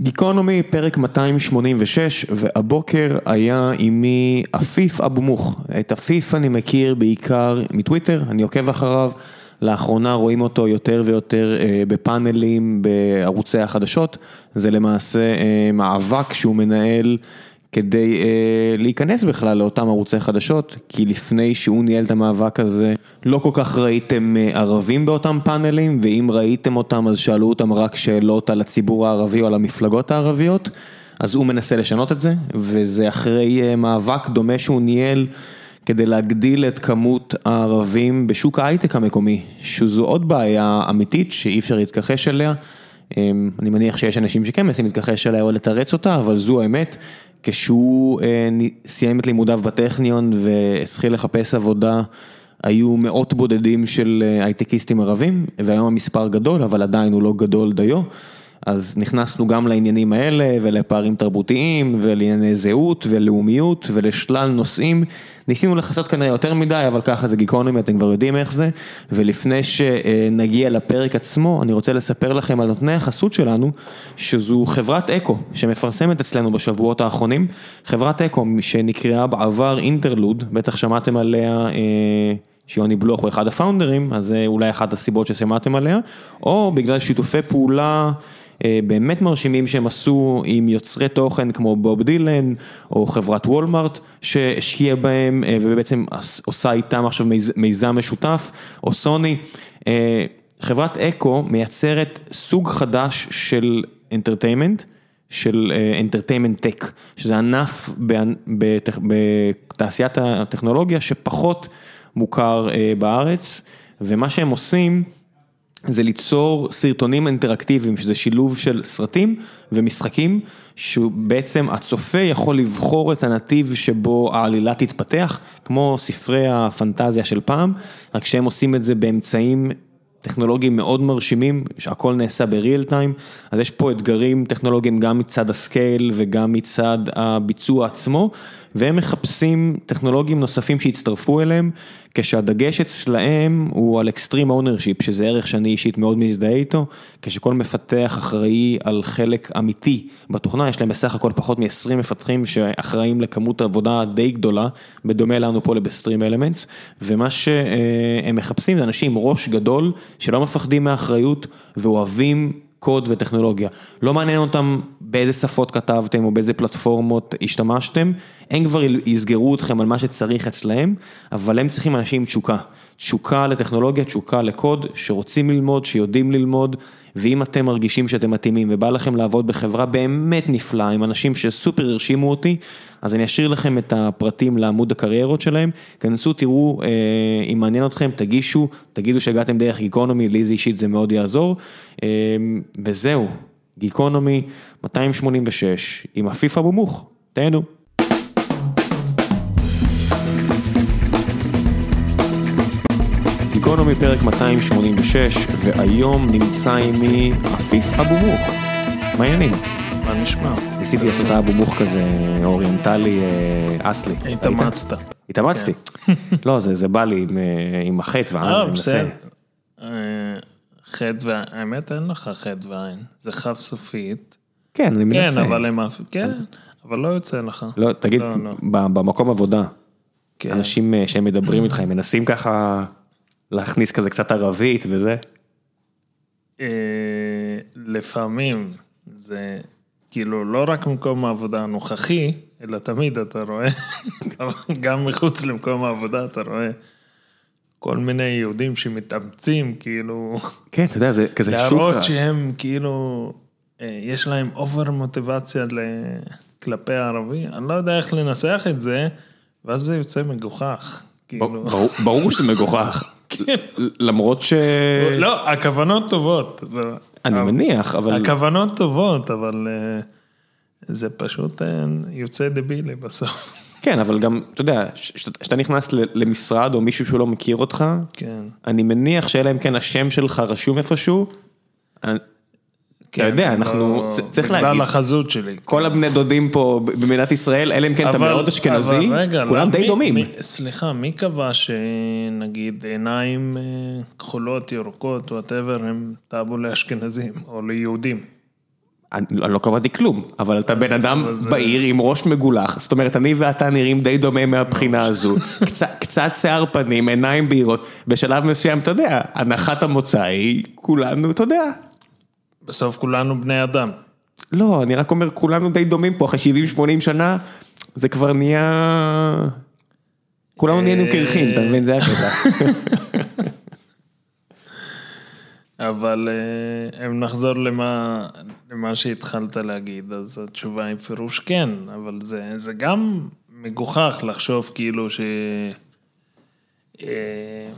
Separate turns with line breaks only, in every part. גיקונומי, פרק 286, והבוקר היה עימי עפיף אבו מוך. את עפיף אני מכיר בעיקר מטוויטר, אני עוקב אחריו. לאחרונה רואים אותו יותר ויותר אה, בפאנלים בערוצי החדשות. זה למעשה אה, מאבק שהוא מנהל כדי אה, להיכנס בכלל לאותם ערוצי חדשות, כי לפני שהוא ניהל את המאבק הזה, לא כל כך ראיתם אה, ערבים באותם פאנלים, ואם ראיתם אותם אז שאלו אותם רק שאלות על הציבור הערבי או על המפלגות הערביות, אז הוא מנסה לשנות את זה, וזה אחרי אה, מאבק דומה שהוא ניהל. כדי להגדיל את כמות הערבים בשוק ההייטק המקומי, שזו עוד בעיה אמיתית שאי אפשר להתכחש אליה. אמ, אני מניח שיש אנשים שכן מנסים להתכחש אליה או לתרץ אותה, אבל זו האמת. כשהוא אה, נ- סיים את לימודיו בטכניון והתחיל לחפש עבודה, היו מאות בודדים של אה, הייטקיסטים ערבים, והיום המספר גדול, אבל עדיין הוא לא גדול דיו. אז נכנסנו גם לעניינים האלה ולפערים תרבותיים ולענייני זהות ולאומיות ולשלל נושאים. ניסינו לכסות כנראה יותר מדי, אבל ככה זה גיקונומי, אתם כבר יודעים איך זה. ולפני שנגיע לפרק עצמו, אני רוצה לספר לכם על נותני החסות שלנו, שזו חברת אקו, שמפרסמת אצלנו בשבועות האחרונים. חברת אקו, שנקראה בעבר אינטרלוד, בטח שמעתם עליה... אה, שיוני בלוך הוא אחד הפאונדרים, אז זה אולי אחת הסיבות ששמעתם עליה, או בגלל שיתופי פעולה אה, באמת מרשימים שהם עשו עם יוצרי תוכן כמו בוב דילן, או חברת וולמארט, שהשקיעה בהם, אה, ובעצם עש- עושה איתם עכשיו מיז- מיזם משותף, או סוני. אה, חברת אקו מייצרת סוג חדש של אינטרטיימנט. של אינטרטיימנט טק, שזה ענף באנ- בטכ- בתעשיית הטכנולוגיה שפחות מוכר אה, בארץ, ומה שהם עושים זה ליצור סרטונים אינטראקטיביים, שזה שילוב של סרטים ומשחקים, שבעצם הצופה יכול לבחור את הנתיב שבו העלילה תתפתח, כמו ספרי הפנטזיה של פעם, רק שהם עושים את זה באמצעים טכנולוגיים מאוד מרשימים, שהכל נעשה בריל טיים, אז יש פה אתגרים טכנולוגיים גם מצד הסקייל וגם מצד הביצוע עצמו, והם מחפשים טכנולוגים נוספים שהצטרפו אליהם, כשהדגש אצלהם הוא על אקסטרים אונרשיפ, שזה ערך שאני אישית מאוד מזדהה איתו, כשכל מפתח אחראי על חלק אמיתי בתוכנה, יש להם בסך הכל פחות מ-20 מפתחים שאחראים לכמות עבודה די גדולה, בדומה לנו פה לבסטרים אלמנטס, ומה שהם מחפשים זה אנשים עם ראש גדול, שלא מפחדים מאחריות ואוהבים קוד וטכנולוגיה. לא מעניין אותם באיזה שפות כתבתם או באיזה פלטפורמות השתמשתם, הם כבר יסגרו אתכם על מה שצריך אצלהם, אבל הם צריכים אנשים עם תשוקה. תשוקה לטכנולוגיה, תשוקה לקוד, שרוצים ללמוד, שיודעים ללמוד, ואם אתם מרגישים שאתם מתאימים ובא לכם לעבוד בחברה באמת נפלאה, עם אנשים שסופר הרשימו אותי, אז אני אשאיר לכם את הפרטים לעמוד הקריירות שלהם, כנסו, תראו אה, אם מעניין אתכם, תגישו, תגידו שהגעתם דרך גיקונומי, לי זה אישית זה מאוד יעזור, אה, וזהו, גיקונומי 286 עם עפיף אבו מוך, תהנו. גיקונומי פרק 286, והיום נמצא עימי עפיף אבו מוך, מה העניינים?
מה נשמע?
ניסיתי לעשות את האבו מוך כזה אוריינטלי אה, אסלי. ראית?
התאמצת.
התאמצתי. לא, זה, זה בא לי עם, אה, עם החטא והעין,
כן. אה,
אני מנסה.
בסדר. אה, חטא ועין, האמת אין לך חטא ועין, זה כף סופית.
כן, אני מנסה.
כן, אבל הם אף... כן, אבל לא יוצא לך.
לא, תגיד,
לא, לא.
ב- במקום עבודה,
כן.
אנשים אה, שהם מדברים איתך, הם מנסים ככה להכניס כזה קצת ערבית וזה.
אה, לפעמים זה כאילו לא רק מקום העבודה הנוכחי, אלא תמיד אתה רואה, גם- גם מחוץ למקום העבודה אתה רואה כל מיני יהודים שמתאמצים, כאילו...
כן, אתה יודע, זה כזה שוק.
להראות שהם כאילו, אה, יש להם אובר מוטיבציה ל- כלפי הערבי, אני לא יודע איך לנסח את זה, ואז זה יוצא מגוחך. כאילו,
ברור- ברור שזה מגוחך.
כן.
למרות ש... אה,
לא, הכוונות טובות. אבל-
אני
אוקיי.
מניח,
אה,
אבל...
הכוונות טובות, אבל אה, זה פשוט אה, יוצא דבילי בסוף.
כן, אבל גם, אתה יודע, כשאתה נכנס ל- למשרד או מישהו שהוא לא מכיר אותך,
כן.
אני מניח שאלא אם כן השם שלך רשום איפשהו, אני-
כן,
יודע,
לא-
אנחנו- צ- צריך
בגלל
להגיד.
החזות שלי.
כל הבני דודים פה ב- במדינת ישראל, אלא אם כן אתה
אבל-
מאוד אשכנזי,
אבל רגע,
כולם
לא,
די
מי-
דומים.
מי- סליחה, מי קבע שנגיד עיניים אה, כחולות, ירוקות, וואטאבר, הם טאבו לאשכנזים או ליהודים?
אני אני לא קבעתי כלום, אבל אתה בן אדם
אבל זה-
בעיר עם ראש מגולח, זאת אומרת, אני ואתה נראים די דומה מהבחינה
לא.
הזו. קצת- קצת שיער פנים, עיניים בהירות, בשלב מסוים, אתה יודע, הנחת המוצא היא, כולנו, אתה יודע.
בסוף כולנו בני אדם.
לא, אני רק אומר, כולנו די דומים פה, אחרי 70-80 שנה, זה כבר נהיה... כולנו נהיינו
אה.
קרחים, אתה מבין? זה הקטע.
אבל אה, אם נחזור למה, למה שהתחלת להגיד, אז התשובה היא פירוש כן, אבל זה, זה גם מגוחך לחשוב כאילו ש... אה,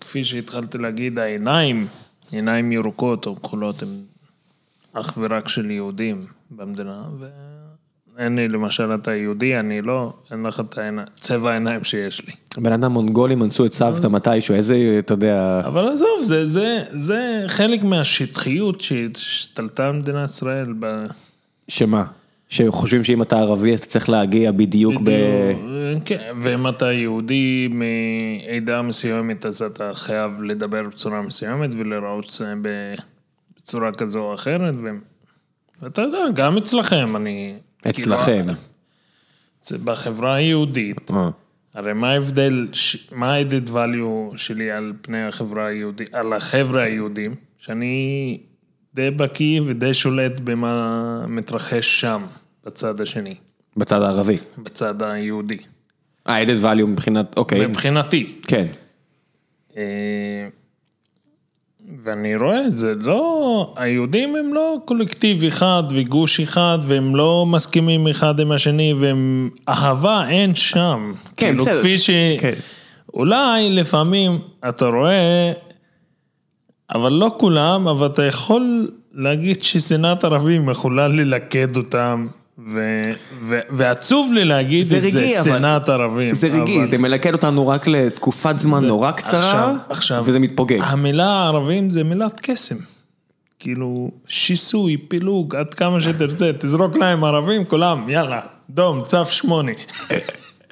כפי שהתחלתי להגיד, העיניים, עיניים ירוקות או כחולות, הן אך ורק של יהודים במדינה, ואין לי, למשל, אתה יהודי, אני לא, אין לך את העיני- צבע העיניים שיש לי.
בן אדם מונגולי מנסו את
אה.
סבתא מתישהו, איזה, אתה יודע...
אבל עזוב, זה, זה, זה חלק מהשטחיות שהשתלטה על מדינת ישראל. ב...
שמה? שחושבים שאם אתה ערבי אז אתה צריך להגיע בדיוק ב...
כן, ואם אתה יהודי מעדה מסוימת, אז אתה חייב לדבר בצורה מסוימת ולראות אה, בצורה כזו או אחרת. ו... ואתה יודע, גם אצלכם, אני...
אצלכם.
כאילו, זה בחברה היהודית,
אה.
הרי מה ההבדל, ש- מה ה-added value שלי על פני החברה היהודית, על החבר'ה היהודים, שאני די בקיא ודי שולט במה מתרחש שם, בצד השני,
בצד הערבי.
בצד היהודי,
אה, added value מבחינת, אוקיי,
מבחינתי.
כן.
אה, ואני רואה את זה, לא, היהודים הם לא קולקטיב אחד וגוש אחד, והם לא מסכימים אחד עם השני, והם, אהבה אין שם.
כן,
כאילו,
בסדר.
כפי ש...
כן.
אולי לפעמים אתה רואה, אבל לא כולם, אבל אתה יכול להגיד ששנאת ערבים יכולה ללכד אותם, ו... ו... ועצוב לי להגיד
זה
את
רגעי,
זה,
אבל-
שנאת ערבים.
זה רגעי,
אבל-
זה מלכד אותנו רק לתקופת זמן נורא קצרה,
עכשיו, עכשיו,
וזה מתפוגג.
המילה ערבים זה מילת קסם. כאילו, שיסוי, פילוג, עד כמה שתרצה, תזרוק להם ערבים, כולם, יאללה, דום, צף שמונה.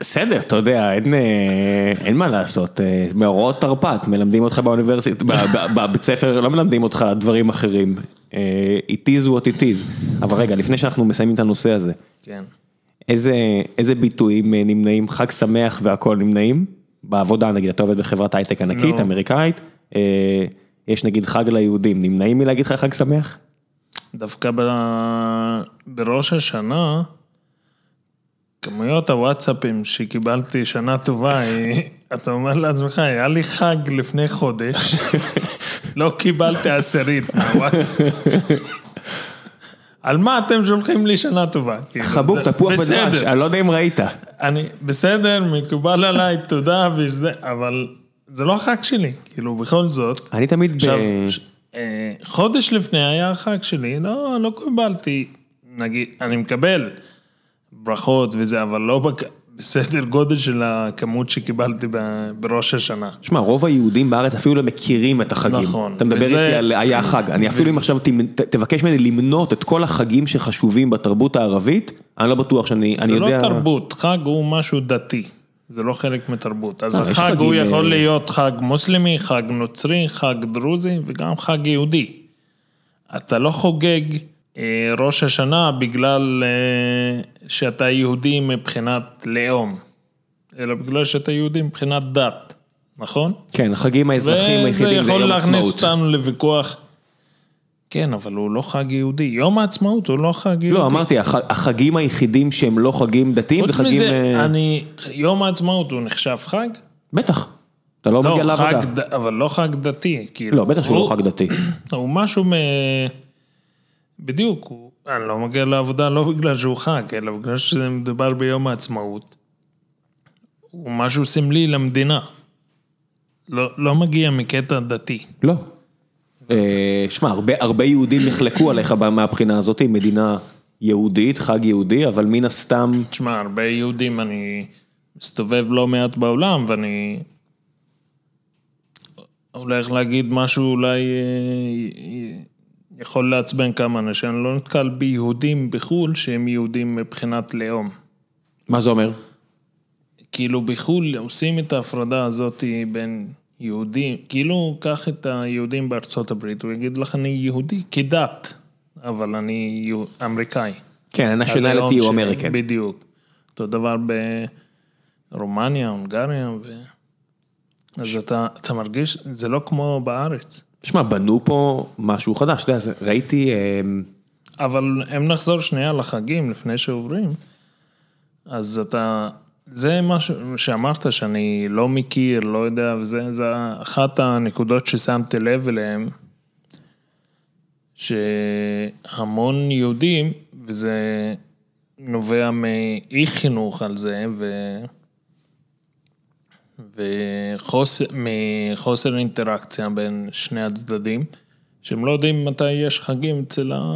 בסדר, אתה יודע, אין, אה, אין מה לעשות, אה, מאורעות תרפ"ט, מלמדים אותך באוניברסיטה, ב- ב- בבית ספר לא מלמדים אותך דברים אחרים. אה, It is what it is. אבל רגע, לפני שאנחנו מסיימים את הנושא הזה,
כן.
איזה, איזה ביטויים אה, נמנעים, חג שמח והכל נמנעים? בעבודה נגיד, אתה עובד בחברת הייטק ענקית,
לא.
אמריקאית, אה, יש נגיד חג ליהודים, נמנעים מלהגיד לך חג שמח?
דווקא ב... בראש השנה, כמויות הוואטסאפים שקיבלתי שנה טובה, היא- אתה אומר לעצמך, היה לי חג לפני חודש, לא קיבלתי עשירית מהוואטסאפ. על מה אתם שולחים לי שנה טובה? כאילו,
חבוב,
זה-
תפוח
בסדר,
בדבש, אני לא יודע אם ראית.
אני, בסדר, מקובל עליי, תודה, וזה, אבל זה לא החג שלי, כאילו, בכל זאת.
אני תמיד ב...
עכשיו, ש- אה, חודש לפני היה החג שלי, לא, לא קיבלתי, נגיד, אני מקבל ברכות וזה, אבל לא בק- בסדר גודל של הכמות שקיבלתי ב- בראש השנה.
שמע, רוב היהודים בארץ אפילו לא מכירים את החגים.
נכון,
אתה מדבר
וזה-
איתי על היה חג. אני אפילו אם עכשיו תמ- ת- תבקש ממני למנות את כל החגים שחשובים בתרבות הערבית, אני לא בטוח שאני אני
זה
יודע...
לא תרבות, חג הוא משהו דתי, זה לא חלק מתרבות. אז
אה, יש
החג הוא
חגים,
יכול
אה,
להיות חג מוסלמי, חג נוצרי, חג דרוזי וגם חג יהודי. אתה לא חוגג אה, ראש השנה בגלל אה, שאתה יהודי מבחינת לאום, אלא בגלל שאתה יהודי מבחינת דת, נכון?
כן, החגים האזרחיים
וזה
היחידים זה
יכול
יום
להכניס
עצמאות.
אותנו לוויכוח. כן, אבל הוא לא חג יהודי. יום העצמאות הוא לא חג יהודי.
לא, אמרתי, הח- החגים היחידים שהם לא חגים דתיים
חוץ
וחגים...
מזה,
אה,
אני, יום העצמאות הוא נחשב חג?
בטח, אתה לא מגיע
לא, חג,
לעבודה.
ד- אבל לא חג דתי, כאילו.
לא, בטח שהוא לא
הוא-
חג דתי.
הוא משהו מ... בדיוק, הוא... אני לא מגיע לעבודה לא בגלל שהוא חג, אלא בגלל שמדובר ביום העצמאות. הוא משהו סמלי למדינה. לא, לא מגיע מקטע דתי.
לא. אה, שמע, הרבה, הרבה יהודים נחלקו עליך ב- מהבחינה הזאת, מדינה יהודית, חג יהודי, אבל מן הסתם,
תשמע, הרבה יהודים, אני מסתובב לא מעט בעולם, ואני הולך להגיד משהו אולי אה, יכול לעצבן כמה אנשים, אני לא נתקל ביהודים בחו"ל שהם יהודים מבחינת לאום.
מה זה אומר?
כאילו בחו"ל עושים את ההפרדה הזאת בין יהודים, כאילו קח את היהודים בארצות הברית, הוא יגיד לך אני יהודי כדת, אבל אני יו- אמריקאי.
כן,
הלאום
ה-nationality הוא
שלי,
אמריקן.
בדיוק. אותו דבר ברומניה, הונגריה. ו... אז אתה, אתה מרגיש, זה לא כמו בארץ.
שמע, בנו פה משהו חדש, אתה יודע, זה- ראיתי, אה,
אבל אם נחזור שנייה לחגים לפני שעוברים, אז אתה, זה מה ש- שאמרת שאני לא מכיר, לא יודע, וזה זה אחת הנקודות ששמתי לב אליהן, שהמון יהודים, וזה נובע מאי חינוך על זה, ו... וחוסר מחוסר אינטראקציה בין שני הצדדים, שהם לא יודעים מתי יש חגים אצל, ה...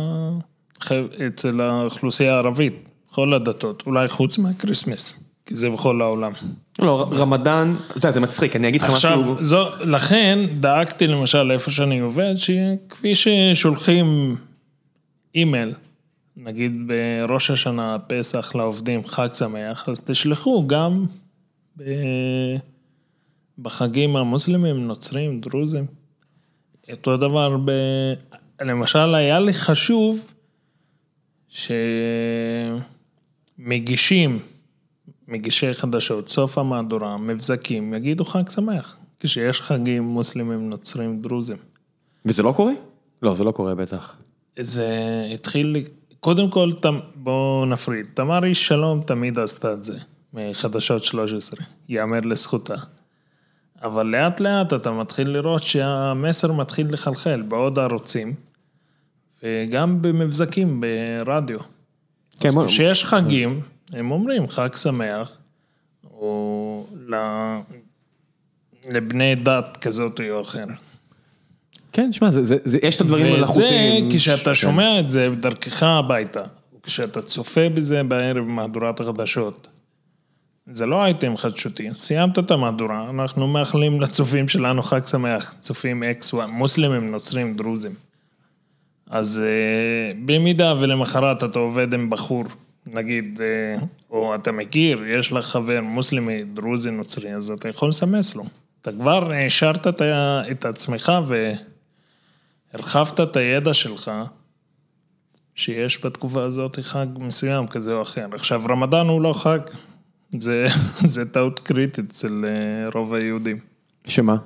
חב- אצל האוכלוסייה הערבית, כל הדתות, אולי חוץ מהכריסמס, כי זה בכל העולם.
לא, ר- רמדאן, אתה יודע, זה מצחיק, אני אגיד לך
עכשיו,
משהו,
זו, לכן דאגתי למשל איפה שאני עובד, שכפי ששולחים אימייל, נגיד בראש השנה, פסח לעובדים, חג שמח, אז תשלחו גם ב... בחגים המוסלמים, נוצרים, דרוזים. אותו דבר, ב... למשל, היה לי חשוב שמגישים מגישי חדשות, סוף המהדורה, מבזקים, יגידו חג שמח, כשיש חגים מוסלמים, נוצרים, דרוזים.
וזה לא קורה? לא, זה לא קורה בטח.
זה התחיל, קודם כל, תמ- בואו נפריד, תמרי שלום תמיד עשתה את זה, מחדשות 13, ייאמר לזכותה. אבל לאט לאט אתה מתחיל לראות שהמסר מתחיל לחלחל בעוד ערוצים, וגם במבזקים ברדיו.
כן, בוא-
אז כשיש חגים, הם אומרים חג שמח, או ל... לבני דת כזאת או אחרת.
כן, שמע, זה- זה- זה- יש את הדברים
וזה
המלאכותיים.
כשאתה
כן.
שומע את זה בדרכך הביתה, או כשאתה צופה בזה בערב מהדורת החדשות. זה לא אייטם חדשותי, סיימת את המהדורה, אנחנו מאחלים לצופים שלנו חג שמח, צופים אקס, מוסלמים, נוצרים, דרוזים. אז אה, במידה ולמחרת אתה עובד עם בחור, נגיד, אה, או אתה מכיר, יש לך חבר מוסלמי, דרוזי, נוצרי, אז אתה יכול לסמס לו. אתה כבר העשרת את ה- את עצמך ו... הרחבת את הידע שלך, שיש בתקופה הזאת חג מסוים כזה או אחר. עכשיו, רמדאן הוא לא חג, זה, זה טעות קריטית אצל אה, רוב היהודים.
שמה?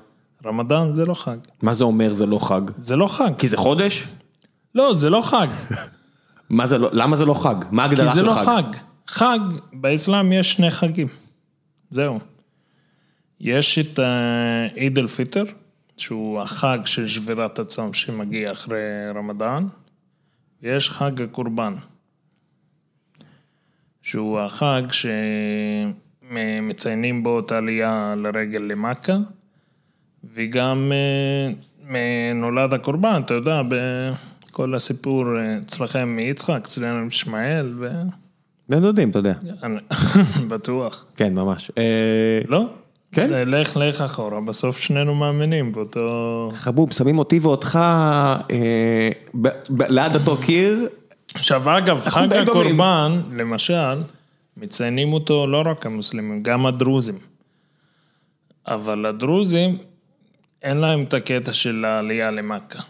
רמדאן זה לא חג.
מה זה אומר זה לא חג?
זה לא חג.
כי זה חודש?
לא, זה לא חג,
מה זה לא, למה זה לא חג? מה
כי
ההגדרה
זה
של
לא
חג?
חג. חג, באסלאם יש שני חגים. זהו. יש את אה, עיד אל פיטר, שהוא החג של שבירת הצום שמגיע אחרי רמדאן, ויש חג הקורבן, שהוא החג שמציינים בו את העלייה לרגל למכה, וגם אה, מ- נולד הקורבן, אתה יודע, בכל הסיפור אה, אצלכם מיצחק, אצלנו ישמעאל, ו...
בן דודים, לא אתה יודע.
אני- בטוח.
כן, ממש. אה,
לא?
כן.
לך, לך אחורה, בסוף שנינו מאמינים באותו...
חבוב, שמים אותי ואותך אה, ב- ב- ליד אותו קיר,
עכשיו, אגב, חג
די דומים.
הקורבן, למשל, מציינים אותו לא רק המוסלמים, גם הדרוזים. אבל הדרוזים, אין להם את הקטע של העלייה למכה.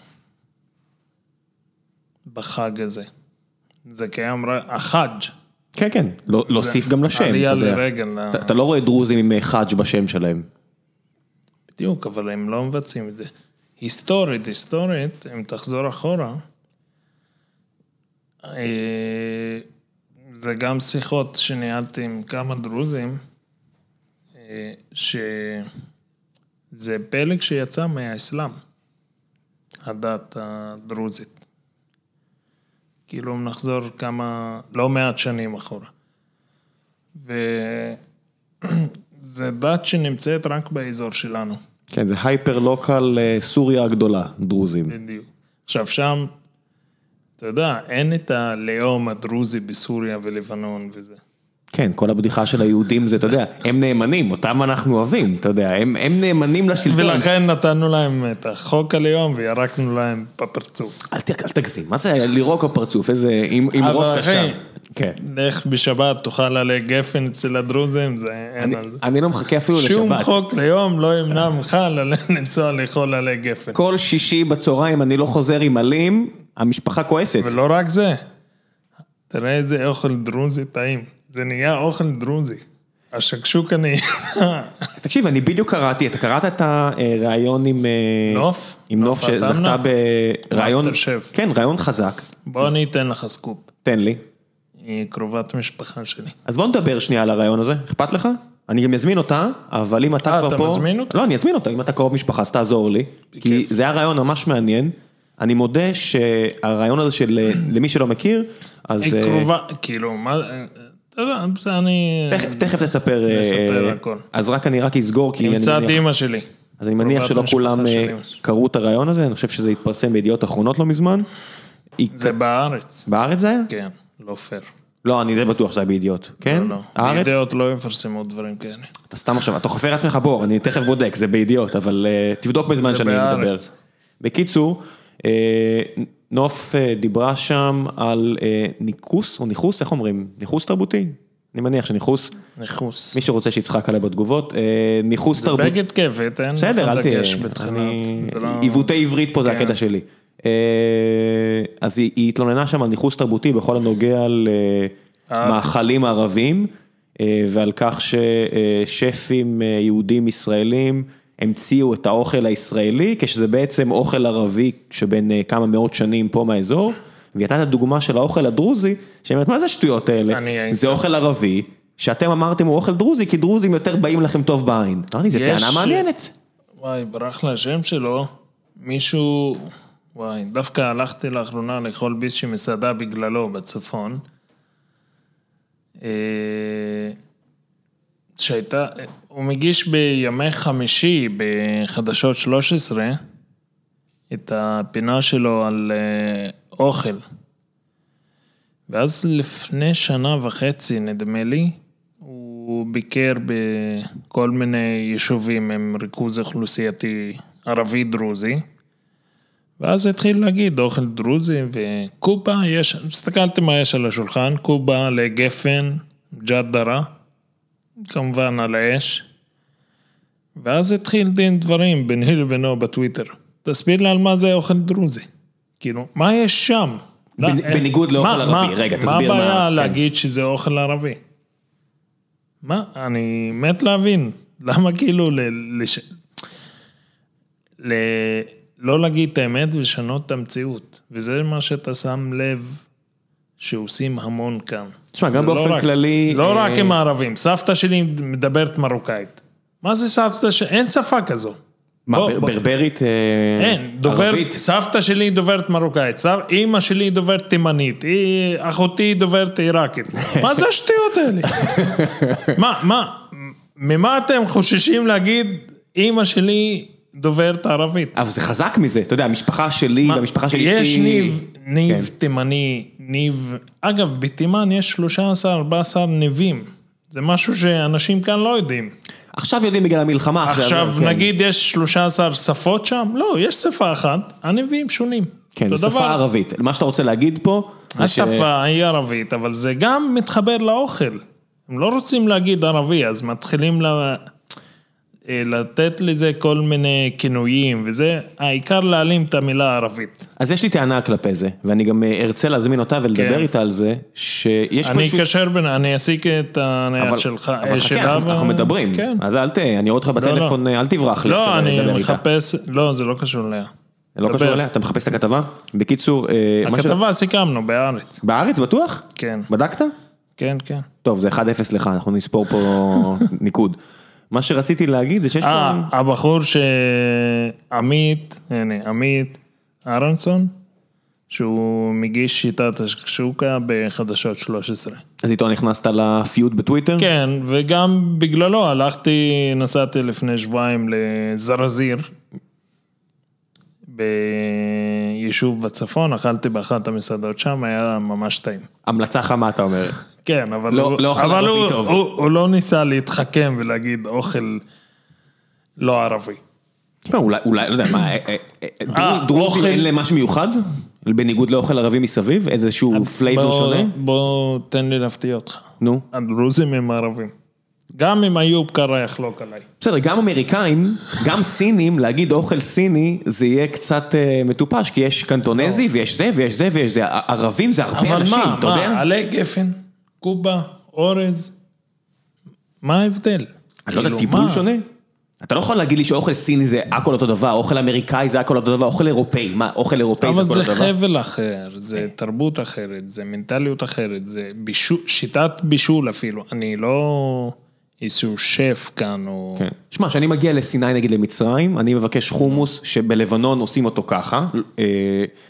בחג הזה. זה קיים רק... החאג'.
כן, כן, לא- להוסיף גם לשם, אתה
עלייה
יודע.
לרגל. ל-
אתה- אתה לא רואה דרוזים עם אה, חאג' בשם שלהם.
בדיוק, אבל הם לא מבצעים את זה. היסטורית, היסטורית, אם תחזור אחורה, אה, זה גם שיחות שניהלתי עם כמה דרוזים, אה, שזה פלג שיצא מהאסלאם, הדת הדרוזית. כאילו אם נחזור כמה, לא מעט שנים אחורה. וזה דת שנמצאת רק באזור שלנו.
כן, זה הייפר לוקל אה, סוריה הגדולה, דרוזים.
בדיוק. עכשיו שם, אתה יודע, אין את הלאום הדרוזי בסוריה ולבנון וזה.
כן, כל הבדיחה של היהודים זה, אתה יודע, הם נאמנים, אותם אנחנו אוהבים, אתה יודע, הם הם נאמנים לשלטון.
ולכן נתנו להם את החוק הלאום וירקנו להם בפרצוף.
אל ת- אל תגזים, מה זה לירוק בפרצוף, איזה אמ- אמרות
אבל
קשה.
אחי,
כן.
לך בשבת, תאכל עלי גפן אצל הדרוזים, זה אין
אני-
על זה.
אני לא מחכה אפילו לשבת.
שום חוק לאום לא ימנע ממך ל- לנסוע לאכול עלי גפן.
כל שישי בצהריים אני לא חוזר עם עלים, המשפחה כועסת.
ולא רק זה, תראה איזה אוכל דרוזי טעים. זה נהיה אוכל דרוזי. השקשוקה נהיה
תקשיב, אני בדיוק קראתי, אתה קראת את הריאיון עם... אה,
נוף?
עם נוף
נוף
שזכתה
עטמנה?
בריאיון...
מאסטר שף.
כן, ריאיון חזק.
בוא אני אתן לך סקופ.
תן לי.
היא קרובת משפחה שלי.
אז בוא נדבר שנייה על הרעיון הזה, אכפת לך? אני גם אזמין אותה, אבל אם אתה
אה,
כבר פה...
אתה מזמין אותה?
לא, אני אזמין אותה, אם אתה קרוב משפחה, אז תעזור לי. כי זה היה רעיון ממש מעניין. אני מודה שהרעיון הזה של, אה, למי שלא מכיר, אז...
היא
אה,
קרובה, כאילו, מה, אתה יודע, זה אני...
תכף- תכף תספר. אה,
נספר הכל.
אז רק אני רק אסגור, כי אני
נמצא את
מניח...
אימא שלי.
אז אני מניח
קרובת
שלא
משפחה
כולם אה,
שלי.
קראו את הרעיון הזה, אני חושב שזה התפרסם בידיעות אחרונות לא מזמן. היא-
זה בארץ,
בארץ זה היה?
כן, לא פייר.
לא, אני די בטוח שזה היה בידיעות. כן?
לא,
הארץ?
ידיעות לא יפרסמו דברים כאלה.
אתה סתם עכשיו, אתה חופר לעצמך בור, אני תכף בודק, זה בידיעות, אבל אה, תבדוק בזמן
זה
שאני מדבר.
בארץ.
בקיצור, אה, נוף אה, דיברה שם על אה, ניקוס או ניכוס, איך אומרים? ניכוס תרבותי? אני מניח שניכוס,
ניכוס.
מי שרוצה שיצחק עליה בתגובות, אה, ניכוס תרבותי.
בגד כבד, אין
בסדר,
לך
אל תהיה,
דגש בתחילת.
אני-
זה לא-
עיוותי עברית פה זה
כן.
הקטע שלי. אה, אז היא היא התלוננה שם על ניכוס תרבותי בכל הנוגע
אה.
למאכלים ערבים, אה, ועל כך ששפים אה, יהודים ישראלים המציאו את האוכל הישראלי, כשזה בעצם אוכל ערבי שבין אה, כמה מאות שנים פה מהאזור, והיא הייתה את הדוגמה של האוכל הדרוזי, שהיא אומרת, מה זה השטויות האלה?
אני הייתי-
זה אוכל ערבי. שאתם אמרתם הוא אוכל דרוזי, כי דרוזים יותר באים לכם טוב בעין. אמרתי, זו
יש-
טענה מעניינת.
וואי, ברח לי השם שלו, מישהו, וואי, דווקא הלכתי לאחרונה לאכול ביסשי מסעדה בגללו בצפון. אה, שהייתה, הוא מגיש בימי חמישי בחדשות 13 את הפינה שלו על אה, אוכל. ואז לפני שנה וחצי, נדמה לי, הוא ביקר בכל מיני יישובים עם ריכוז אוכלוסייתי ערבי-דרוזי, ואז התחיל להגיד אוכל דרוזי וקובה, יש, הסתכלתי מה יש על השולחן, קובה לגפן, ג'דרה, כמובן על האש, ואז התחיל דין דברים ביני לבינו בטוויטר. תסביר לי על מה זה אוכל דרוזי. כאילו, מה יש שם? לא,
בנ-
אין-
בניגוד לאוכל
מה-
ערבי.
מה-
רגע, תסביר
מה
מה-
הבעיה
כן.
להגיד שזה אוכל ערבי? מה? אני מת להבין. למה כאילו ל... לש- ל... לא להגיד את האמת ולשנות את המציאות. וזה מה שאתה שם לב שעושים המון כאן.
תשמע, גם
זה לא
באופן
רק-
כללי,
לא
אה,
רק עם הערבים, סבתא שלי מדברת מרוקאית. מה זה סבתא שלי? אין שפה כזו.
מה,
בוא-
בר-
בוא-
ברברית? אה,
אין, דוברת,
ערבית?
סבתא שלי דוברת מרוקאית, סב, אימא שלי דוברת תימנית, היא- אחותי דוברת עיראקית. מה זה השטויות האלה? מה, מה, ממה אתם חוששים להגיד, אימא שלי דוברת ערבית?
אבל זה חזק מזה, אתה יודע, המשפחה שלי
מה,
והמשפחה של אשתי...
יש ניב, ניב
כן.
תימני, ניב, אגב, בתימן יש 13-14 ניבים, זה משהו שאנשים כאן לא יודעים.
עכשיו יודעים בגלל המלחמה. אחרי
עכשיו
זה, כן.
נגיד יש 13 שפות שם, לא, יש שפה אחת, הנביאים שונים.
כן,
אותו
זו
דבר.
שפה ערבית. מה שאתה רוצה להגיד פה... זה ש-
השפה היא ערבית, אבל זה גם מתחבר לאוכל. הם לא רוצים להגיד ערבי, אז מתחילים ל... אה, לתת לזה כל מיני כינויים, וזה העיקר להעלים את המילה ערבית.
אז יש לי טענה כלפי זה, ואני גם אה, ארצה להזמין אותה ולדבר
כן.
איתה על זה, שיש פה
אני
איזשהו...
אקשר בין, אני אעסיק את הנייד
אבל-
שלך, אה,
אבל חכה,
שלה
אנחנו
ו-
אנחנו מדברים.
כן.
אז אל ת... אני רואה אותך בטלפון, אה, אל תברח לי.
לא,
עכשיו
אני
לדבר איתה.
מחפש, לא, זה לא קשור אליה.
זה לא
דבר.
קשור אליה? אתה מחפש את הכתבה? בקיצור, אה, מה ש-
הכתבה סיכמנו בארץ.
בארץ בטוח?
כן,
בדקת?
כן, כן.
טוב, זה 1-0 לך, אנחנו נספור פה ניקוד. מה שרציתי להגיד זה שיש פה...
אה, הבחור שעמית, הנה, עמית אהרונסון, שהוא מגיש שיטת השקשוקה בחדשות 13.
אז איתו נכנסת לפיוד בטוויטר?
כן, וגם בגללו הלכתי, נסעתי לפני שבועיים לזרזיר, ביישוב בצפון, אכלתי באחת המסעדות שם, היה ממש טעים.
המלצה חמה אתה אומר.
כן, אבל,
לא-
הוא,
לא אוכל
אבל
ערבי
הוא,
טוב.
הוא, הוא לא ניסה להתחכם ולהגיד אוכל לא ערבי.
תשמע, אולי, אולי, לא יודע, מה, אה, אה, אה, דרוז-
אה,
דרוזים
אוכל-
אין להם משהו מיוחד? בניגוד לאוכל ערבי מסביב?
אה,
איזשהו פלייבר
בוא-
שונה?
בוא, תן לי להפתיע אותך.
נו,
הדרוזים הם ערבים. גם אם איוב קרא יחלוק עליי.
בסדר, גם אמריקאים, גם סינים, להגיד אוכל סיני, זה יהיה קצת אה, מטופש, כי יש קנטונזי, ויש זה, ויש זה, ויש זה. ע- ערבים זה הרבה
לא. אבל
אנשים,
מה,
אתה
מה,
יודע?
עלי גפן, קובה, אורז, מה ההבדל?
אני לא יודע,
כאילו,
טיפול
מה?
שונה? אתה לא יכול להגיד לי שאוכל סיני זה הכל אותו דבר, אוכל אמריקאי זה הכל אותו דבר, אוכל אירופאי, מה, אוכל אירופאי זה
אבל
הכל
זה
אותו דבר?
חבל אחר, זה תרבות אחרת, זה מנטליות אחרת, זה בישול, שיטת בישול אפילו. אני לא איזשהו שף כאן, או...
כן. שמע, כשאני מגיע לסיני נגיד למצרים, אני מבקש חומוס שבלבנון עושים אותו ככה, אה,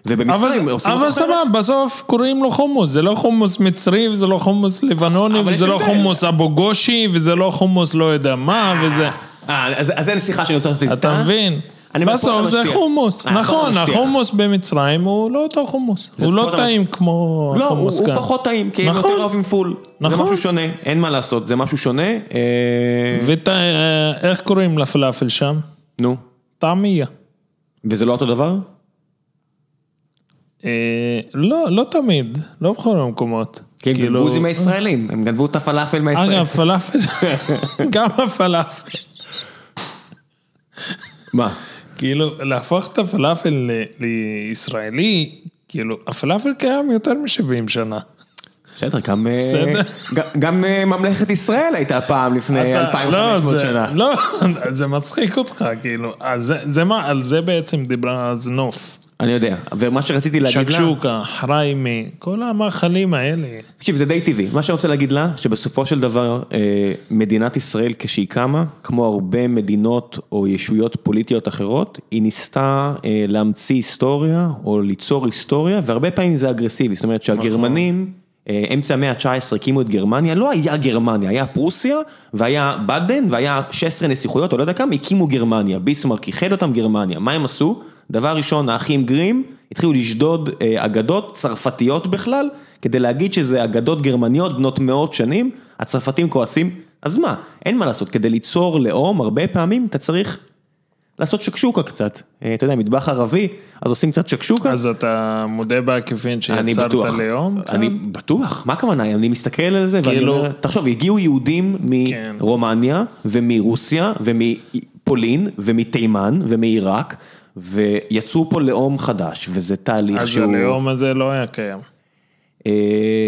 ובמצרים
אבל,
עושים אותו
אבל
ככה.
סבבה, בסוף קוראים לו חומוס, זה לא חומוס מצרי, וזה לא חומוס לבנוני,
אבל יש
וזה לא
הבדל.
חומוס אבו גושי, וזה לא חומוס לא יודע מה, וזה...
אה, אז אז זה אה? שיחה שאני רוצה לעשות איתה.
אתה מבין?
אני אומר, פה
בסוף
אתה
זה
משפיע.
חומוס,
אה, פה אתה
נכון,
משפיע.
החומוס במצרים הוא לא אותו חומוס, הוא
פה
לא
אתה
טעים כמו
לא, הוא,
החומוס
הוא
כאן.
פחות טעים, כי הם
נכון.
יותר אוהבים פול. זה
נכון.
משהו שונה, אין מה לעשות, זה משהו שונה. אה,
ואיך אה, קוראים לפלאפל שם?
נו,
טעמיה.
וזה לא אותו דבר?
אה, לא, לא תמיד, לא בכל המקומות.
כי הם
כאילו-
גנבו את זה מהישראלים, הם גנבו את הפלאפל מהישראלים.
אגב, פלאפל, גם הפלאפל.
מה?
כאילו, להפוך את הפלאפל ל- לישראלי, כאילו, הפלאפל קיים יותר מ-70 שנה.
בסדר, גם, אה,
בסדר.
ג- גם אה, ממלכת ישראל הייתה פעם לפני
אתה-
2,500
לא, זה-
שנה.
לא, זה מצחיק אותך, כאילו, אז זה- זה מה, על זה בעצם דיברה אז נוף.
אני יודע, ומה שרציתי להגיד לה...
שקשוקה, חריימי, כל המאכלים האלה.
תקשיב, זה די טבעי. מה שאני רוצה להגיד לה, שבסופו של דבר, אה, מדינת ישראל כשהיא קמה, כמו הרבה מדינות או ישויות פוליטיות אחרות, היא ניסתה אה, להמציא היסטוריה או ליצור היסטוריה, והרבה פעמים זה אגרסיבי. זאת אומרת שהגרמנים, אה, אמצע המאה ה-19 הקימו את גרמניה, לא היה גרמניה, היה פרוסיה, והיה בדן, והיה 16 נסיכויות, או לא יודע כמה, הקימו גרמניה. ביסמרק איחד אותם גרמניה. מה הם עשו? דבר ראשון, האחים גרים התחילו לשדוד אה, אגדות צרפתיות בכלל, כדי להגיד שזה אגדות גרמניות בנות מאות שנים, הצרפתים כועסים, אז מה, אין מה לעשות, כדי ליצור לאום, הרבה פעמים אתה צריך לעשות שקשוקה קצת. אה, אתה יודע, מטבח ערבי, אז עושים קצת שקשוקה.
אז אתה מודה בעקיפין
לא. אני
שיצרת כן.
בטוח,
לאום?
אני בטוח, מה הכוונה, אני מסתכל על זה ואני
כאילו-
אומר, תחשוב, הגיעו יהודים
כן.
מרומניה ומרוסיה ומפולין ומתימן ומעיראק ויצרו פה לאום חדש וזה תהליך
אז
שהוא...
הלאום הזה לא היה קיים.
אה,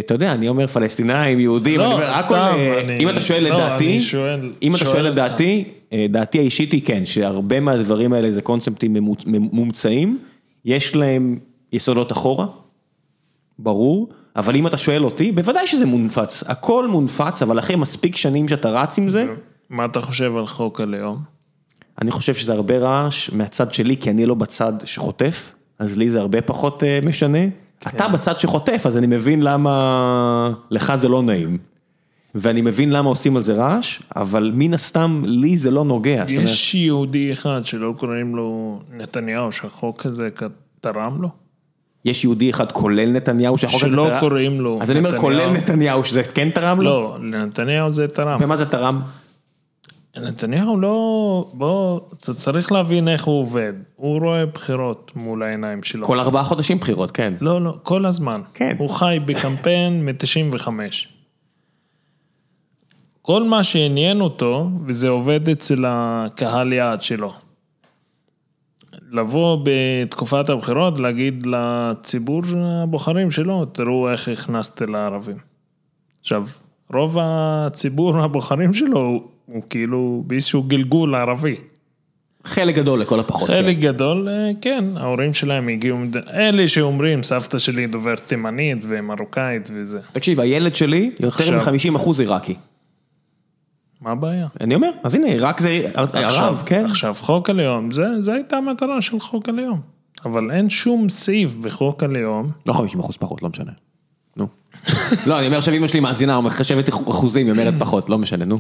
אתה יודע, אני אומר פלסטינאים, יהודים,
לא,
אני אומר,
סתם,
הכל, אה,
אני-
אם אתה שואל
לא,
לדעתי,
אני שואל-
אם אתה
שואל
שואל
אותך.
לדעתי, אה, דעתי האישית היא כן, שהרבה מהדברים האלה זה קונספטים ממו- מומצאים, יש להם יסודות אחורה, ברור, אבל אם אתה שואל אותי, בוודאי שזה מונפץ, הכל מונפץ, אבל אחרי מספיק שנים שאתה רץ עם זה,
מה אתה חושב על חוק הלאום?
אני חושב שזה הרבה רעש מהצד שלי, כי אני לא בצד שחוטף, אז לי זה הרבה פחות אה, משנה.
כן.
אתה בצד שחוטף, אז אני מבין למה לך זה לא נעים. ואני מבין למה עושים על זה רעש, אבל מן הסתם לי זה לא נוגע. זאת אומרת,
יש יהודי אחד שלא קוראים לו נתניהו, שהחוק הזה כ- תרם לו?
יש יהודי אחד כולל נתניהו שהחוק הזה
שלא
תרם-
קוראים לו
אז אני אומר
נתניהו.
כולל נתניהו שזה כן תרם לו?
לא, לנתניהו זה תרם.
ומה זה תרם?
נתניהו לא... בוא, אתה צריך להבין איך הוא עובד. הוא רואה בחירות מול העיניים שלו.
כל ארבעה חודשים בחירות, כן.
לא, לא, כל הזמן.
כן.
הוא חי בקמפיין מ-95. כל מה שעניין אותו, וזה עובד אצל הקהל יעד שלו. לבוא בתקופת הבחירות, להגיד לציבור הבוחרים שלו, תראו איך הכנסתי לערבים. עכשיו, רוב הציבור הבוחרים שלו הוא, הוא כאילו באיזשהו גלגול ערבי.
חלק גדול לכל הפחות. כן.
חלק גדול, אה, כן, ההורים שלהם הגיעו, מד- אלה שאומרים, סבתא שלי דוברת תימנית ומרוקאית וזה.
תקשיב, הילד שלי יותר
עכשיו.
מ-50% עיראקי.
מה הבעיה?
אני אומר, אז הנה, עיראק זה
עכשיו,
ערב, כן?
עכשיו, חוק הלאום, זה, זה הייתה המטרה של חוק הלאום. אבל אין שום סעיף בחוק הלאום,
לא 50 אחוז פחות, לא משנה. נו. לא, אני אומר עכשיו אמא שלי מאזינה, היא מחשבת אחוזים, היא אומרת פחות, לא משנה, נו.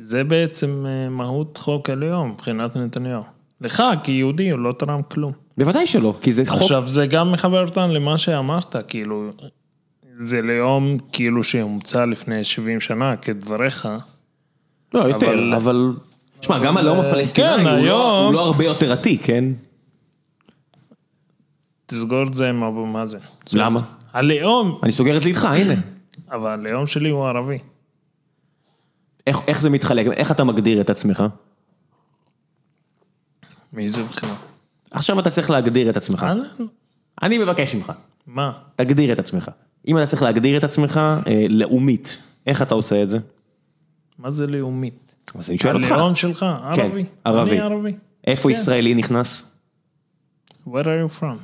זה בעצם אה, מהות חוק הלאום מבחינת נתניהו. לך, כיהודי, הוא לא תרם כלום.
בוודאי שלא, כי זה חוק,
עכשיו, זה גם מחבר אותנו למה שאמרת, כאילו, זה לאום כאילו שהומצא לפני 70 שנה, כדבריך.
לא יותר,
אבל-
אבל... שמע, גם הלאום הפלסטיני
כן,
הוא לא-
היום-
הוא לא הרבה יותר עתיק, כן?
תסגור את זה עם אבו מאזן.
למה?
הלאום,
אני סוגר את זה איתך, הנה.
אבל הלאום שלי הוא ערבי.
איך, איך זה מתחלק? איך אתה מגדיר את עצמך?
מאיזה בחינה?
עכשיו אתה צריך להגדיר את עצמך.
אהלן,
אני מבקש ממך,
מה?
תגדיר את עצמך. אם אתה צריך להגדיר את עצמך אה, לאומית, איך אתה עושה את זה?
מה זה לאומית?
אז אני שואל אותך,
הלאום שלך, ערבי.
כן, ערבי.
אני ערבי.
איפה ישראלי נכנס?
Where are you from?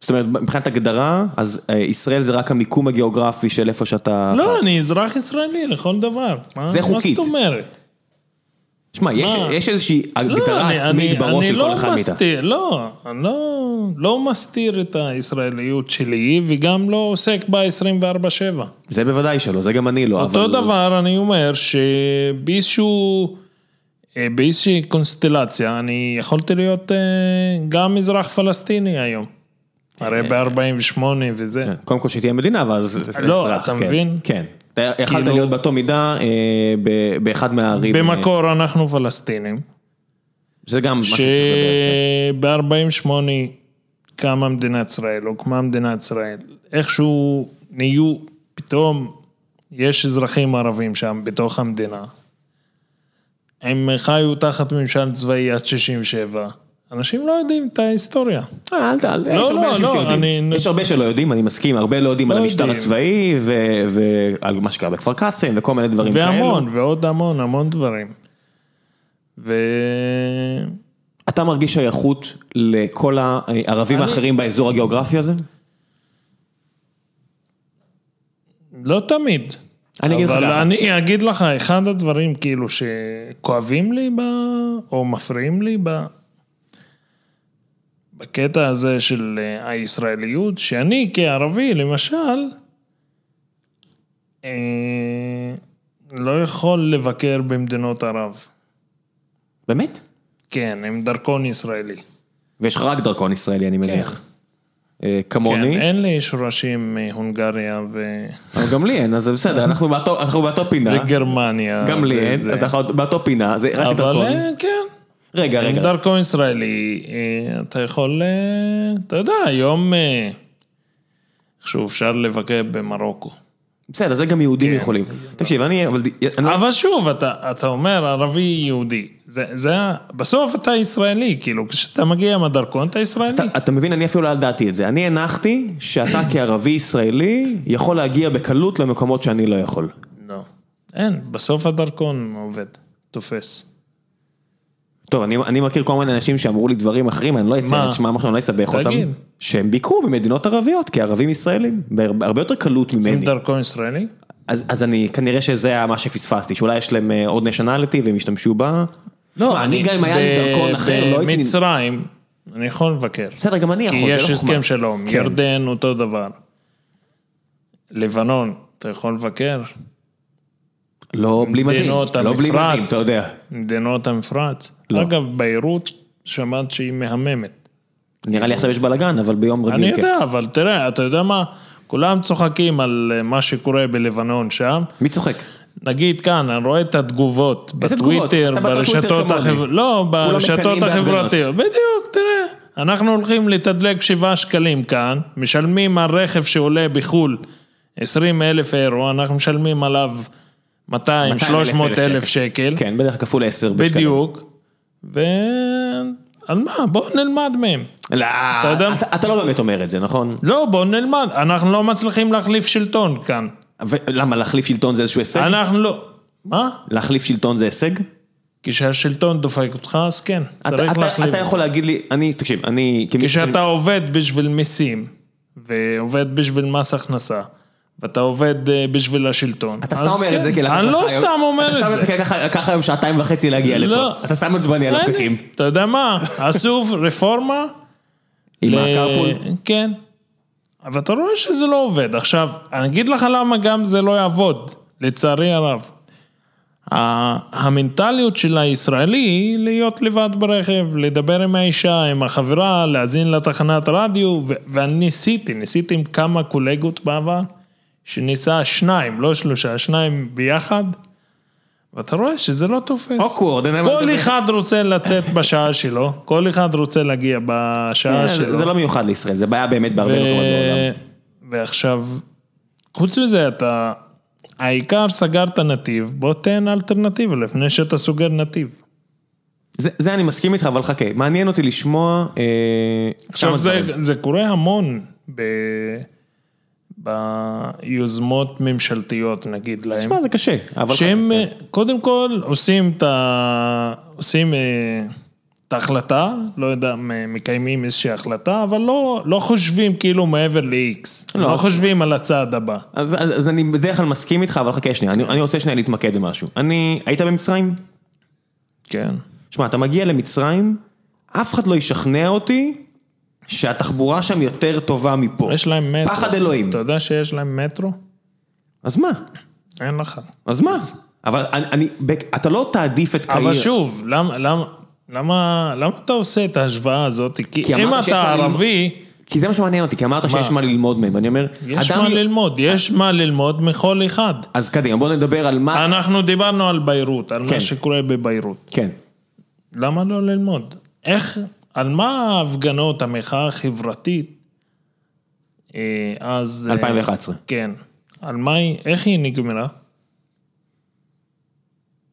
זאת אומרת, מבחינת הגדרה, אז אה, ישראל זה רק המיקום הגיאוגרפי של איפה שאתה...
לא, אני אזרח ישראלי לכל דבר. מה-
זה
מה
חוקית.
זאת אומרת?
שמע, יש,
מה? לא,
יש איזושהי הגדרה
אני-
עצמית
אני-
בראש
אני
של
לא
כל אחד מאיתנו.
מסתיר, לא, אני לא- לא מסתיר את הישראליות שלי וגם לא עוסק בה 24/7.
זה בוודאי שלא, זה גם אני לא, אבל...
אותו דבר אני אומר שבאיזשהו, אה, באיזושהי קונסטלציה אני יכולתי להיות אה, גם אזרח פלסטיני היום. הרי ב-48 וזה.
כן, קודם כל שתהיה מדינה, ואז...
לא,
אזרח,
אתה
כן,
מבין?
כן. אתה יכלת
כאילו-
להיות באותו מידה אה, ב- באחד מהערים. אה,
במקור אנחנו פלסטינים,
זה גם משהו שצריך לדבר.
שב-48 קמה מדינת ישראל, הוקמה מדינת ישראל, איכשהו נהיו, פתאום יש אזרחים ערבים שם בתוך המדינה. הם חיו תחת ממשל צבאי עד 67. אנשים לא יודעים את ההיסטוריה.
אה, אל תעל, יש
לא,
הרבה
לא,
אנשים
לא,
שיודעים.
אני-
יש הרבה שלא יודעים, אני מסכים, הרבה לא יודעים על
לא
המשטר
יודעים.
הצבאי ו- ועל מה שקרה בכפר קאסם וכל מיני דברים כאלו.
והמון, ועוד המון, המון דברים. ו...
אתה מרגיש שייכות לכל הערבים האחרים באזור הגיאוגרפי הזה?
לא תמיד.
אני אגיד לך
אבל
ככה.
אני אגיד לך, אחד הדברים כאילו שכואבים לי ב... או מפריעים לי ב... בקטע הזה של אה, הישראליות, שאני כערבי, למשל, אה, לא יכול לבקר במדינות ערב.
באמת?
כן, עם דרכון ישראלי.
ויש לך רק דרכון ישראלי, אני מניח. אה,
כן,
כמוני,
אין לי שורשים מהונגריה ו...
אבל גם לי אין, אז זה בסדר, אנחנו באותו- אנחנו באותו פינה,
וגרמניה.
אה. גם לי אין,
וזה.
אז אנחנו באותו פינה, זה רק
אבל
דרכון.
אה, כן.
רגע,
עם
רגע,
דרכון ישראלי, אה, אתה יכול, אה, אתה יודע, היום אה, איכשהו אפשר לבקר במרוקו.
בסדר, זה גם יהודים יכולים. תקשיב, אני, אבל אני לא-
כן. אבל שוב, אתה, אתה אומר ערבי יהודי, זה, זה, ה- בסוף אתה ישראלי, כאילו, כשאתה מגיע עם הדרכון אתה ישראלי.
אתה, אתה מבין, אני אפילו לא ידעתי את זה. אני הנחתי שאתה כערבי ישראלי יכול להגיע בקלות למקומות שאני לא יכול.
לא. אין, בסוף הדרכון עובד, תופס.
טוב, אני, אני מכיר כל מיני אנשים שאמרו לי דברים אחרים, אני לא אציין
מה?
את שמם עכשיו, אני לא אסבך אותם.
תגיד.
שהם ביקרו במדינות ערביות כערבים ישראלים, בהרבה הרבה יותר קלות
עם
ממני.
דרכון ישראלי?
אז, אז אני, כנראה שזה היה מה שפספסתי, שאולי יש להם אה, עוד נשנליטי והם השתמשו בה. תשמע, לא, אני גם אם היה לי
לא, ב-
דרכון אחר, לא הייתי...
במצרים, אני יכול לבקר.
בסדר, גם אני
כי
יכול, זה לא
יש
חוכמה.
הסכם שלום,
כן.
ירדן אותו דבר. לבנון, אתה יכול לבקר?
לא בלי מדהים,
מדינות
לא בלי מדהים,
המפרץ.
אתה יודע.
מדינות המפרץ.
לא.
אגב, ביירות, שמעת שהיא מהממת.
נראה לי עכשיו יש בלאגן, אבל ביום רגיל
אני
כן.
יודע, אבל תראה, אתה יודע מה? כולם צוחקים על אה, מה שקורה בלבנון שם.
מי צוחק?
נגיד כאן, אני רואה את התגובות
איזה תגובות?
בטוויטר,
אתה בטוויטר
ברשתות
כמוני.
החברתיות, לא,
כולם
ברשתות
מקנאים
החברתיות, בדיוק, תראה, אנחנו הולכים לתדלק 7 שקלים כאן, משלמים על רכב שעולה בחו"ל 20 אלף אירו, אנחנו משלמים עליו 200, 300 אלף שקל,
כן, בדרך כלל כפול 10 בשקלים.
בדיוק, ועל מה, בואו נלמד מהם.
לא, אתה,
יודע?
אתה, אתה לא באמת אומר את זה, נכון?
לא, בואו נלמד, אנחנו לא מצליחים להחליף שלטון כאן,
ולמה, להחליף שלטון זה איזשהו הישג?
אנחנו לא, מה?
להחליף שלטון זה הישג?
כשהשלטון דופק אותך, אז כן,
אתה,
צריך
אתה,
להחליף.
אתה יכול להגיד לי, אני, תקשיב, אני... כמי-
כשאתה עובד בשביל מיסים, ועובד בשביל מס הכנסה, ואתה עובד אה, בשביל השלטון.
אתה
אז
סתם אומר את זה, כי
כן.
לקח
אני
לך
לא
היום-
סתם אומר
אתה שם
את
את
זה.
זה, כי לקח- לקח היום שעתיים וחצי להגיע
לא.
לפה. אתה סתם עצבני על
אני-
הפקקים.
אתה יודע מה, עשו רפורמה.
עם
ל-
הקרפול?
כן. אבל אתה רואה שזה לא עובד. עכשיו, אני אגיד לך למה גם זה לא יעבוד, לצערי הרב. ה- המנטליות של הישראלי היא להיות לבד ברכב, לדבר עם האישה, עם החברה, להאזין לתחנת רדיו, ו- ואני ניסיתי, ניסיתי עם כמה קולגות בעבר, שניסה שניים, לא שלושה, שניים ביחד, ואתה רואה שזה לא תופס.
אוקוורד, אין על מה
כל
לדבר.
אחד רוצה לצאת בשעה שלו, כל אחד רוצה להגיע בשעה
זה-
שלו.
זה לא מיוחד לישראל, זה בעיה באמת בהרבה מקומות בעולם.
ועכשיו, חוץ מזה אתה העיקר סגרת נתיב, בוא תן אלטרנטיבה לפני שאתה סוגר נתיב.
זה, זה אני מסכים איתך, אבל חכה, מעניין אותי לשמוע אה, כמה
עכשיו זה,
דברים.
זה קורה המון ב... ביוזמות ממשלתיות נגיד להם,
תשמע, זה קשה, אבל
שהם אה, קודם כל עושים את ה... עושים אה, את ההחלטה, לא יודע, מ- מקיימים איזושהי החלטה, אבל לא, לא חושבים כאילו מעבר ל-X,
לא,
לא, לא
אז-
חושבים על הצעד הבא.
אז, אז, אז אני בדרך כלל מסכים איתך, אבל חכה שנייה, אני, אני רוצה שנייה להתמקד במשהו. אני, היית במצרים?
כן.
שמע, אתה מגיע למצרים, אף אחד לא ישכנע אותי שהתחבורה שם יותר טובה מפה.
יש להם מטרו.
פחד אלוהים.
אתה יודע שיש להם מטרו?
אז מה?
אין לך.
אז מה? אבל אני, אני בק- אתה לא תעדיף את קהיר.
אבל שוב, למה, למה, למה, למה אתה עושה את ההשוואה הזאת? כי,
כי
אם
אמרת שיש
אתה
לה ללמוד-
ערבי,
כי זה מה שמעניין אותי, כי אמרת שיש מה ללמוד מהם, ואני אומר,
יש
אדם... אה.
מה ללמוד, יש מה ללמוד מכל אחד.
אז קדימה, בוא נדבר על מה...
אנחנו דיברנו על ביירות, על
אה. כן.
מה שקורה בביירות.
כן.
אה. למה לא ללמוד? איך, על מה ההפגנות, המחאה החברתית, אה, אז... אה,
2011.
כן. על מה היא, איך היא נגמרה?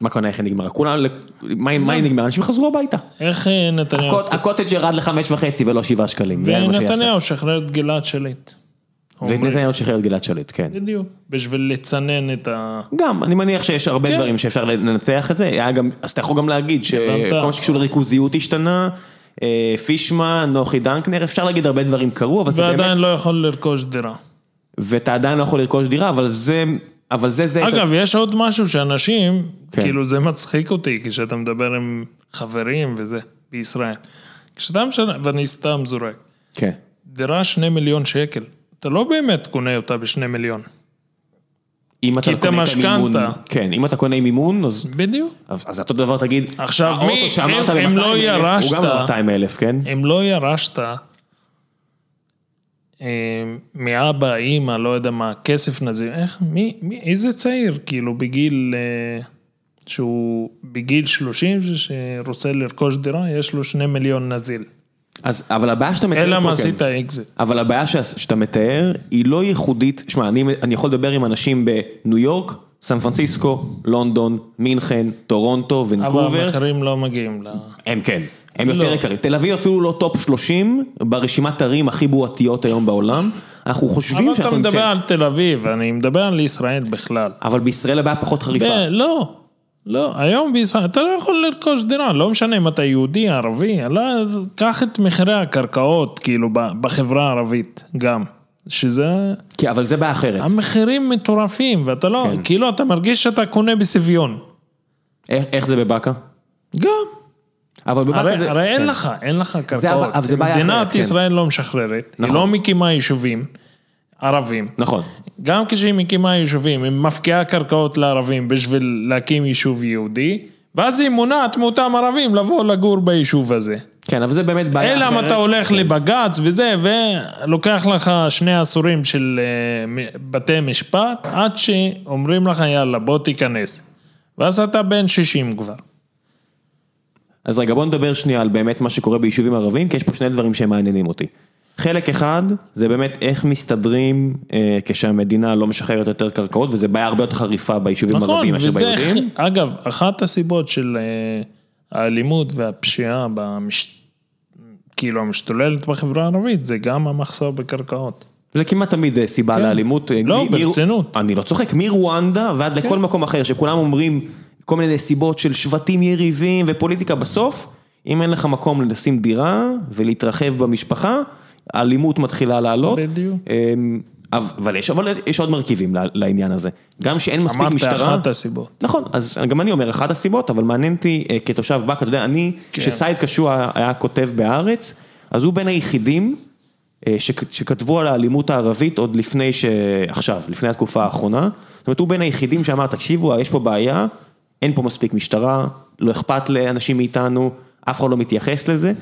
מה כוונה איך היא נגמרה? כולם... מה מה היא נגמרה? אנשים חזרו הביתה.
איך לא. אה, נתניהו...
הקוט- הקוטג' ירד לחמש וחצי ולא שבעה שקלים. זה מה שיצא.
ונתניהו שחרר את גלעד שליט. אומרים,
ונתניהו שחרר את גלעד שליט, כן.
בדיוק, בשביל לצנן את ה...
גם, אני מניח שיש הרבה
כן.
דברים שאפשר לנתח את זה, היה גם, אז אתה יכול גם להגיד שכל
הבנת.
מה שקשור לריכוזיות השתנה, אה, פישמן, נוחי דנקנר, אפשר להגיד הרבה דברים קרו, אבל זה באמת,
ועדיין לא יכול לרכוש דירה.
ואתה עדיין לא יכול לרכוש דירה, אבל זה, אבל זה, זה,
אגב, יש עוד משהו שאנשים,
כן.
כאילו זה מצחיק אותי כשאתה מדבר עם חברים וזה, בישראל. כשאתה משנה, ואני סתם זורק,
כן,
דירה שני מיליון שקל, אתה לא באמת קונה אותה בשני מיליון.
אם אתה
כי אתה
קונה את המימון,
משכנתה.
כן, אם אתה קונה עם מימון, אז,
בדיוק.
אז אז אותו דבר תגיד,
עכשיו,
האוטו
מי-
שאמרת
אם- אם
ב-
לא
200,000,
ירשת-
הוא גם ב-200 אלף, כן?
אם לא ירשת אה, מאבא, אימא, לא יודע מה, כסף נזיר, איך, מי, מי, איזה צעיר, כאילו בגיל, אה, שהוא בגיל 30 שרוצה לרכוש דירה, יש לו שני מיליון נזיל.
אז, אבל הבעיה שאתה מתאר
אלא
פה,
מה
כן.
עשית אקזיט.
אבל הבעיה ש- שאתה מתאר היא לא ייחודית, שמע, אני, אני יכול לדבר עם אנשים בניו יורק, סן פרנסיסקו, לונדון, מינכן, טורונטו,
אבל
ונקובר,
המחירים לא מגיעים ל...
הם כן, הם
לא.
יותר יקרים. תל אביב אפילו לא טופ 30 ברשימת ערים הכי בועתיות היום בעולם, אנחנו
אבל
חושבים
אתה
שאנחנו
מדבר
נמצאים,
על תל אביב, אני מדבר על ישראל בכלל.
אבל בישראל הבעיה פחות חריפה.
ב- לא, לא, היום בישראל אתה לא יכול לרכוש דירה, לא משנה אם אתה יהודי, ערבי, לא, קח את מחירי הקרקעות, כאילו, ב- בחברה הערבית גם, שזה,
כי, אבל זה בעיה אחרת.
אמ- המחירים מטורפים, ואתה לא,
כן.
כאילו, אתה מרגיש שאתה קונה בסביון,
איך, איך זה בבאקה?
גם.
אבל בבאקה
הרי,
זה...
הרי אין
כן.
לך, אין לך
הבע- אבל
קרקעות.
זה בעיה אחרת,
מדינת
כן.
ישראל לא משחררת, היא
נכון.
לא מקימה יישובים ערבים.
נכון,
גם כשהיא מקימה יישובים, היא מפקיעה קרקעות לערבים בשביל להקים יישוב יהודי, ואז היא מונעת מאותם ערבים לבוא לגור ביישוב הזה.
כן, אבל זה באמת בעיה
אלא אם
אחרת.
אתה הולך לבג"ץ וזה, ולוקח לך שני עשורים של אה, מ- בתי משפט, עד שאומרים לך יאללה בוא תיכנס. ואז אתה בן 60 כבר.
אז רגע, בוא נדבר שנייה על באמת מה שקורה ביישובים ערבים, כי יש פה שני דברים שמעניינים אותי. חלק אחד, זה באמת איך מסתדרים אה, כשהמדינה לא משחררת יותר קרקעות, וזה בעיה הרבה יותר חריפה ביישובים
נכון,
הערביים מאשר
וזה,
ביהודים.
אגב, אחת הסיבות של אה, האלימות והפשיעה, במש... כאילו המשתוללת בחברה הערבית, זה גם המחסור בקרקעות.
זה כמעט תמיד אה, סיבה
כן.
לאלימות. אה,
לא,
מ- מ-
ברצינות. כן.
אני לא צוחק, מרואנדה ועד לכל מקום אחר, שכולם אומרים כל מיני סיבות של שבטים יריבים ופוליטיקה, בסוף, אם אין לך מקום לשים דירה ולהתרחב במשפחה, האלימות מתחילה לעלות.
בדיוק.
אמ, אב- אבל יש, אבל יש עוד מרכיבים ל- לעניין הזה. גם שאין מספיק
אמרת
משטרה.
אחת הסיבות.
נכון, אז גם אני אומר אחת הסיבות, אבל מעניין אותי אה, כתושב באקה, אתה יודע, אני,
כן.
כשסייד קשוע היה כותב בהארץ, אז הוא בין היחידים אה, שכ- שכתבו על האלימות הערבית עוד לפני ש... עכשיו, לפני התקופה האחרונה. זאת אומרת, הוא בין היחידים שאמר, תקשיבו, אה, יש פה בעיה, אין פה מספיק משטרה, לא אכפת לאנשים מאיתנו, אף אחד לא מתייחס לזה.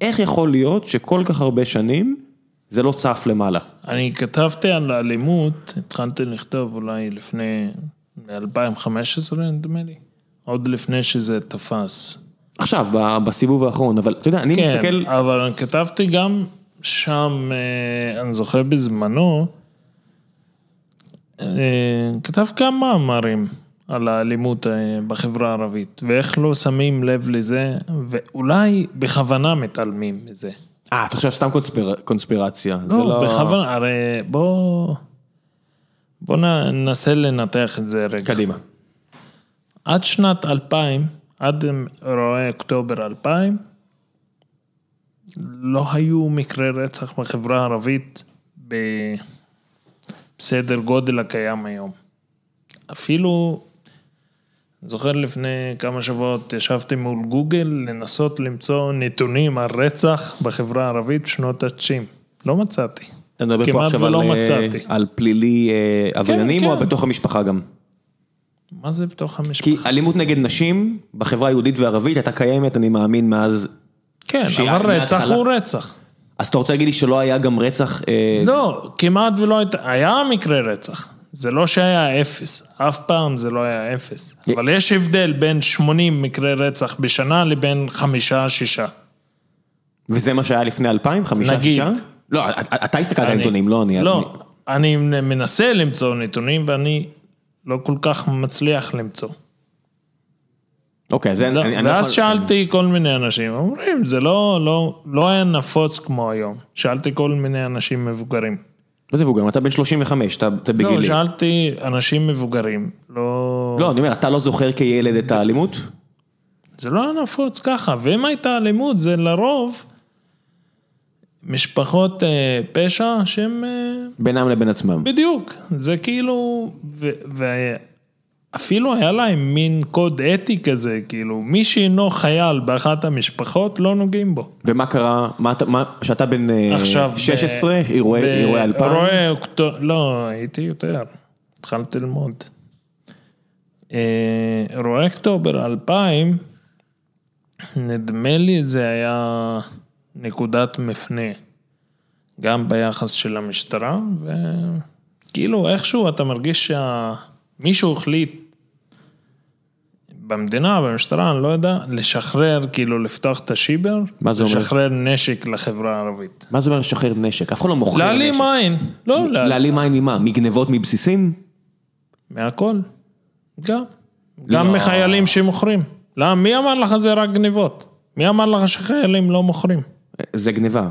איך יכול להיות שכל כך הרבה שנים זה לא צף למעלה?
אני כתבתי על האלימות, התחלתי לכתוב אולי לפני, ב-2015 נדמה לי, עוד לפני שזה תפס.
עכשיו, ב- בסיבוב האחרון, אבל אתה יודע, אני
כן,
מסתכל...
אבל אני כתבתי גם שם, אה, אני זוכר בזמנו, אה, אה, כתב כמה מאמרים על האלימות אה, בחברה הערבית, ואיך לא שמים לב לזה, ואולי בכוונה מתעלמים מזה.
אה, אתה חושב סתם קונספיר... קונספירציה. זה
לא, בכוונה, הרי בוא... בוא נ- ננסה לנתח את זה רגע.
קדימה.
עד שנת 2000, עד אירועי אוקטובר 2000, לא היו מקרי רצח בחברה הערבית ב- בסדר גודל הקיים היום. אפילו, זוכר לפני כמה שבועות ישבתי מול גוגל לנסות למצוא נתונים על רצח בחברה הערבית בשנות ה-90. לא מצאתי.
אתה מדבר פה
כמעט
עכשיו על,
ולא
אה,
מצאתי.
על פלילי אה, עבריינים
כן.
או בתוך המשפחה גם?
מה זה בתוך המשפחה?
כי אלימות נגד נשים בחברה היהודית והערבית הייתה קיימת, אני מאמין, מאז...
כן,
שיעה
אבל רצח
מההתחלה.
הוא רצח.
אז אתה רוצה להגיד לי שלא היה גם רצח... אה,
לא, כמעט ולא הייתה, היה מקרה רצח. זה לא שהיה אפס, אף פעם זה לא היה אפס.
י-
אבל יש הבדל בין 80 מקרי רצח בשנה לבין חמישה, שישה.
וזה מה שהיה לפני 2000? חמישה,
נגיד.
שישה? לא, אתה- אתה הסתכלת על נתונים, לא אני.
לא, אני מנסה למצוא נתונים ואני לא כל כך מצליח למצוא.
אוקיי, אז אני-
לא,
אני... אני לא
ואז
יכול-
שאלתי כל מיני אנשים, אומרים, זה לא, לא, לא היה נפוץ כמו היום. שאלתי כל מיני אנשים מבוגרים.
מה זה מבוגר? אתה בן 35, אתה אתה
לא,
בגילי.
שאלתי אנשים מבוגרים, לא...
לא, אני אומר, אתה לא זוכר כילד את האלימות?
זה לא היה נפוץ ככה, ואם הייתה אלימות זה לרוב משפחות אה, פשע שהם אה,
בינם לבין עצמם.
בדיוק, זה כאילו, ואפילו היה להם מין קוד אתי כזה, כאילו מי שאינו חייל באחת המשפחות לא נוגעים בו.
ומה קרה, מה אתה, מה, שאתה בן אה,
עכשיו, ב-
16, אירועי
ב-
אירועי אלפיים?
אירועי אוקטובר, לא, הייתי יותר, התחלתי ללמוד. אה, אירועי אוקטובר 2000, נדמה לי זה היה נקודת מפנה, גם ביחס של המשטרה, וכאילו איכשהו אתה מרגיש שמישהו החליט במדינה, במשטרה, אני לא יודע, לשחרר, כאילו לפתוח את השיבר,
מה זה אומר?
לשחרר נשק לחברה הערבית.
מה זה אומר לשחרר נשק? אף אחד לא מוכר נשק.
להעלים עין, לא, לה-
להעלים עין ממה? מגנבות מבסיסים?
מהכל, גם, גם מחיילים שמוכרים. למה, מי אמר לך זה רק גניבות? מי אמר לך שחיילים לא מוכרים?
אה, זה גניבה.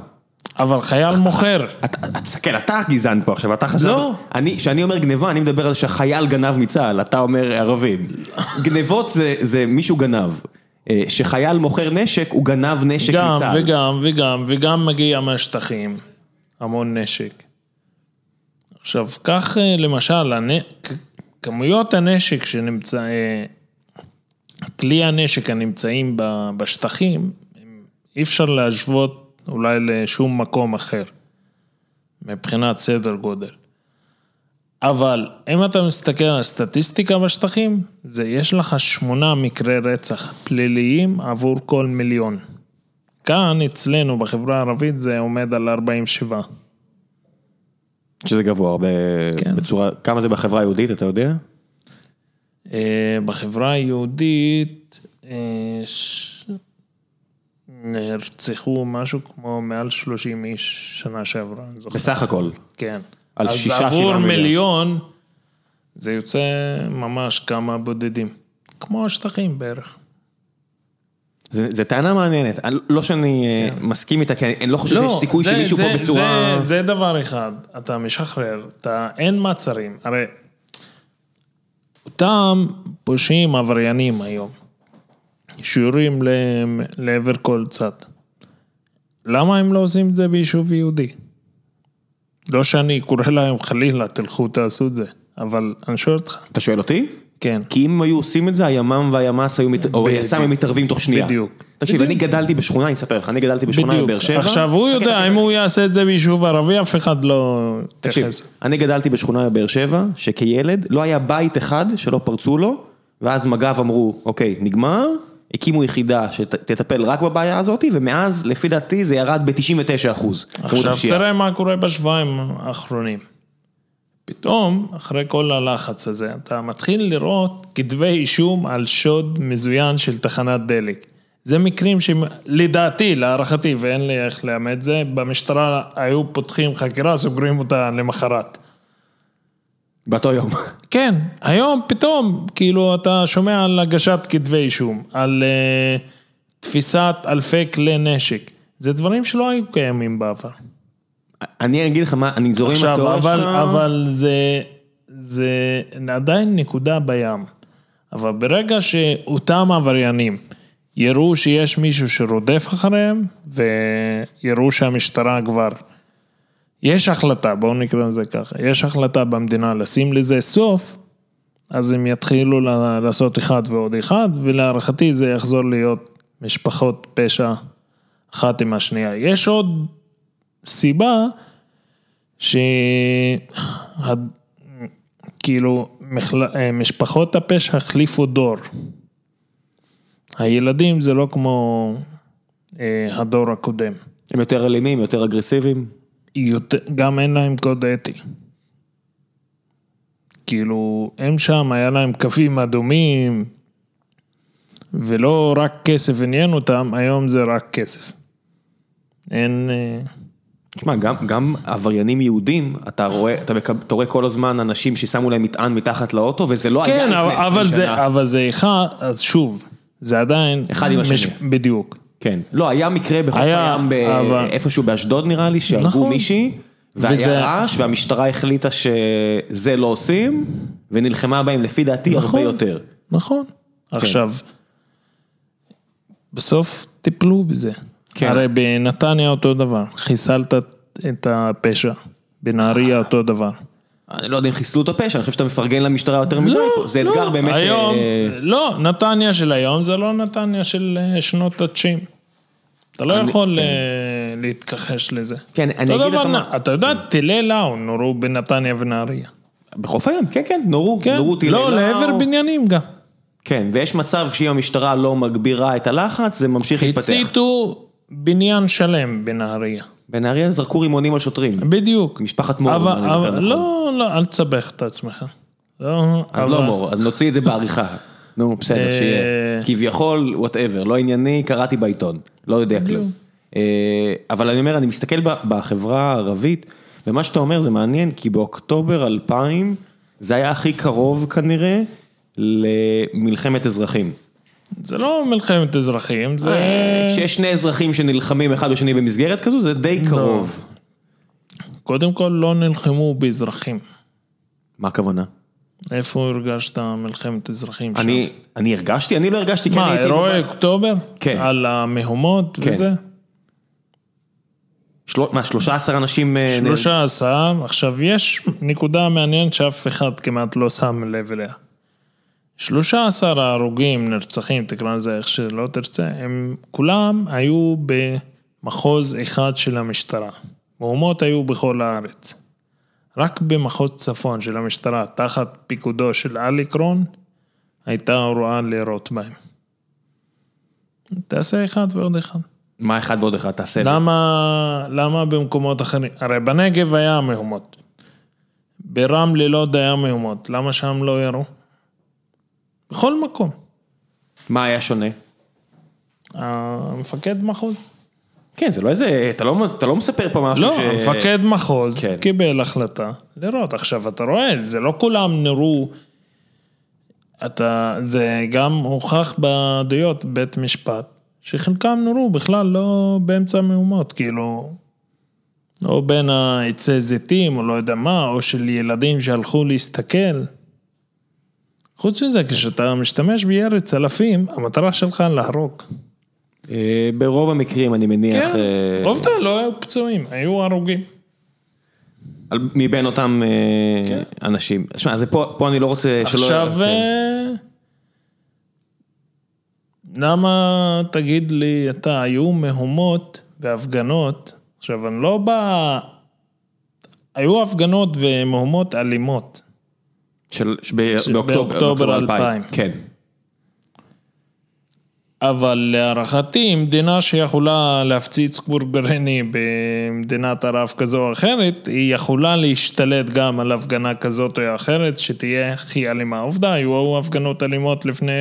אבל חייל מוכר,
אתה, אתה- כן, אתה הגזען פה עכשיו, אתה חשב...
לא.
אני, כשאני אומר גניבה, אני מדבר על שחייל גנב מצה"ל, אתה אומר ערבים. גניבות זה, זה מישהו גנב. אה, שחייל מוכר נשק, הוא גנב נשק
גם
מצה"ל.
וגם וגם וגם מגיע מהשטחים, המון נשק. עכשיו, כך אה, למשל, הנ... כ- כמויות הנשק שנמצא, אה, כלי הנשק הנמצאים ב- בשטחים, הם- אי אפשר להשוות אולי לשום מקום אחר, מבחינת סדר גודל. אבל אם אתה מסתכל על הסטטיסטיקה בשטחים, זה יש לך שמונה מקרי רצח פליליים עבור כל מיליון. כאן אצלנו בחברה הערבית זה עומד על 47.
שזה גבוה, הרבה...
כן.
בצורה... כמה זה בחברה היהודית, אתה יודע?
אה, בחברה היהודית אה, ש- נרצחו משהו כמו מעל 30 איש שנה שעברה, אני זוכר.
בסך הכל.
כן.
על
אז
שישה, שבעה
עבור
מיליון.
מיליון זה יוצא ממש כמה בודדים. כמו השטחים בערך.
זה, זה טענה מעניינת, אני- לא שאני כן. מסכים איתה, כי אני אני לא חושב שיש סיכוי
זה-
שמישהו
זה-
פה בצורה...
זה, זה דבר אחד, אתה משחרר, אתה, אין מעצרים, הרי אותם פושעים עבריינים היום, שיורים ל- לעבר כל צד. למה הם לא עושים את זה ביישוב יהודי? לא שאני קורא להם חלילה, תלכו תעשו את זה, אבל אני שואל אותך,
אתה שואל אותי?
כן.
כי אם היו עושים את זה, הימ"מ והימ"ס היו, מת... או היס"מ הם מתערבים תוך שנייה.
בדיוק.
תקשיב, אני גדלתי בשכונה, אני אספר לך, אני גדלתי בשכונה
בדיוק,
בבאר שבע. אוקיי,
עכשיו הוא
חכה,
יודע,
חכה,
אם הוא יעשה את זה ביישוב ערבי, אף אחד לא
תקשיב,
יתייחס.
אני גדלתי בשכונה בבאר שבע, שכילד לא היה בית אחד שלא פרצו לו, ואז מג"ב אמרו, אוקיי, נגמר, הקימו יחידה שתטפל רק בבעיה הזאת, ומאז, לפי דעתי, זה ירד ב-99 אחוז.
עכשיו תראה מה קורה בשבועיים האחרונים. פתאום, אחרי כל הלחץ הזה, אתה מתחיל לראות כתבי אישום על שוד מזוין של תחנת דלק. זה מקרים שלדעתי, להערכתי, ואין לי איך לאמת זה, במשטרה היו פותחים חקירה, סוגרים אותה למחרת.
באותו יום.
כן, היום פתאום, כאילו, אתה שומע על הגשת כתבי אישום, על אה, תפיסת אלפי כלי נשק. זה דברים שלא היו קיימים בעבר.
אני אגיד לך מה, אני זורם עם
עכשיו,
התיאוריה
אבל,
שלך.
אבל זה, זה עדיין נקודה בים. אבל ברגע שאותם עבריינים יראו שיש מישהו שרודף אחריהם, ויראו שהמשטרה כבר... יש החלטה, בואו נקרא לזה ככה, יש החלטה במדינה לשים לזה סוף, אז הם יתחילו ל- לעשות אחד ועוד אחד, ולהערכתי זה יחזור להיות משפחות פשע אחת עם השנייה. יש עוד סיבה שכאילו כאילו, אה, משפחות הפשע החליפו דור. הילדים זה לא כמו אה, הדור הקודם.
הם יותר אלימים, יותר אגרסיביים.
יותר, גם אין להם קוד אתי. כאילו, הם שם, היה להם קווים אדומים, ולא רק כסף עניין אותם, היום זה רק כסף. אין... אה,
תשמע, גם, גם עבריינים יהודים, אתה רואה, אתה, מקב, אתה רואה כל הזמן אנשים ששמו להם מטען מתחת לאוטו, וזה לא היה
כן,
לפני
אבל,
20
אבל,
שנה.
זה, אבל זה אחד, אז שוב, זה עדיין...
אחד עם השני.
בדיוק.
כן. לא, היה מקרה בחוף
היה,
הים, ב...
אבל-
איפשהו באשדוד נראה לי, שהרגו
נכון.
מישהי, והיה
וזה-
רעש, והמשטרה החליטה שזה לא עושים, ונלחמה בהם לפי דעתי
נכון.
הרבה יותר.
נכון.
כן.
עכשיו, בסוף טיפלו בזה.
כן.
כן. הרי בנתניה אותו דבר, חיסלת את הפשע,
אה.
בנהריה אותו דבר.
אני לא יודע אם חיסלו את הפשע, אני חושב שאתה מפרגן למשטרה יותר מדי פה, זה אתגר באמת...
לא, היום,
אה,
לא, נתניה של היום זה לא נתניה של אה, שנות ה-90. אתה לא יכול אה, להתכחש לזה.
כן, אני
אותו
אגיד לך
דבר,
מה-
אתה יודע, טילי לאו נורו בנתניה ונהריה.
בחוף הים, כן, כן, נורו,
כן,
נורו טילי
לא,
לאו.
לעבר בניינים גם.
כן, ויש מצב שאם המשטרה לא מגבירה את הלחץ, זה ממשיך להתפתח.
הציתו בניין שלם בנהריה.
בנהריה זרקו רימונים על שוטרים.
בדיוק.
משפחת מור, אם
אבל,
אני זוכר
אבל
נכון.
לא, לא, אל תסבך את עצמך. לא,
אז לא מור, אז נוציא את זה בעריכה. נו, בסדר,
אה.
שיהיה. כביכול, וואטאבר, לא ענייני, קראתי בעיתון, לא יודע כלום. אה, אבל אני אומר, אני מסתכל ב- בחברה הערבית, ומה שאתה אומר זה מעניין, כי באוקטובר 2000, זה היה הכי קרוב כנראה למלחמת אזרחים.
זה לא מלחמת אזרחים, זה...
אה, כשיש שני אזרחים שנלחמים אחד בשני במסגרת כזו, זה די
לא.
קרוב.
קודם כל לא נלחמו באזרחים.
מה הכוונה?
איפה הרגשת מלחמת אזרחים שם?
אני אני הרגשתי? אני לא הרגשתי, כן
מה,
הייתי...
אירועי
בבית.
אוקטובר?
כן.
על המהומות
כן.
וזה?
של- מה, 13 אנשים... אה, נ-
13, עכשיו יש נקודה מעניינת שאף אחד כמעט לא שם לב אליה. 13 ההרוגים, נרצחים, תקרא לזה איך שלא תרצה, הם כולם היו במחוז אחד של המשטרה. מהומות היו בכל הארץ. רק במחוז צפון של המשטרה, תחת פיקודו של אליקרון, הייתה הוראה לירות בהם. תעשה אחד ועוד אחד.
מה אחד ועוד אחד, תעשה
לא.
את זה.
למה, למה במקומות אחרים? הרי בנגב היה מהומות. ברמלה לוד היה מהומות, למה שם לא ירו? בכל מקום.
מה היה שונה?
המפקד מחוז.
כן, זה לא איזה, אתה לא, אתה לא מספר פה משהו
לא,
ש...
המפקד מחוז
כן.
קיבל החלטה לירות. עכשיו, אתה רואה, זה לא כולם נראו... אתה, זה גם הוכח בעדויות בית משפט, שחלקם נורו בכלל לא באמצע מהומות, כאילו, או בין העצי זיתים, או לא יודע מה, או של ילדים שהלכו להסתכל. חוץ מזה, כשאתה משתמש בירי צלפים, המטרה שלך להרוג.
אה, ברוב המקרים, אני מניח,
כן,
אה,
עובדה, לא היו פצועים, היו הרוגים.
על- מבין אותם אה,
כן.
אנשים. שמע, זה פה, פה אני לא רוצה שלא...
עכשיו,
כן.
אה, למה תגיד לי, אתה, היו מהומות והפגנות, עכשיו אני לא בא, היו הפגנות ומהומות אלימות.
של, ש... ב...
ש-
באוקטובר,
באוקטובר
2000.
2000.
כן.
אבל להערכתי, מדינה שיכולה להפציץ בורגרני במדינת ערב כזו או אחרת, היא יכולה להשתלט גם על הפגנה כזאת או אחרת, שתהיה הכי אלימה. עובדה, היו הפגנות אלימות לפני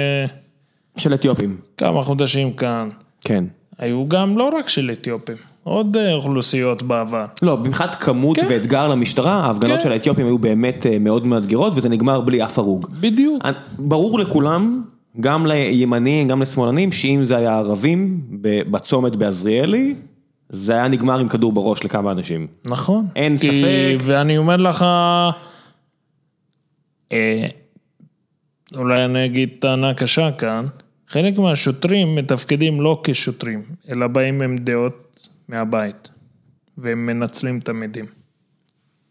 של אתיופים.
כמה חודשים כאן.
כן.
היו גם לא רק של אתיופים, עוד אה, אוכלוסיות בעבר.
לא, מבחינת כמות
כן.
ואתגר למשטרה, ההפגנות
כן.
של האתיופים היו באמת אה, מאוד מאתגרות, וזה נגמר בלי אף הרוג.
בדיוק.
אני- ברור לכולם, גם לימנים, גם לשמאלנים, שאם זה היה ערבים ב- בצומת בעזריאלי, זה היה נגמר עם כדור בראש לכמה אנשים.
נכון.
אין
כי,
ספק.
ואני אומר לך, אה, אולי אני אגיד טענה קשה כאן, חלק מהשוטרים מתפקדים לא כשוטרים, אלא באים עם דעות מהבית, והם מנצלים את המדים.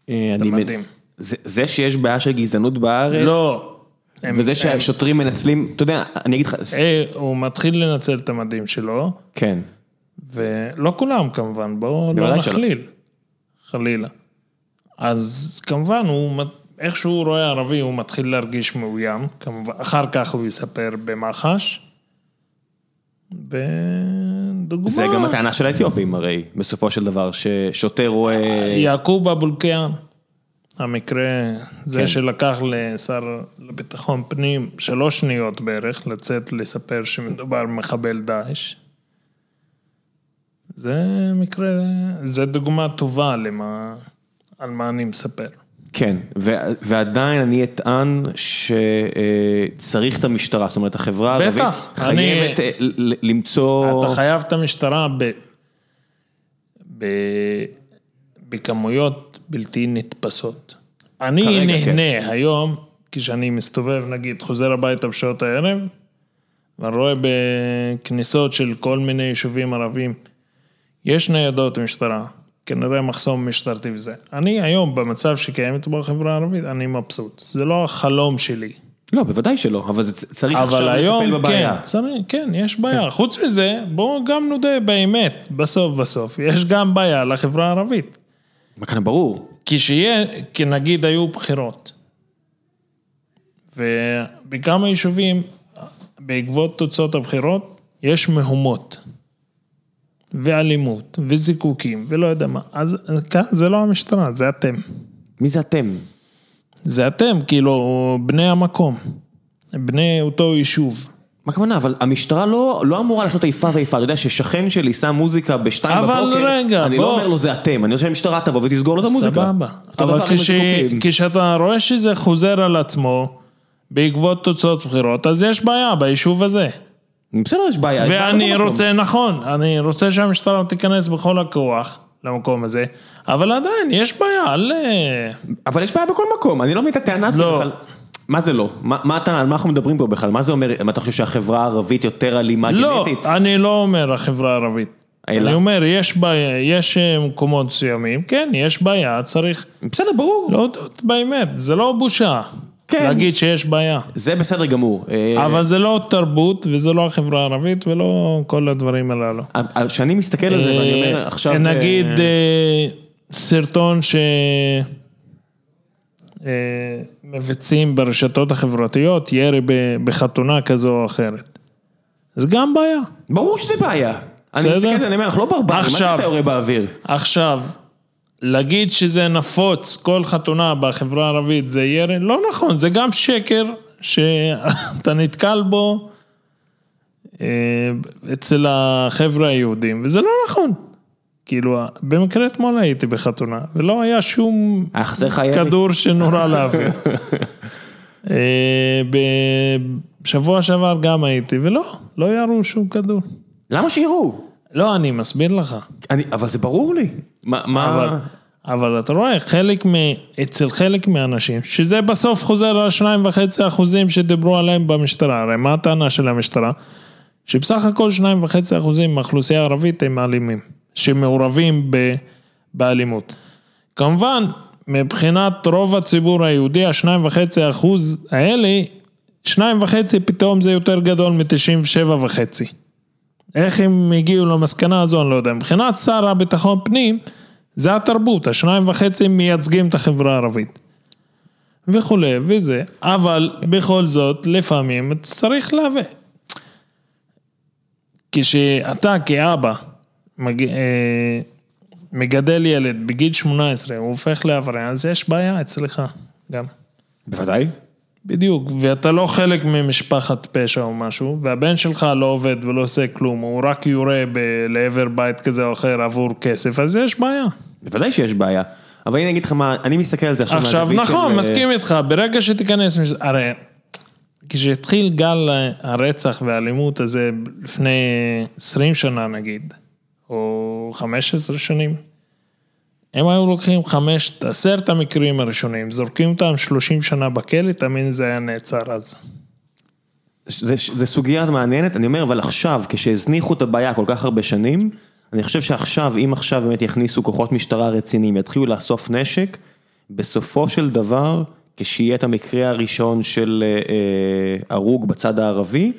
אה, אני מ-
מדהים.
זה- זה שיש בעיה של גזענות בארץ,
לא. הם,
וזה
הם,
שהשוטרים מנצלים, אתה יודע, אני אגיד לך, ס-
אה, הוא מתחיל לנצל את המדים שלו,
כן,
ולא כולם כמובן, בואו לא
בוודאי שלא.
נכליל, חלילה. אז כמובן, הוא, מת- איך שהוא רואה ערבי, הוא מתחיל להרגיש מאוים, כמובן, אחר כך הוא יספר במח"ש. ודוגמה,
זה גם הטענה של האתיופים הרי, בסופו של דבר, ששוטר רואה,
יעקוב אבו אלקיעאן, המקרה, זה
כן.
שלקח לשר לביטחון פנים שלוש שניות בערך, לצאת לספר שמדובר במחבל דאעש. זה מקרה, זה דוגמה טובה למה, על מה אני מספר.
כן, ו- ועדיין אני אטען שצריך את המשטרה, זאת אומרת, החברה הערבית
בטח, אני-
חייבת אה, ל- ל- למצוא,
אתה חייב את המשטרה ב, ב, בכמויות בלתי נתפסות. אני
כרגע,
נהנה כן. היום, כשאני מסתובב, נגיד, חוזר הביתה בשעות הערב, ואני רואה בכניסות של כל מיני יישובים ערבים, יש ניידות משטרה, כנראה מחסום משטרתי וזה. אני היום, במצב שקיימת בו החברה הערבית, אני מבסוט. זה לא החלום שלי.
לא, בוודאי שלא, אבל זה צ- צריך
אבל
עכשיו
היום,
לטפל
כן,
בבעיה.
צריך, כן, יש בעיה. חוץ מזה, בואו גם נודה באמת, בסוף בסוף, יש גם בעיה לחברה הערבית.
כאן ברור,
כשיהיה, כי נגיד היו בחירות, ובכמה יישובים, בעקבות תוצאות הבחירות, יש מהומות, ואלימות, וזיקוקים, ולא יודע מה. אז כאן זה לא המשטרה, זה אתם.
מי זה אתם?
זה אתם, כאילו, בני המקום, בני אותו יישוב.
מה הכוונה? אבל המשטרה לא, לא אמורה לעשות איפה ואיפה, אתה יודע ששכן שלי שם מוזיקה בשתיים
אבל
בבוקר,
רגע,
אני לא
בוא.
אומר לו זה אתם, אני רוצה שהמשטרה תבוא ותסגור לו את המוזיקה.
סבבה.
אותו
אבל
דבר עם
כש...
הזיקוקים.
כשאתה רואה שזה חוזר על עצמו בעקבות תוצאות בחירות, אז יש בעיה ביישוב הזה.
בסדר, יש בעיה. יש בעיה
ואני
בכל
רוצה, נכון, אני רוצה שהמשטרה תיכנס בכל הכוח למקום הזה, אבל עדיין יש בעיה, אה, אל...
מקום. אבל יש בעיה בכל מקום, אני לא מבין את הטענה הזאת
לא.
בכלל. מה זה לא? מה, מה אתה, על מה אנחנו מדברים פה בכלל? מה זה אומר, מה אתה חושב שהחברה הערבית יותר אלימה
לא,
גנטית?
אני לא אומר החברה הערבית.
אלא?
אני אומר, יש בעיה, יש אה, מקומות מסוימים, כן, יש בעיה, צריך
בסדר, ברור.
לא. להודות באמת, זה לא בושה
כן.
להגיד שיש בעיה.
זה בסדר גמור. אה,
אבל זה לא תרבות וזה לא החברה הערבית ולא כל הדברים הללו.
אה, כשאני מסתכל על זה ואני אומר
אה,
עכשיו...
נגיד
אה,
אה, סרטון שמבצעים ברשתות החברתיות, ירי ב- בחתונה כזו או אחרת. זה גם בעיה.
ברור שזה בעיה. אני
בסדר.
מסתכל על זה, אני אומר, אנחנו לא ברברים, מה זה
עכשיו.
תיאוריה באוויר?
עכשיו, להגיד שזה נפוץ, כל חתונה בחברה הערבית זה ירי, לא נכון, זה גם שקר שאתה נתקל בו אה, אצל החבר'ה היהודים, וזה לא נכון. כאילו, במקרה אתמול הייתי בחתונה, ולא היה שום
היה אה, חסר לך ירי?
כדור שנורה לאוויר. אה, בשבוע שעבר גם הייתי, ולא, לא ירו שום כדור.
למה שיראו?
לא, אני מסביר לך.
אני, אבל זה ברור לי. מה,
אבל,
מה...
אבל אתה רואה, חלק מ... אצל חלק מהאנשים, שזה בסוף חוזר על שניים וחצי אחוזים שדיברו עליהם במשטרה, הרי מה הטענה של המשטרה? שבסך הכל שניים וחצי אחוזים מהאוכלוסייה הערבית הם אלימים, שמעורבים ב... באלימות. כמובן, מבחינת רוב הציבור היהודי, השניים וחצי אחוז האלה, שניים וחצי פתאום זה יותר גדול מ-97 וחצי. איך הם הגיעו למסקנה הזו, אני לא יודע. מבחינת שר הביטחון פנים, זה התרבות, השניים וחצי מייצגים את החברה הערבית. וכולי וזה, אבל בכל זאת, לפעמים צריך להיאבק. כשאתה כאבא מג... אה, מגדל ילד בגיל 18, הוא הופך לעבריין, אז יש בעיה אצלך גם.
בוודאי.
בדיוק, ואתה לא חלק ממשפחת פשע או משהו, והבן שלך לא עובד ולא עושה כלום, הוא רק יורה ב- לעבר בית כזה או אחר עבור כסף, אז יש בעיה.
בוודאי שיש בעיה. אבל הנה אני אגיד לך מה, אני מסתכל על זה עכשיו.
עכשיו,
מהזווית
נכון,
של, אה,
מסכים איתך, ברגע שתיכנס, מש- הרי כשהתחיל גל הרצח והאלימות הזה לפני 20 שנה נגיד, או 15 שנים, הם היו לוקחים חמשת, עשרת המקרים הראשונים, זורקים אותם 30 שנה בכלא, תמיד זה היה נעצר אז.
זה, זה סוגיה מעניינת, אני אומר, אבל עכשיו, כשהזניחו את הבעיה כל כך הרבה שנים, אני חושב שעכשיו, אם עכשיו באמת יכניסו כוחות משטרה רציניים, יתחילו לאסוף נשק, בסופו של דבר, כשיהיה את המקרה הראשון של אה, אה, הרוג בצד הערבי,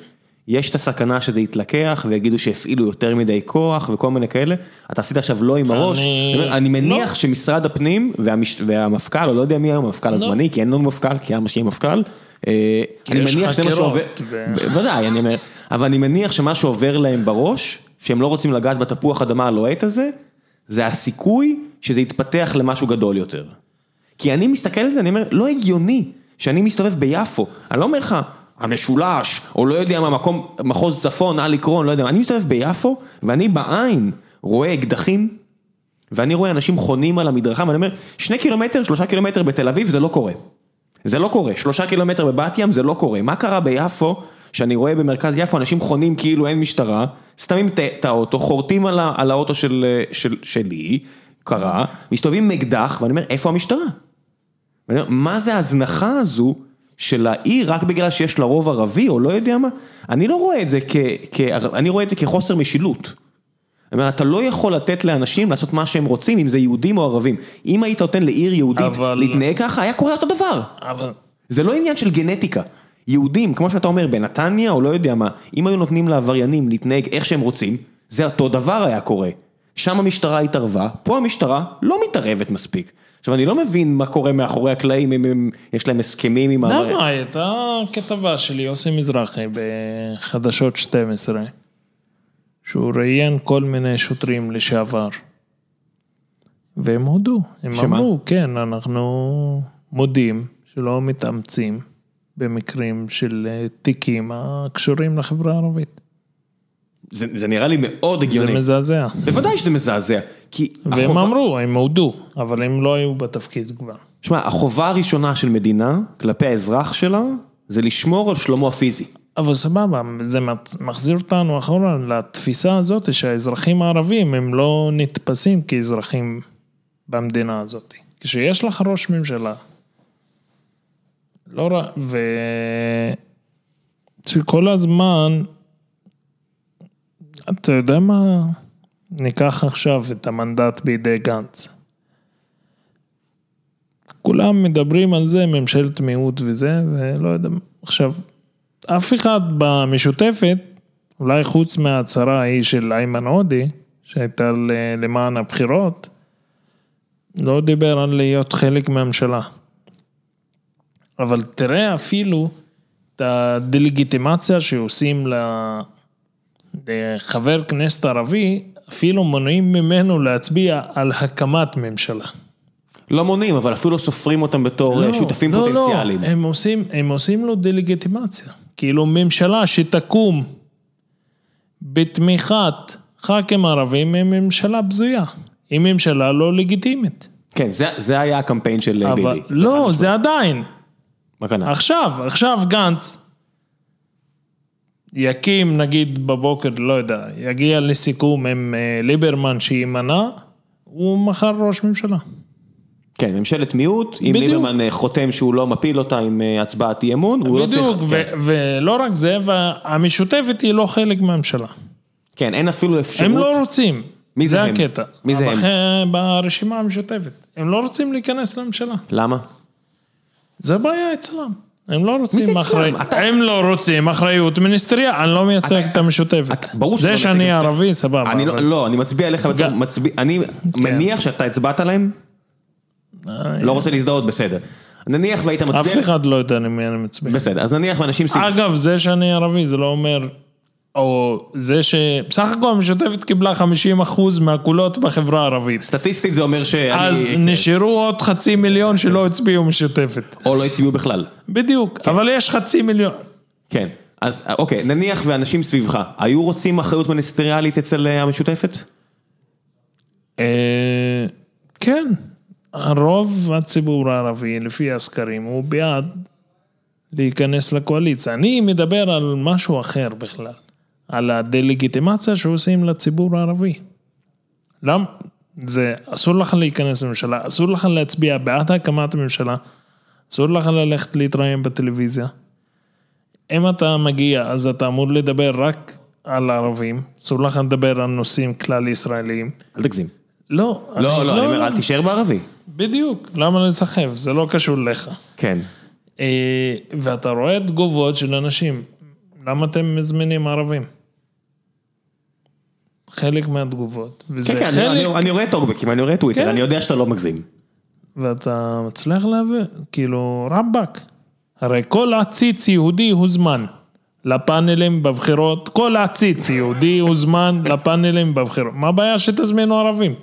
יש את הסכנה שזה יתלקח ויגידו שהפעילו יותר מדי כוח וכל מיני כאלה. אתה עשית עכשיו לא עם הראש,
אני-
אני, אני מניח
לא.
שמשרד הפנים והמש... והמפכ"ל, או לא יודע מי היום המפכ"ל הזמני, כי אין לנו מפכ"ל, כי היה משקיעים מפכ"ל. אה, אני
יש
מניח שזה מה
חקירות,
שעובר,
ו-
בוודאי, אני אומר, אבל אני מניח שמה שעובר להם בראש, שהם לא רוצים לגעת בתפוח אדמה הלוהט הזה, זה הסיכוי שזה יתפתח למשהו גדול יותר. כי אני מסתכל על זה, אני אומר, לא הגיוני שאני מסתובב ביפו, אני לא אומר לך, המשולש, או לא יודע מה, מקום, מחוז צפון, על עקרון, לא יודע מה, אני מסתובב ביפו, ואני בעין רואה אקדחים, ואני רואה אנשים חונים על המדרכה, ואני אומר, שני קילומטר, שלושה קילומטר בתל אביב, זה לא קורה. זה לא קורה, שלושה קילומטר בבת ים, זה לא קורה. מה קרה ביפו, שאני רואה במרכז יפו, אנשים חונים כאילו אין משטרה, שמים את- את האוטו, חורטים על, ה- על האוטו של, של, שלי, קרה, מסתובבים עם אקדח, ואני אומר, איפה המשטרה? ואני אומר, מה זה ההזנחה הזו של העיר רק בגלל שיש לה רוב ערבי, או לא יודע מה? אני לא רואה את זה כ... כ אני רואה את זה כחוסר משילות. זאת אומרת, אתה לא יכול לתת לאנשים לעשות מה שהם רוצים, אם זה יהודים או ערבים. אם היית נותן לעיר יהודית
אבל-
להתנהג ככה, היה קורה אותו דבר.
אבל...
זה לא עניין של גנטיקה. יהודים, כמו שאתה אומר, בנתניה או לא יודע מה, אם היו נותנים לעבריינים להתנהג איך שהם רוצים, זה אותו דבר היה קורה. שם המשטרה התערבה, פה המשטרה לא מתערבת מספיק. עכשיו, אני לא מבין מה קורה מאחורי הקלעים, אם הם, יש להם הסכמים עם... העבר-
למה? הייתה כתבה של יוסי מזרחי בחדשות 12, שהוא ראיין כל מיני שוטרים לשעבר. והם הודו, הם
שמה?
אמרו, כן, אנחנו מודים שלא מתאמצים במקרים של אה, תיקים הקשורים לחברה הערבית.
זה, זה נראה לי מאוד
זה
הגיוני.
מזעזע.
בוודאי שזה מזעזע, כי...
והם
החובה-
אמרו, הם הודו, אבל הם לא היו בתפקיד כבר.
שמע, החובה הראשונה של מדינה, כלפי האזרח שלה, זה לשמור על שלומו הפיזי.
אבל סבבה, זה מת- מחזיר אותנו אחורה לתפיסה הזאת שהאזרחים הערבים הם לא נתפסים כאזרחים במדינה הזאת. כשיש לך ראש ממשלה, לא ר... ו... שכל הזמן, אתה יודע מה? ניקח עכשיו את המנדט בידי גנץ. כולם מדברים על זה, ממשלת מיעוט וזה, ולא יודע, מה. עכשיו, אף אחד במשותפת, אולי חוץ מההצהרה ההיא של איימן עודי, שהייתה ל- למען הבחירות, לא דיבר על להיות חלק מהממשלה. אבל תראה אפילו את הדה-לגיטימציה שעושים ל- לחבר כנסת ערבי, אפילו מונעים ממנו להצביע על הקמת ממשלה.
לא מונעים, אבל אפילו לא סופרים אותם בתור אה, שותפים
לא,
פוטנציאליים.
לא, הם עושים, הם עושים לו דה-לגיטימציה. כאילו ממשלה שתקום בתמיכת ח"כים ערבים היא ממשלה בזויה. היא ממשלה לא לגיטימית.
כן, זה, זה היה הקמפיין של אה,
אבל,
ביבי.
לא, זה עדיין.
מה קנה?
עכשיו, עכשיו גנץ יקים נגיד בבוקר, לא יודע, יגיע לסיכום עם אה, ליברמן שיימנע, הוא מחר ראש ממשלה.
כן, ממשלת מיעוט, אם
בדיוק.
ליברמן אה, חותם שהוא לא מפיל אותה עם אה, הצבעת אי אמון, הוא לא צריך...
בדיוק, ו- ולא רק זה, והמשותפת היא לא חלק מהממשלה.
כן, אין אפילו
הם
אפשרות.
לא רוצים.
מי זה הם?
זה הקטע.
מי זה הם?
אבל ברשימה המשותפת. הם לא רוצים להיכנס לממשלה.
למה?
זה בעיה אצלם. הם לא רוצים
אצלם?
אחריות,
אתה-
הם לא רוצים אחריות מיניסטריה, אני לא מייצג את המשותפת.
אתה- ברור שאתה לא
זה
מייצג את
שאני
המשותפת.
ערבי, סבבה.
אני לא,
אבל-
לא, אני מצביע עליך, ואתה
גם- כן.
מצביע, אני מניח שאתה הצבעת להם,
אה,
לא רוצה להזדהות, בסדר. נניח והיית מצביע...
אף אחד לא יודע לא למי אני מצביע.
בסדר, אז נניח ואנשים... סיג-
אגב, זה שאני ערבי זה לא אומר או זה שבסך הכל המשותפת קיבלה 50% מהקולות בחברה הערבית.
סטטיסטית זה אומר שאני...
אז
כן.
נשארו עוד חצי מיליון שלא הצביעו משותפת.
או לא הצביעו בכלל.
בדיוק, אבל יש חצי מיליון.
כן. אז אה, אוקיי, נניח ואנשים סביבך, היו רוצים אחריות מיניסטריאלית אצל אה, המשותפת?
אה, כן, רוב הציבור הערבי, לפי הסקרים, הוא בעד להיכנס לקואליציה. אני מדבר על משהו אחר בכלל, על הדה-לגיטימציה שעושים לציבור הערבי. למה? זה אסור לך להיכנס לממשלה, אסור לך להצביע בעד הקמת הממשלה, אסור לך ללכת להתראיין בטלוויזיה. אם אתה מגיע, אז אתה אמור לדבר רק על ערבים, אסור לך לדבר על נושאים כלל ישראליים.
אל תגזים.
לא,
לא, לא, אני אומר, אל תישאר בערבי.
בדיוק, למה לסחף? זה לא קשור לך.
כן.
אה, ואתה רואה תגובות של אנשים, למה אתם מזמינים ערבים? חלק מהתגובות, וזה
כן, כן, אני-
חלק,
אני- אני רואה טוקבקים, אני רואה טוויטר,
כן.
אני יודע שאתה לא מגזים.
ואתה מצליח להבין, כאילו, רבאק. הרי כל עציץ יהודי הוזמן לפאנלים בבחירות, כל עציץ יהודי הוזמן לפאנלים בבחירות. מה הבעיה שתזמינו ערבים?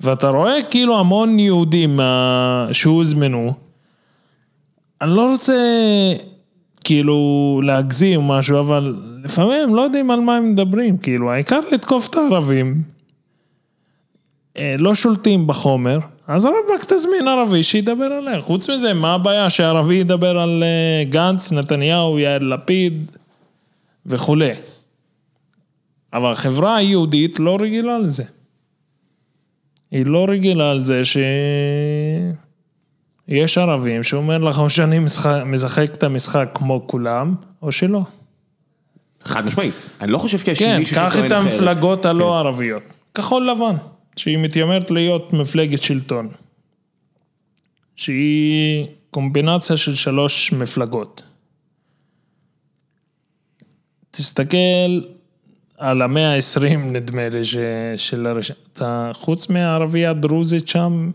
ואתה רואה כאילו המון יהודים אה, שהוזמנו, אני לא רוצה כאילו להגזים או משהו, אבל לפעמים הם לא יודעים על מה הם מדברים, כאילו העיקר לתקוף את הערבים, אה, לא שולטים בחומר, אז רק תזמין ערבי שידבר עליה. חוץ מזה, מה הבעיה שערבי ידבר על אה, גנץ, נתניהו, יאיר לפיד וכולי. אבל החברה היהודית לא רגילה לזה. היא לא רגילה על זה ש... יש ערבים שאומר לך או שאני משחק, משחק את המשחק כמו כולם, או שלא.
חד משמעית. אני לא חושב שיש
כן,
מישהו שטוען
קח
אחרת. כן.
את המפלגות הלא ערביות. כחול לבן, שהיא מתיימרת להיות מפלגת שלטון. שהיא קומבינציה של שלוש מפלגות. תסתכל על המאה ה-20 נדמה לי ש... של הרש... אתה חוץ מהערבייה הדרוזית שם,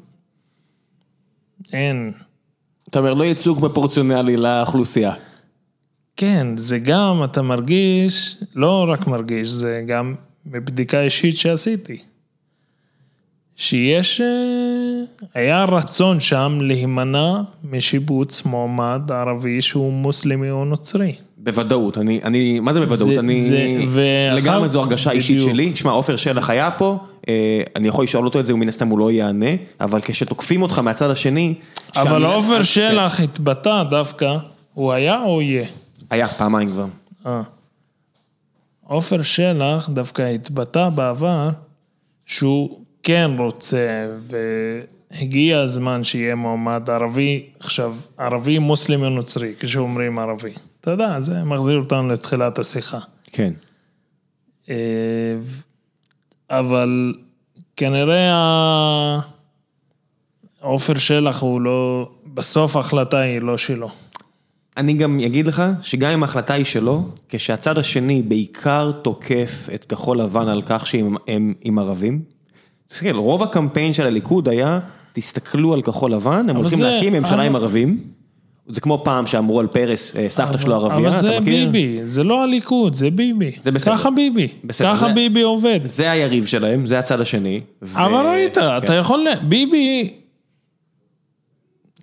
אין.
אתה אומר, לא ייצוג פרופורציונלי לאוכלוסייה.
כן, זה גם, אתה מרגיש, לא רק מרגיש, זה גם מבדיקה אישית שעשיתי. שיש, אה, היה רצון שם להימנע משיבוץ מועמד ערבי שהוא מוסלמי או נוצרי.
בוודאות, אני, אני, מה זה בוודאות?
זה-
אני,
זה- ואחר-
לגמרי זו הרגשה אישית
בדיוק.
שלי. תשמע, עופר שלח היה פה, אה, אני יכול לשאול אותו את זה, ומן הסתם הוא לא יענה, אבל כשתוקפים אותך מהצד השני...
אבל
שהמילה-
עופר
כן,
שלח התבטא דווקא, הוא היה או יהיה?
היה, פעמיים כבר.
אה. עופר שלח דווקא התבטא בעבר שהוא כן רוצה והגיע הזמן שיהיה מועמד ערבי, עכשיו ערבי מוסלמי נוצרי כשאומרים ערבי. אתה יודע, זה מחזיר אותנו לתחילת השיחה.
כן.
אה, אבל כנראה ה- עופר שלח הוא לא, בסוף ההחלטה היא לא שלו.
אני גם אגיד לך, שגם אם ההחלטה היא שלו, כשהצד השני בעיקר תוקף את כחול לבן על כך שהם הם, הם ערבים, תסתכל, רוב הקמפיין של הליכוד היה, תסתכלו על כחול לבן, הם הולכים
זה-
להקים ממשלה
אבל-
עם ערבים. זה כמו פעם שאמרו על פרס, אה, סבתא שלו ערבייה,
אבל
אתה
זה
מכיר?
ביבי, זה לא הליכוד, זה ביבי.
זה בסדר.
ככה ביבי,
בסדר,
ככה
זה-
ביבי עובד.
זה כן. היריב שלהם, זה הצד השני. ו-
אבל ראית, אתה יכול, ל- ביבי,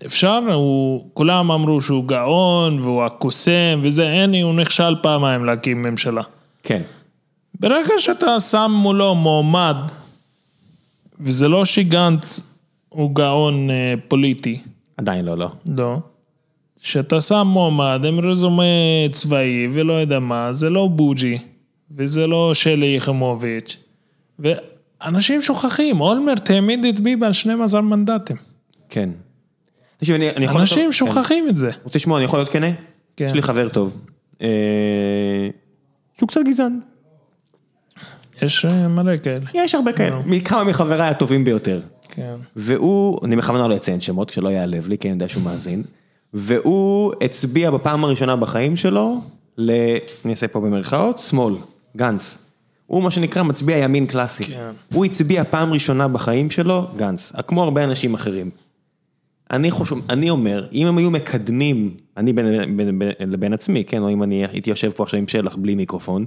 אפשר, הוא, כולם אמרו שהוא גאון והוא הקוסם וזה, הנה, הוא נכשל פעמיים להקים ממשלה.
כן,
ברגע שאתה שם מולו מועמד, וזה לא שגנץ הוא גאון אה, פוליטי,
עדיין לא, לא.
לא. שאתה שם מועמד עם רזומה צבאי ולא יודע מה, זה לא בוג'י, וזה לא שלי יחימוביץ', ואנשים שוכחים, אולמרט העמיד את ביבי על 12 מנדטים.
כן. תקשיב, אני, אני יכול...
אנשים
לחשוב- כן.
שוכחים את זה.
רוצה לשמוע, אני יכול להיות כנה?
כן.
יש לי חבר טוב, אה, שהוא קצת גזען.
יש אה, מלא כאלה.
יש הרבה כאלה, מכמה מחבריי הטובים ביותר.
כן.
והוא, אני בכוונה לא אציין שמות, שלא ייעלב לי, כי אני יודע שהוא מאזין, והוא הצביע בפעם הראשונה בחיים שלו, ל... אני אעשה פה במרכאות, שמאל, גנץ. הוא מה שנקרא מצביע ימין קלאסי.
כן.
הוא הצביע פעם ראשונה בחיים שלו, גנץ, כמו הרבה אנשים אחרים. אני חושב, אני אומר, אם הם היו מקדמים, אני בין, בין, בין, לבין עצמי, כן, או אם אני הייתי יושב פה עכשיו עם שלח בלי מיקרופון,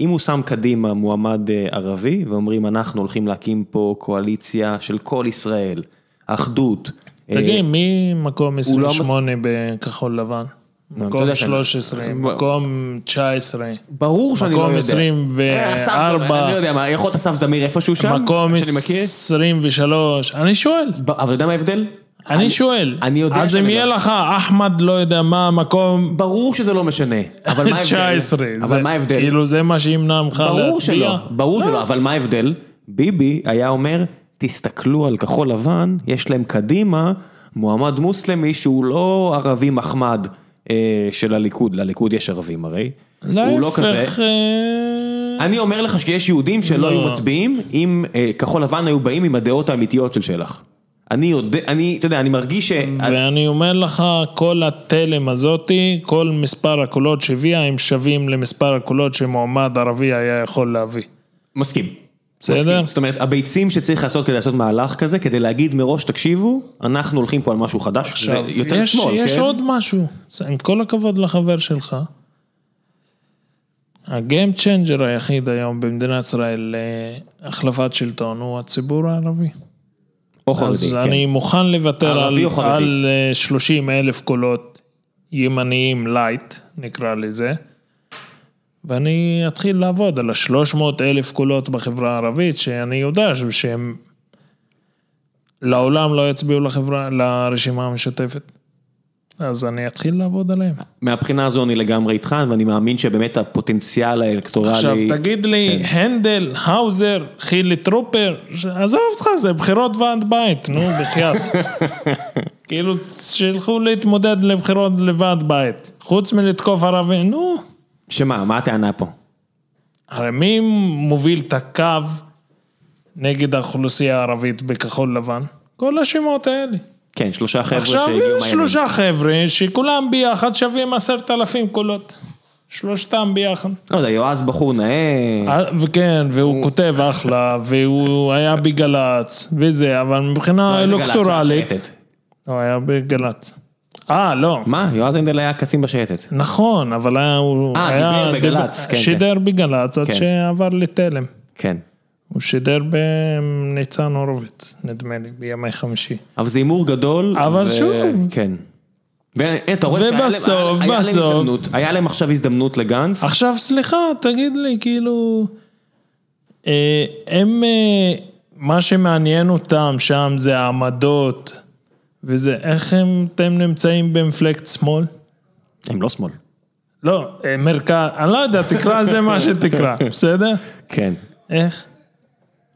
אם הוא שם קדימה מועמד אה, ערבי, ואומרים אנחנו הולכים להקים פה קואליציה של כל ישראל, אחדות. אה,
תגיד, מי מקום
הוא לא-
28 בכחול לבן?
אתה יודע
מקום
שאני-
13, מקום 19,
ברור שאני לא
מקום
יודע.
24.
אה, אסף זמיר, אני לא יודע מה, יכול להיות אסף זמיר איפשהו שם,
מקום
שאני מכיר.
23, אני שואל.
ב- אבל אתה יודע מה ההבדל?
אני שואל,
אני יודע
אז אם
שאני
יהיה
לא-
לך אחמד לא יודע מה המקום
ברור שזה לא משנה, אבל מה ההבדל?
19,
אבל
זה-
מה ההבדל?
כאילו זה מה שימנע ממך להצביע?
ברור שלא, לא, ברור שלא, אבל מה ההבדל? ביבי היה אומר, תסתכלו על כחול לבן, יש להם קדימה, מועמד מוסלמי שהוא לא ערבי מחמד אה, של הליכוד, לליכוד יש ערבים הרי, הוא לא כזה.
להפך, אה,
אני אומר לך שיש יהודים שלא
לא.
היו מצביעים אם אה, כחול לבן היו באים עם הדעות האמיתיות של שלח. אני יודע, אני, אתה יודע, אני מרגיש ש...
אה, ואני אומר לך, כל התלם הזאתי, כל מספר הקולות שהביאה, הם שווים למספר הקולות שמועמד ערבי היה יכול להביא.
מסכים.
בסדר.
מסכים. זאת אומרת, הביצים שצריך לעשות כדי לעשות מהלך כזה, כדי להגיד מראש, תקשיבו, אנחנו הולכים פה על משהו חדש, עכשיו, זה יותר
יש,
שמאל,
יש
כן?
עוד משהו, עם כל הכבוד לחבר שלך, הגיים צ'נג'ר היחיד היום במדינת ישראל להחלפת שלטון הוא הציבור הערבי.
או חרדי,
אז
כן.
אני מוכן לוותר על,
ערבי או חרדי?
על 30 אלף קולות ימניים לייט, נקרא לזה, ואני אתחיל לעבוד על ה-300 אלף קולות בחברה הערבית, שאני יודע שהם לעולם לא יצביעו לחברה, לרשימה המשותפת. אז אני אתחיל לעבוד עליהם.
מהבחינה הזו אני לגמרי איתך, ואני מאמין שבאמת הפוטנציאל
עכשיו
האלקטורלי...
תגיד לי,
כן.
הנדל, האוזר, חילי טרופר, ש- עזוב אותך, זה בחירות ועד בית, נו, בחייאת. כאילו, שילכו להתמודד לבחירות לוועד בית, חוץ מלתקוף ערבים, נו.
שמה, מה הטענה פה?
הרי מי מוביל את הקו נגד האוכלוסייה הערבית בכחול לבן? כל השמות האלה.
כן, שלושה חבר'ה שהגיעו
עכשיו,
מהימין.
שלושה חבר'ה שכולם ביחד שווים עשרת אלפים קולות. שלושתם ביחד.
לא יודע, יועז בחור נאה,
אה, וכן, והוא כותב אחלה, והוא היה בגל"צ, וזה, אבל מבחינה
לא, איזה גל"צ, אה,
אלקטורלית,
שייטת.
הוא היה בגל"צ. אה, לא,
מה, יועז הנדל היה קצין בשייטת.
נכון, אבל היה, הוא
אה, דיבר
היה,
בגל"צ, כן, כן.
שידר בגל"צ עד
כן.
שעבר לתלם.
כן.
הוא שידר בניצן הורוביץ, נדמה לי, בימי חמישי.
אבל זה הימור גדול.
אבל שוב.
כן. ואתה רואה שהיה להם-
ובסוף,
היה להם
בסוף.
הזדמנות, היה להם עכשיו הזדמנות לגנץ.
עכשיו, סליחה, תגיד לי, כאילו, אה, הם, אה, מה שמעניין אותם שם זה העמדות, וזה איך הם, אתם נמצאים במפלגת שמאל?
הם לא שמאל.
לא, אה, מרכז, אני לא יודע, תקרא זה מה שתקרא, בסדר?
כן.
איך?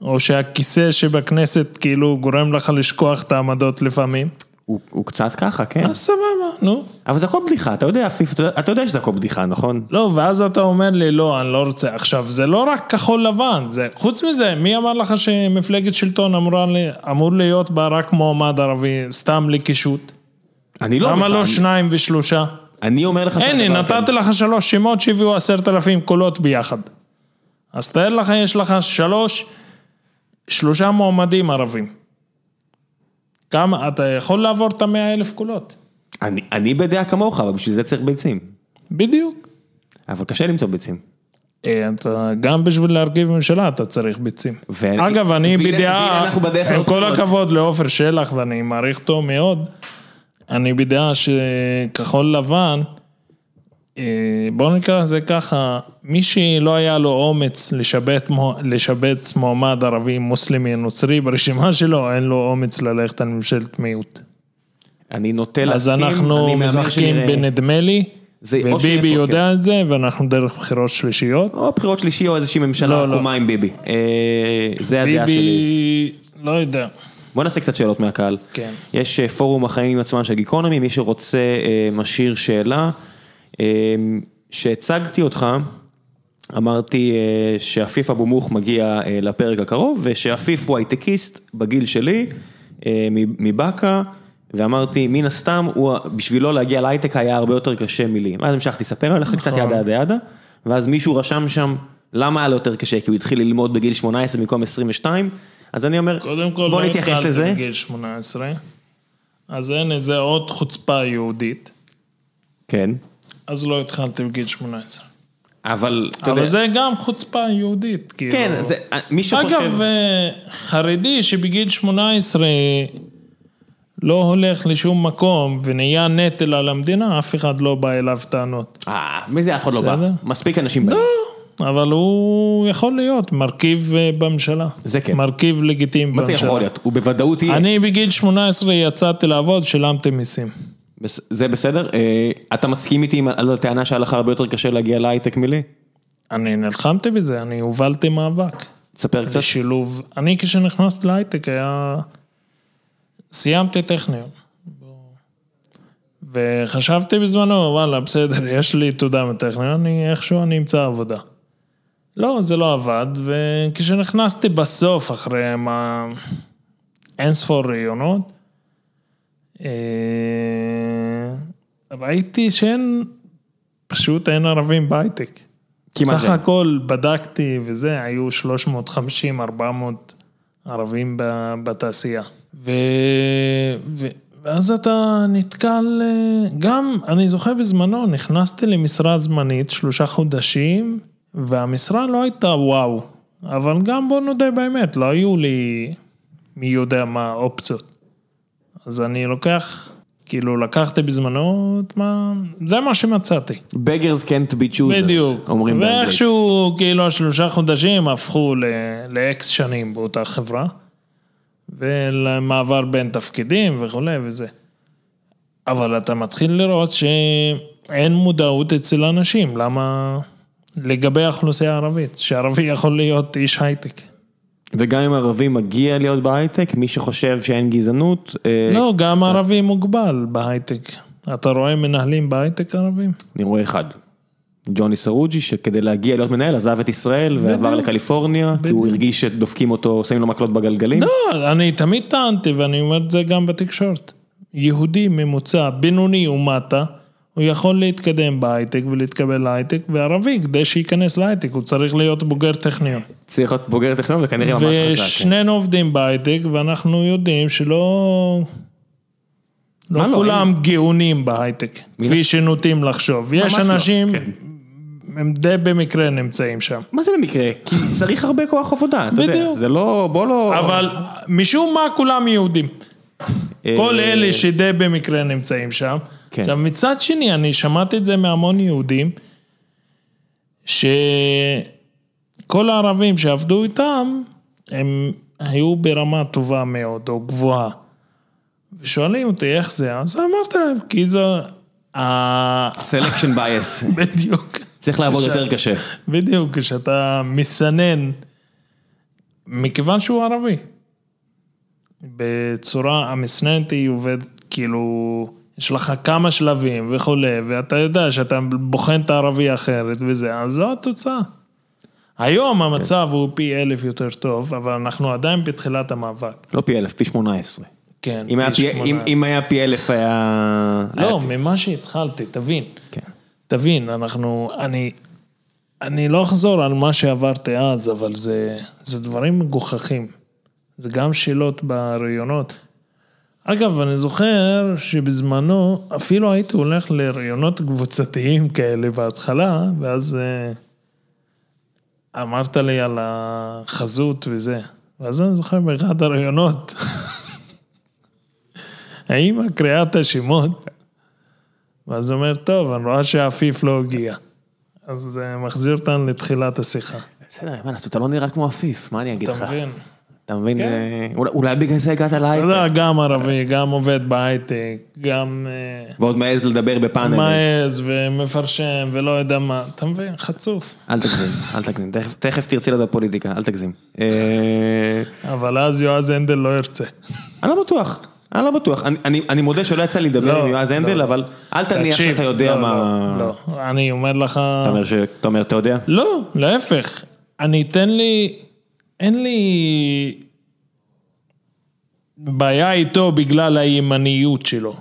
או שהכיסא שבכנסת כאילו גורם לך לשכוח את העמדות לפעמים.
הוא הוא קצת ככה, כן.
אז סבבה, נו.
אבל זה הכל בדיחה, אתה יודע, עפיף, אתה יודע- אתה יודע שזה הכל בדיחה, נכון?
לא, ואז אתה אומר לי, לא, אני לא רוצה. עכשיו, זה לא רק כחול לבן, זה, חוץ מזה, מי אמר לך שמפלגת שלטון אמורה, ל- אמור להיות בה רק מועמד ערבי, סתם לקישוט?
אני לא...
למה
אומר
לא
לך,
שניים ושלושה?
אני אומר לך...
הנה,
שהדבר- כן.
נתתי לך שלוש שמות שהביאו עשרת אלפים קולות ביחד. אז תאר לך, יש לך שלוש, שלושה מועמדים ערבים. כמה, אתה יכול לעבור את המאה אלף קולות.
אני, אני בדעה כמוך, אבל בשביל זה צריך ביצים.
בדיוק.
אבל קשה למצוא ביצים.
אה, אתה, גם בשביל להרכיב ממשלה אתה צריך ביצים.
ואני-
אגב, אני
והנה- והנה
בדעה,
אנחנו בדרך
עם כל
לבחירות.
הכבוד לעופר שלח, ואני מעריך אותו מאוד, אני בדעה שכחול לבן, אה, בואו נקרא לזה ככה, מי שלא היה לו אומץ לשבץ, מו- לשבץ מועמד ערבי, מוסלמי, נוצרי ברשימה שלו, אין לו אומץ ללכת על ממשלת מיעוט.
אני נוטה
אז
להסכים, אני
אנחנו
מהמר
משחקים
שנראה-
בנדמה לי,
זה- או שיהיה
וביבי
פה,
יודע את זה, ואנחנו דרך בחירות שלישיות.
או בחירות שלישי או איזושהי ממשלה
לא, לא.
עקומה עם ביבי. אה, זה הדעה שלי.
ביבי, לא יודע.
בוא נעשה קצת שאלות מהקהל.
כן.
יש אה, פורום החיים עם עצמם של גיקונומי, מי שרוצה אה, משאיר שאלה. אה, שהצגתי אותך, אמרתי אה, שעפיף אבו מוך מגיע אה, לפרק הקרוב, ושעפיף הוא הייטקיסט בגיל שלי, אה, מ- מבאקה, ואמרתי, מן הסתם, הוא, בשבילו להגיע להייטק היה הרבה יותר קשה מילי. ואז המשכתי לספר עליך קצת ידה ידה ידה, ואז מישהו רשם שם, למה היה לו יותר קשה? כי הוא התחיל ללמוד בגיל 18 במקום 22, אז אני אומר,
קודם כל,
בוא
לא
נתייחס
התחלתי
לזה.
בגיל 18. אז הנה, זה עוד חוצפה יהודית.
כן.
אז לא התחלתי בגיל 18.
אבל, אתה יודע,
אבל זה גם חוצפה יהודית, כאילו.
כן, זה, מי שחושב...
אגב, אה, חרדי שבגיל 18 לא הולך לשום מקום ונהיה נטל על המדינה, אף אחד לא בא אליו טענות.
אה, מי זה אף אחד לא בא?
בסדר. לא,
מספיק אנשים באים.
אבל הוא יכול להיות מרכיב אה, בממשלה.
זה כן.
מרכיב לגיטימי
מה זה
בממשלה.
יכול להיות? הוא בוודאות יהיה.
לא, אני בגיל 18 יצאתי לעבוד, שילמתי מיסים.
בס- זה בסדר? אה, אתה מסכים איתי עם- על הטענה שהיה לך הרבה יותר קשה להגיע להייטק מלי?
אני נלחמתי בזה, אני הובלתי מאבק.
תספר קצת.
זה שילוב, אני כשנכנסתי להייטק היה, סיימתי טכניון. וחשבתי בזמנו, וואלה, בסדר, יש לי תעודה מטכניון, אני איכשהו אני אמצא עבודה. לא, זה לא עבד, וכשנכנסתי בסוף, אחרי מה... אין ספור ראיונות, אה, ראיתי שאין, פשוט אין ערבים בהייטק.
כמעט
סך
אין.
הכל בדקתי וזה, היו 350-400 ערבים ב- בתעשייה. ו... ו... ואז אתה נתקל, אה, גם, אני זוכר בזמנו, נכנסתי למשרה זמנית שלושה חודשים, והמשרה לא הייתה וואו, אבל גם בוא נודה באמת, לא היו לי מי יודע מה אופציות. אז אני לוקח, כאילו לקחתי בזמנו את מה, זה מה שמצאתי.
beggars can't be choosers.
בדיוק.
אומרים באנגלית.
ואיכשהו, כאילו, השלושה חודשים הפכו ל- לאקס שנים באותה חברה, ולמעבר בין תפקידים וכולי וזה. אבל אתה מתחיל לראות שאין מודעות אצל אנשים, למה... לגבי האוכלוסייה הערבית, שערבי יכול להיות איש הייטק.
וגם אם ערבי מגיע להיות בהייטק, מי שחושב שאין גזענות, אה,
לא, גם ערבי מוגבל בהייטק. אתה רואה מנהלים בהייטק ערבים?
אני רואה אחד. ג'וני סרוג'י, שכדי להגיע להיות מנהל עזב את ישראל ועבר
בדיוק.
לקליפורניה, כי הוא הרגיש שדופקים אותו, שמים לו מקלות בגלגלים.
לא, אני תמיד טענתי, ואני אומר את זה גם בתקשורת. יהודי ממוצע, בינוני ומטה, הוא יכול להתקדם בהייטק ולהתקבל להייטק, וערבי, כדי שייכנס להייטק, הוא צריך להיות בוגר טכניון.
צריך להיות בוגר טכנון וכנראה ממש חזק.
ושנינו עובדים בהייטק, ואנחנו יודעים שלא...
מה
לא
לא,
כולם גאונים בהייטק, כפי שנוטים לחשוב.
ממש
יש
לא,
אנשים,
כן.
הם די במקרה נמצאים שם.
מה זה במקרה? כי צריך הרבה כוח עבודה, אתה יודע.
בדיוק.
זה לא, בוא לא...
אבל משום מה כולם יהודים.
אה,
כל אלה שדי במקרה נמצאים שם.
כן.
עכשיו מצד שני, אני שמעתי את זה מהמון יהודים, שכל הערבים שעבדו איתם, הם היו ברמה טובה מאוד או גבוהה. ושואלים אותי איך זה, אז אמרתי להם, כי זה... ה-
selection bias.
בדיוק.
צריך לעבוד יותר קשה.
בדיוק, כשאתה מסנן, מכיוון שהוא ערבי. בצורה המסננת היא עובדת, כאילו, יש לך כמה שלבים וכולי, ואתה יודע שאתה בוחן את הערבי האחרת וזה, אז זו התוצאה. היום המצב הוא פי אלף יותר טוב, אבל אנחנו עדיין בתחילת המאבק.
לא פי אלף, פי שמונה עשרה.
כן,
אם היה
פי
פי- אם-
18.
אם היה פי אלף היה... היה-
לא, ממה שהתחלתי, תבין.
כן.
תבין, אנחנו, אני, אני לא אחזור על מה שעברתי אז, אבל זה, זה דברים מגוחכים. זה גם שאלות בראיונות. אגב, אני זוכר שבזמנו אפילו הייתי הולך לראיונות קבוצתיים כאלה בהתחלה, ואז אה, אמרת לי על החזות וזה. ואז אני זוכר באחד הראיונות, האם הקריאת השמות? ואז הוא אומר, טוב, אני רואה שעפיף לא הגיע. אז זה מחזיר אותנו לתחילת השיחה.
בסדר, מה לעשות, אתה לא נראה כמו עפיף, מה אני אגיד
אתה
לך?
מבין? כן.
אתה מבין? אה, אולי- אולי בגלל זה הגעת
אתה
להייטק.
יודע, גם ערבי, גם עובד בהייטק, גם אה,
ועוד מעז לדבר בפאנל. אה,
מעז ומפרשן ולא יודע מה, אתה מבין? חצוף.
אל תגזים, אל תגזים, תכף- תכף תרצי לדבר פוליטיקה, אל תגזים. אה,
אבל אז יועז הנדל לא ירצה.
אני לא בטוח, אני לא בטוח. אני- אני אני מודה שלא יצא לי לדבר
לא,
עם יועז
לא.
הנדל, אבל אל תניח
תקשיב,
שאתה יודע
לא,
מה...
לא, לא, אני אומר לך...
אתה אומר ש- אתה אומר, אתה יודע?
לא, להפך. אני אתן לי, אין לי בעיה איתו בגלל הימניות שלו.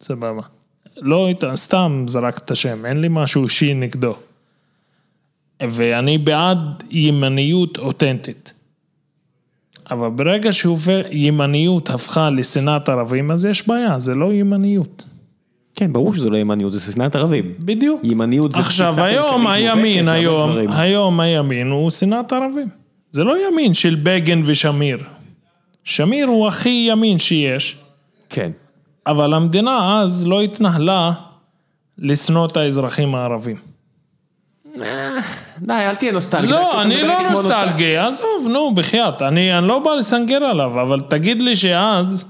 סבבה. לא איתה, סתם זרק את השם, אין לי משהו אישי נגדו. ואני בעד ימניות אותנטית. אבל ברגע שימניות הפכה לשנאת ערבים, אז יש בעיה, זה לא ימניות.
כן, ברור שזה לא ימניות, זה שנאת ערבים.
בדיוק.
ימניות זה
עכשיו,
תפיסה
היום
כלכלית מובהקת
הימין,
להרבה
היום,
דברים.
היום הימין הוא שנאת ערבים. זה לא ימין של בגין ושמיר. שמיר הוא הכי ימין שיש,
כן.
אבל המדינה אז לא התנהלה לשנוא את האזרחים הערבים.
די, אל תהיה נוסטלגי.
לא, אני לא נוסטלגי, עזוב, נו, בחייאת. אני אני לא בא לסנגר עליו, אבל תגיד לי שאז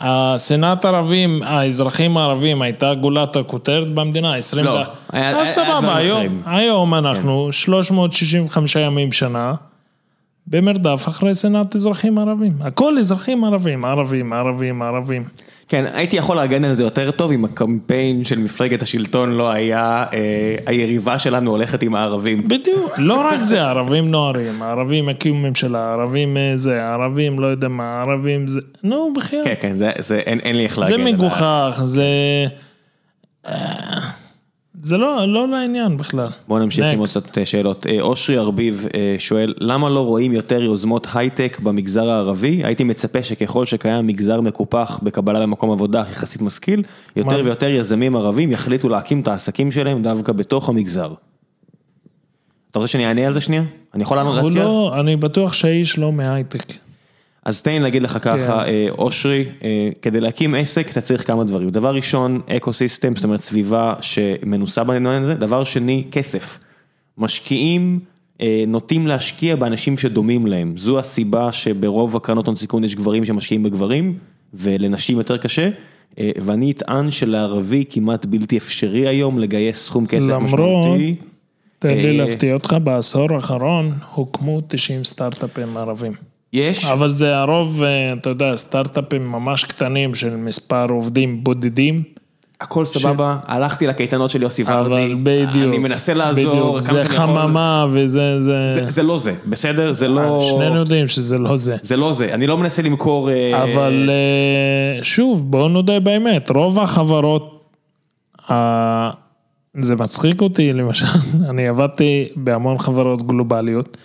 השנאת ערבים, האזרחים הערבים הייתה גולת הכותרת במדינה, 20...
לא,
ד-
היה- היה-
אז
היה דברים
סבבה,
אחרים. כן.
היום, היום אנחנו 365 ימים שנה. במרדף אחרי שנאת אזרחים ערבים. הכל אזרחים ערבים, ערבים, ערבים, ערבים.
כן, הייתי יכול להגן על זה יותר טוב אם הקמפיין של מפלגת השלטון לא היה אה, היריבה שלנו הולכת עם הערבים.
בדיוק, לא רק זה, ערבים נוערים, ערבים הקימו ממשלה, ערבים אה, זה, ערבים לא יודע מה, ערבים זה, נו בחייאת.
כן, כן, זה, זה אין, אין לי איך להגן.
זה
על ה-
מגוחך, זה... אה, זה לא, לא לעניין בכלל.
בואו נמשיך עם עוד
Next.
קצת אה, שאלות. אה, אושרי ארביב אה, שואל, למה לא רואים יותר יוזמות הייטק במגזר הערבי? הייתי מצפה שככל שקיים מגזר מקופח בקבלה למקום עבודה יחסית משכיל, יותר
מה?
ויותר יזמים ערבים יחליטו להקים את העסקים שלהם דווקא בתוך המגזר. אתה רוצה שאני אענה על זה שנייה? אני יכול לענות
הוא
להציע?
לא, אני בטוח שהאיש לא מהייטק.
אז תן לי להגיד לך
כן.
ככה, אה, אושרי, אה, כדי להקים עסק אתה צריך כמה דברים. דבר ראשון, אקו סיסטם, זאת אומרת סביבה שמנוסה בעניין הזה. דבר שני, כסף. משקיעים אה, נוטים להשקיע באנשים שדומים להם. זו הסיבה שברוב הקרנות הון סיכון יש גברים שמשקיעים בגברים, ולנשים יותר קשה. אה, ואני אטען שלערבי כמעט בלתי אפשרי היום לגייס סכום כסף
למרות-
משמעותי.
תן
אה,
לי להפתיע אותך, בעשור האחרון הוקמו 90 סטארט-אפים ערבים.
יש,
אבל זה הרוב, אה, אתה יודע, סטארט-אפים ממש קטנים של מספר עובדים בודדים.
הכל סבבה, הלכתי לקייטנות של יוסי ורדי,
אבל בדיוק.
אה, אני מנסה לעזור,
בדיוק,
כמה
זה
שאני יכול.
חממה וזה, זה...
זה, זה לא זה, בסדר? זה לא...
אה. שנינו יודעים שזה לא זה.
זה לא זה, אני לא מנסה למכור... אה,
אבל אה, שוב, בואו נודה באמת, רוב החברות, אה, זה מצחיק אותי למשל, אני עבדתי בהמון חברות גלובליות,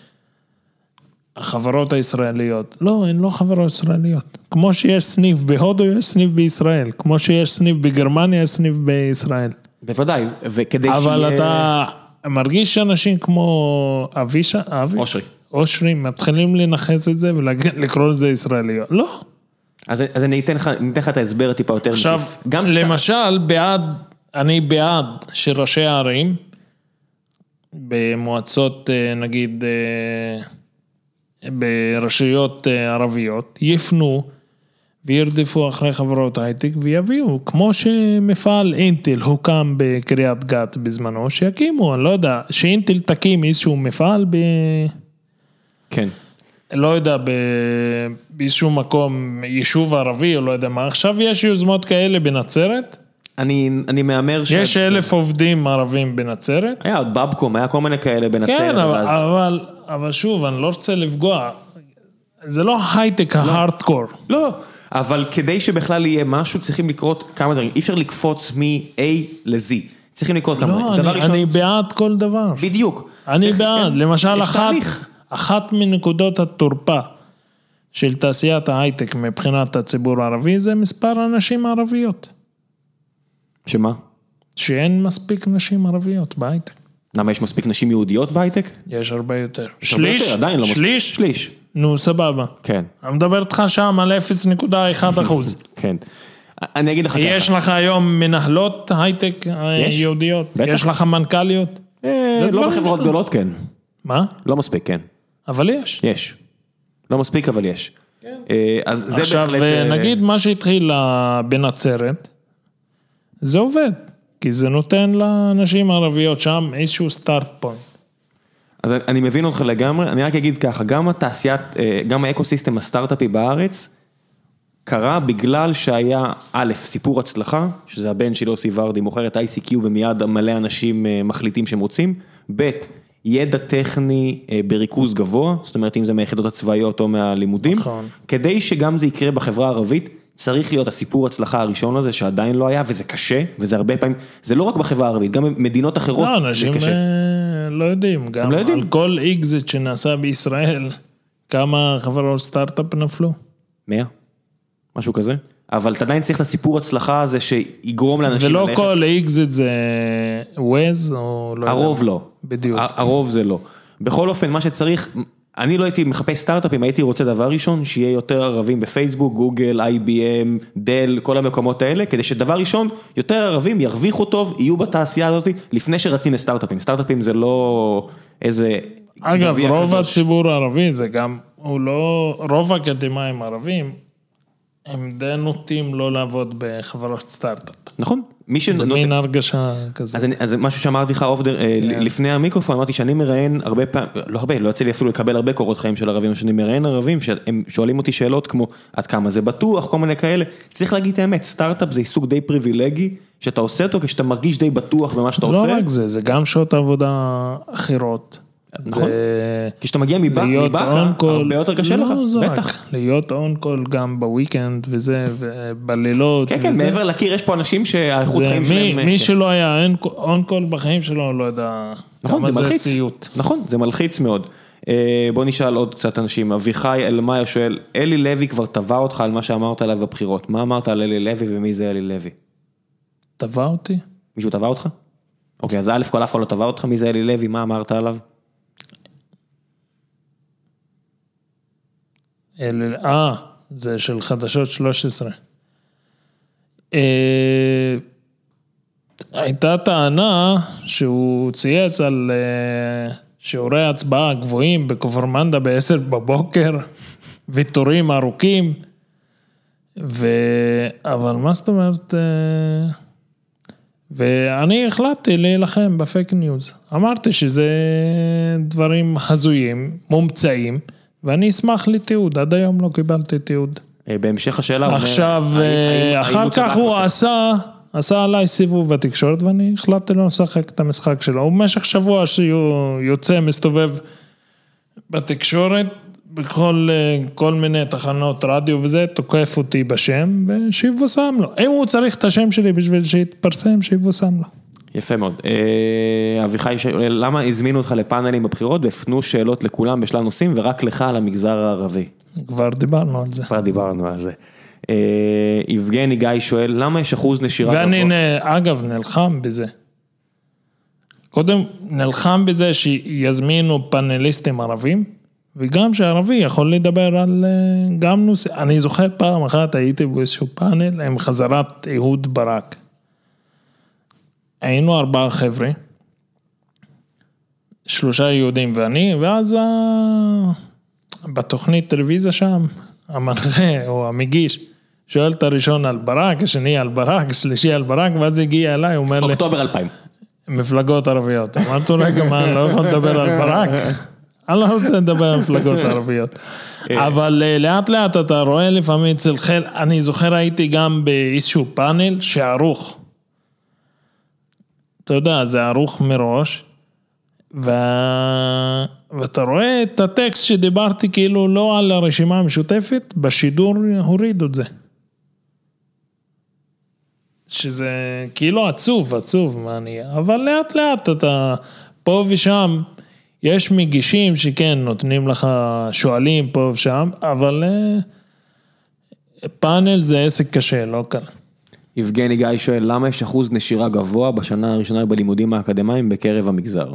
החברות הישראליות, לא, הן לא חברות ישראליות, כמו שיש סניף בהודו, יש סניף בישראל, כמו שיש סניף בגרמניה, יש סניף בישראל,
בוודאי, וכדי
אבל אתה מרגיש שאנשים כמו אבישי, אבי,
אושרי.
אושרי, מתחילים לנכס את זה ולקרוא לזה ישראליות, לא.
אז, אז אני אתן לך, אני אתן לך את ההסבר הטיפה יותר
עכשיו,
מקיף.
גם
ש-
למשל, בעד, אני בעד שראשי הערים במועצות, אה, נגיד, אה, ברשויות אה, ערביות, יפנו וירדפו אחרי חברות הייטק ויביאו, כמו שמפעל אינטל הוקם בקריית גת בזמנו, שיקימו, אני לא יודע, שאינטל תקים איזשהו מפעל ב...
כן.
לא יודע, ב... באיזשהו מקום, יישוב ערבי או לא יודע מה, עכשיו יש יוזמות כאלה בנצרת,
אני, אני מהמר ש...
יש אלף עובדים ערבים בנצרת,
היה עוד בבקום, היה כל מיני כאלה בנצרת.
כן,
אבל
אבל,
אז-
אבל, אבל שוב, אני לא רוצה לפגוע, זה לא הייטק ההארדקור,
לא, אבל כדי שבכלל יהיה משהו, צריכים לקרות כמה דברים. אי אפשר לקפוץ מ-A ל-Z. צריכים לקרות כמה
לא,
דברים. דבר
אני,
ראשון,
אני בעד כל דבר,
בדיוק.
אני
צריך-
בעד,
כן,
למשל
יש
אחת,
תהליך.
אחת מנקודות התורפה של תעשיית ההייטק מבחינת הציבור הערבי זה מספר הנשים הערביות,
שמה?
שאין מספיק נשים ערביות בהייטק.
למה יש מספיק נשים יהודיות בהייטק?
יש הרבה יותר.
הרבה
שליש?
יותר, עדיין לא מספיק.
שליש?
שליש.
נו, סבבה.
כן,
אני מדבר איתך שם על 0.1 אחוז.
כן. אני אגיד לך ככה.
יש לך היום מנהלות הייטק אה,
יש.
יהודיות?
בטח.
יש לך מנכ"ליות?
אה,
זה
לא
דברים
בחברות
ש-
גדולות כן,
מה?
לא מספיק כן,
אבל יש.
יש. לא מספיק אבל יש. אה, אז זה
עכשיו,
בהחלט,
אה,
אה,
נגיד מה שהתחיל אה, בנצרת, זה עובד. כי זה נותן לנשים הערביות שם איזשהו סטארט פוינט.
אז אני- אני מבין אותך לגמרי, אני רק אגיד ככה, גם התעשיית, אה, גם האקו סיסטם הסטארט-אפי בארץ, קרה בגלל שהיה א', סיפור הצלחה, שזה הבן של יוסי ורדי מוכר את ICQ ומיד מלא אנשים אה, מחליטים שהם רוצים, ב', ידע טכני אה, בריכוז גבוה, זאת אומרת אם זה מהיחידות הצבאיות או מהלימודים,
נכון.
כדי שגם זה יקרה בחברה הערבית, צריך להיות הסיפור הצלחה הראשון הזה שעדיין לא היה וזה קשה, וזה הרבה פעמים, זה לא רק בחברה הערבית, גם במדינות אחרות
לא,
זה
אנשים
קשה.
אה, לא יודעים, גם
לא יודעים.
על כל אקזיט שנעשה בישראל, כמה חברות סטארט-אפ נפלו?
100? משהו כזה. אבל אתה עדיין צריך את הסיפור הצלחה הזה שיגרום לאנשים
ולא
ללכת.
כל אקזיט זה ווייז או לא יודע.
הרוב לא.
בדיוק.
ה- הרוב זה לא. בכל אופן, מה שצריך, אני לא הייתי מחפש סטארט-אפים, הייתי רוצה דבר ראשון, שיהיה יותר ערבים בפייסבוק, גוגל, IBM, דל, כל המקומות האלה, כדי שדבר ראשון, יותר ערבים ירוויחו טוב, יהיו בתעשייה הזאת, לפני שרצים לסטארט-אפים. סטארט-אפים זה לא איזה...
אגב,
גביע
רוב
קדוש.
הציבור הערבי זה גם, הוא לא, רוב האקדמאים הערבים, הם די נוטים לא לעבוד בחברות סטארט-אפ.
נכון. מי
זה
שנותן-
מין הרגשה כזה.
אז, אני, אז משהו שאמרתי לך אוף דר, אה, ל- לפני המיקרופון, אמרתי שאני מראיין הרבה פעמים, לא הרבה, לא יצא לי אפילו לקבל הרבה קורות חיים של ערבים, שאני מראיין ערבים שהם שואלים אותי שאלות כמו עד כמה זה בטוח, כל מיני כאלה. צריך להגיד את האמת, סטארט-אפ זה עיסוק די פריבילגי, שאתה עושה אותו כשאתה מרגיש די בטוח במה שאתה
לא
עושה.
רק זה, זה גם שעות עבודה אחרות.
נכון.
זה-
כשאתה מגיע מבא-
להיות
מבאקה,
on call-
הרבה יותר קשה לך,
לא, זה
בטח.
רק להיות אונקול גם בוויקנד וזה, ובלילות.
כן, כן,
וזה.
מעבר לקיר יש פה אנשים שהאיכות
זה
חיים
מי,
שלהם...
מי
כן.
שלא היה אונקול בחיים שלו, לא יודע
נכון,
כמה
זה
זה
מלחיץ.
סיוט.
נכון, זה מלחיץ מאוד. אה, בוא נשאל עוד קצת אנשים. אביחי אלמאייר שואל, אלי לוי כבר תבע אותך על מה שאמרת עליו בבחירות. מה אמרת על אלי לוי ומי זה אלי לוי?
תבע אותי?
מישהו תבע אותך? אוקיי, אז א' כל אף אחד לא תבע אותך, מי זה אלי לוי, מה אמרת עליו?
אל- אה, זה של חדשות 13. אה, הייתה טענה שהוא צייץ על אה, שיעורי ההצבעה הגבוהים בכפר מנדה ב-10 בבוקר, ויתורים ארוכים, ו... אבל מה זאת אומרת... אה, ואני החלטתי להילחם בפייק ניוז. אמרתי שזה דברים הזויים, מומצאים, ואני אשמח לתיעוד, עד היום לא קיבלתי תיעוד.
אה, בהמשך השאלה, הוא אומר,
עכשיו, אה,
האם- האם- האם
אחר
צדק לא
כך הוא
בסוף?
עשה, עשה עליי סיבוב בתקשורת ואני החלטתי לא לשחק את המשחק שלו. הוא במשך שבוע שיוצא, מסתובב בתקשורת, בכל אה, כל מיני תחנות רדיו וזה, תוקף אותי בשם ושיבושם לו. אם הוא צריך את השם שלי בשביל שיתפרסם, שיבושם לו.
יפה מאוד. אה, אביחי שואל, למה הזמינו אותך לפאנלים בבחירות והפנו שאלות לכולם בשלל נושאים ורק לך על המגזר הערבי?
כבר דיברנו על זה.
כבר דיברנו על זה. אה, יבגני גיא שואל, למה יש אחוז נשירה
ואני,
גבוה?
נ- אגב, נלחם בזה. קודם, נלחם בזה שיזמינו פאנליסטים ערבים, וגם שערבי יכול לדבר על אה, גם נושא, אני זוכר פעם אחת הייתי באיזשהו פאנל עם חזרת אהוד ברק. היינו ארבעה חבר'ה, שלושה יהודים ואני, ואז ה... בתוכנית טלוויזיה שם, המנחה או המגיש, שואל את הראשון על ברק, השני על ברק, השלישי על ברק, ואז הגיע אליי, הוא אומר לי,
אוקטובר 2000.
מפלגות ערביות. אמרתי לו, רגע, מה, אני לא יכול לדבר על ברק? אני לא רוצה לדבר על מפלגות ערביות. אבל אה, לאט לאט אתה רואה לפעמים אצל חיל, אני זוכר הייתי גם באיזשהו פאנל שערוך. אתה יודע, זה ערוך מראש. ו... ואתה רואה את הטקסט שדיברתי כאילו לא על הרשימה המשותפת, בשידור הורידו את זה. שזה כאילו עצוב, עצוב, מה אני... אבל לאט לאט אתה פה ושם, יש מגישים שכן נותנים לך, שואלים פה ושם, אבל אה, פאנל זה עסק קשה, לא קל.
יבגני גיא שואל, למה יש אחוז נשירה גבוה בשנה הראשונה בלימודים האקדמיים בקרב המגזר?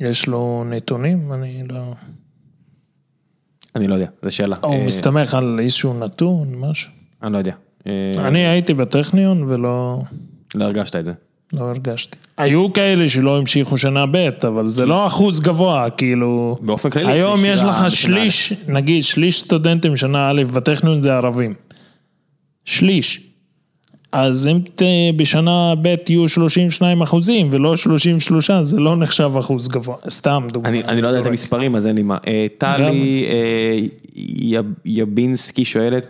יש לו נתונים, אני לא...
אני לא יודע, זו שאלה.
הוא
אה,
מסתמך על איזשהו נתון, משהו.
אני לא יודע. אה,
אני הייתי בטכניון ולא
לא הרגשת את זה.
לא הרגשתי. היו כאלה שלא המשיכו שנה ב', אבל זה לא אחוז גבוה, כאילו...
באופן כללי,
היום
יש
יש
נשירה בשנה
לך שליש, נגיד שליש סטודנטים שנה א' בטכניון זה ערבים. שליש. אז אם ת, בשנה ב' יהיו 32 אחוזים ולא 33, זה לא נחשב אחוז גבוה, סתם דוגמא.
אני, אני לא יודע את
זורק.
המספרים, אז אין לי מה. אה, טלי אה, יב- יבינסקי שואלת,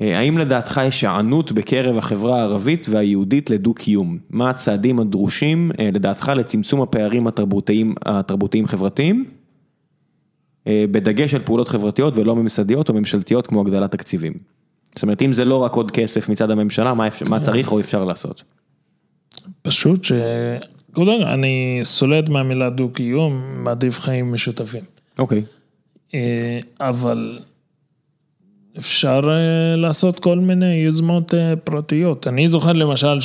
אה, האם לדעתך יש הענות בקרב החברה הערבית והיהודית לדו-קיום? מה הצעדים הדרושים אה, לדעתך לצמצום הפערים התרבותיים, התרבותיים חברתיים? אה, בדגש על פעולות חברתיות ולא ממסדיות או ממשלתיות כמו הגדלת תקציבים. זאת אומרת, אם זה לא רק עוד כסף מצד הממשלה, מה, אפשר, מה צריך או אפשר לעשות?
פשוט ש... קודם, אני סולד מהמילה דו-קיום, מעדיף חיים משותפים.
אוקיי.
אה, אבל אפשר אה, לעשות כל מיני יוזמות אה, פרטיות. אני זוכר למשל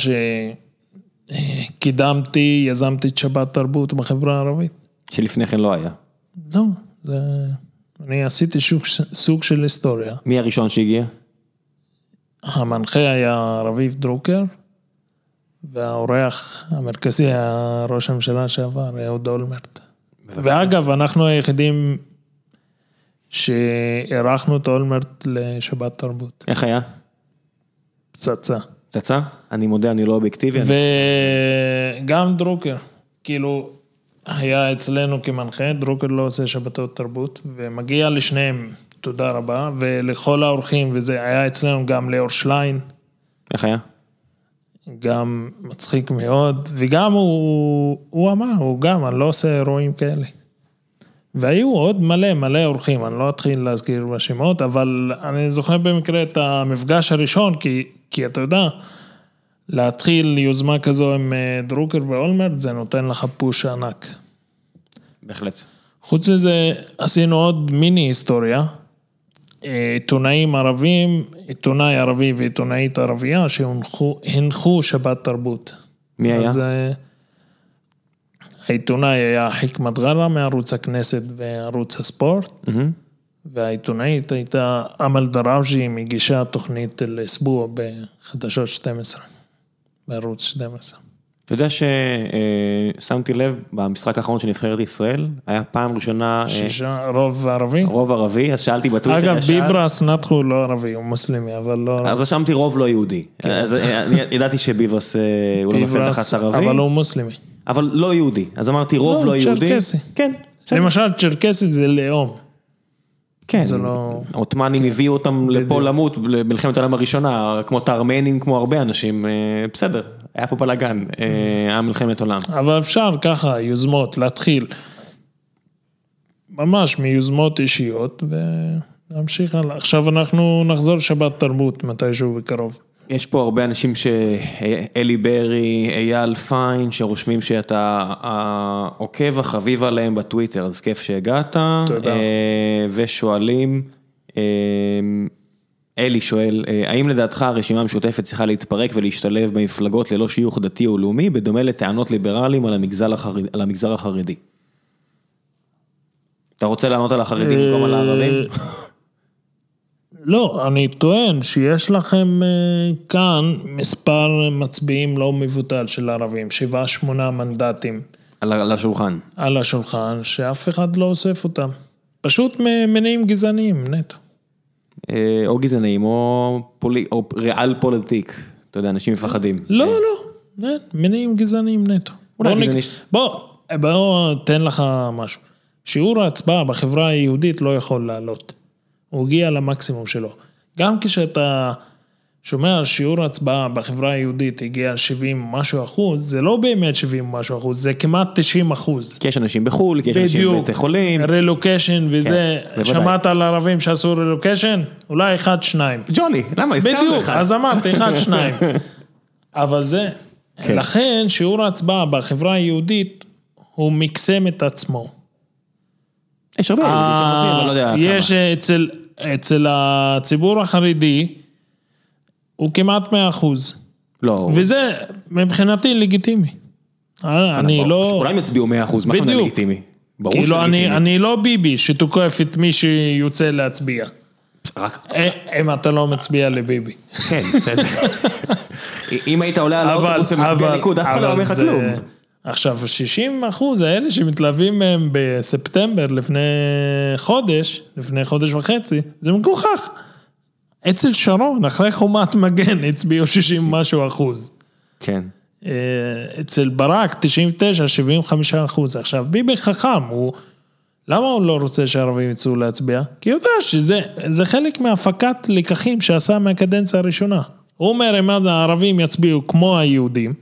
שקידמתי, יזמתי את שבת תרבות בחברה הערבית.
שלפני כן לא היה.
לא, זה... אני עשיתי שוק, סוג של היסטוריה.
מי הראשון שהגיע?
המנחה היה רביב דרוקר, והאורח המרכזי היה ראש הממשלה לשעבר, אהוד אולמרט. ואגב, אנחנו היחידים שאירחנו את אולמרט לשבת תרבות.
איך היה?
פצצה.
פצצה? אני מודה, אני לא אובייקטיבי. אני-
כן. וגם דרוקר, כאילו, היה אצלנו כמנחה, דרוקר לא עושה שבתות תרבות, ומגיע לשניהם תודה רבה, ולכל האורחים, וזה היה אצלנו גם ליאור שליין,
איך היה?
גם מצחיק מאוד, וגם הוא, הוא אמר, הוא גם, אני לא עושה אירועים כאלה. והיו עוד מלא מלא אורחים, אני לא אתחיל להזכיר בשמות, אבל אני זוכר במקרה את המפגש הראשון, כי, כי אתה יודע, להתחיל יוזמה כזו עם אה, דרוקר ואולמרט, זה נותן לך פוש ענק.
בהחלט.
חוץ מזה, עשינו עוד מיני היסטוריה. אה, עיתונאים ערבים, עיתונאי ערבי ועיתונאית ערבייה שהונחו הנחו שבת תרבות.
מי היה?
אז אה, העיתונאי היה חיקמת גרה מערוץ הכנסת וערוץ הספורט,
מהמם.
והעיתונאית הייתה אמל דראג'י, מגישה תוכנית אל-אסבוע בחדשות 12, בערוץ 12.
אתה יודע ששמתי לב, במשחק האחרון של נבחרת ישראל, היה פעם ראשונה אה,
שישה, רוב ערבי.
רוב ערבי, אז שאלתי בטוויטר.
אגב,
ישר,
ביברס נתחו הוא לא ערבי, הוא מוסלמי, אבל לא ערבי.
אז רשמתי רוב לא יהודי. אז אה, אני ידעתי שביברס אה, הוא לא נופל
כן. ביברס,
תחת ערבי,
אבל הוא מוסלמי.
אבל לא יהודי. אז אמרתי רוב
לא,
לא יהודי.
צ'רקסי.
כן. בסדר.
למשל, צ'רקסי זה לאום.
כן,
זה לא-
העות'מאנים הביאו אותם לפה למות במלחמת העולם הראשונה, כמו את הארמנים, כמו הרבה אנשים, אה, בסדר, היה פה בלאגן, אה, היה מלחמת עולם.
אבל אפשר ככה, יוזמות, להתחיל. ממש מיוזמות אישיות, ולהמשיך הלאה. עכשיו אנחנו נחזור שבת תרבות מתישהו בקרוב.
יש פה הרבה אנשים שאלי ברי, אייל פיין, שרושמים שאתה העוקב החביב עליהם בטוויטר, אז כיף שהגעת.
תודה.
אה, ושואלים, אה, אלי שואל, אה, האם לדעתך הרשימה המשותפת צריכה להתפרק ולהשתלב במפלגות ללא שיוך דתי או לאומי, בדומה לטענות ליברליים על המגזר, החרד... על המגזר החרדי? אתה רוצה לענות על החרדים במקום על הערבים?
לא, אני טוען שיש לכם אה, כאן מספר מצביעים לא מבוטל של ערבים, שבעה, שמונה מנדטים.
על ה- על השולחן.
על השולחן שאף אחד לא אוסף אותם. פשוט ממניעים גזעניים, נטו.
אה, או גזענים או, פולי, או ריאל פוליטיק, אתה יודע, אנשים מפחדים.
לא, לא, אין, מניעים גזעניים נטו.
אה. אולי
בוא נק-
גזעני-
בוא, אה, בוא, אתן לך משהו. שיעור ההצבעה בחברה היהודית לא יכול לעלות. הוא הגיע למקסימום שלו. גם כשאתה שומע על שיעור ההצבעה בחברה היהודית הגיע ל-70 משהו אחוז, זה לא באמת 70 משהו אחוז, זה כמעט 90 אחוז.
כי יש אנשים בחו"ל, כי יש אנשים
בדיוק.
בבתי חולים.
רילוקיישן וזה,
כן, בוודאי.
שמעת על ערבים שעשו רילוקיישן? אולי אחד, שניים.
ג'וני, למה הזכרת
בדיוק,
אחד?
אז אמרתי אחד, שניים. אבל זה,
כן.
לכן שיעור ההצבעה בחברה היהודית הוא מקסם את עצמו.
יש הרבה יהודים שרוצים, אה, אבל לא יודע כמה.
אה, יש אה, אצל, אצל הציבור החרדי, הוא כמעט 100 אחוז.
לא,
וזה מבחינתי לגיטימי. אה, אני
ברור,
לא...
שכולם יצביעו 100%, מה זה
בדיוק.
לגיטימי? ברור
כאילו
שזה
אני,
לגיטימי.
אני לא ביבי שתוקף את מי שיוצא להצביע.
רק,
אה, אם אתה לא מצביע לביבי.
כן, בסדר. אם היית עולה על
אבל,
האוטובוס ומצביע ליכוד, אף אחד לא אומר לך
זה-
כלום.
עכשיו, 60 אחוז האלה שמתלהבים מהם בספטמבר לפני חודש, לפני חודש וחצי, זה מגוחך. אצל שרון, אחרי חומת מגן, הצביעו 60 משהו אחוז.
כן.
אה, אצל ברק, 99, 75 אחוז. עכשיו, ביבי חכם, הוא... למה הוא לא רוצה שערבים יצאו להצביע? כי הוא יודע שזה זה חלק מהפקת לקחים שעשה מהקדנציה הראשונה. הוא אומר, אם הערבים יצביעו כמו היהודים,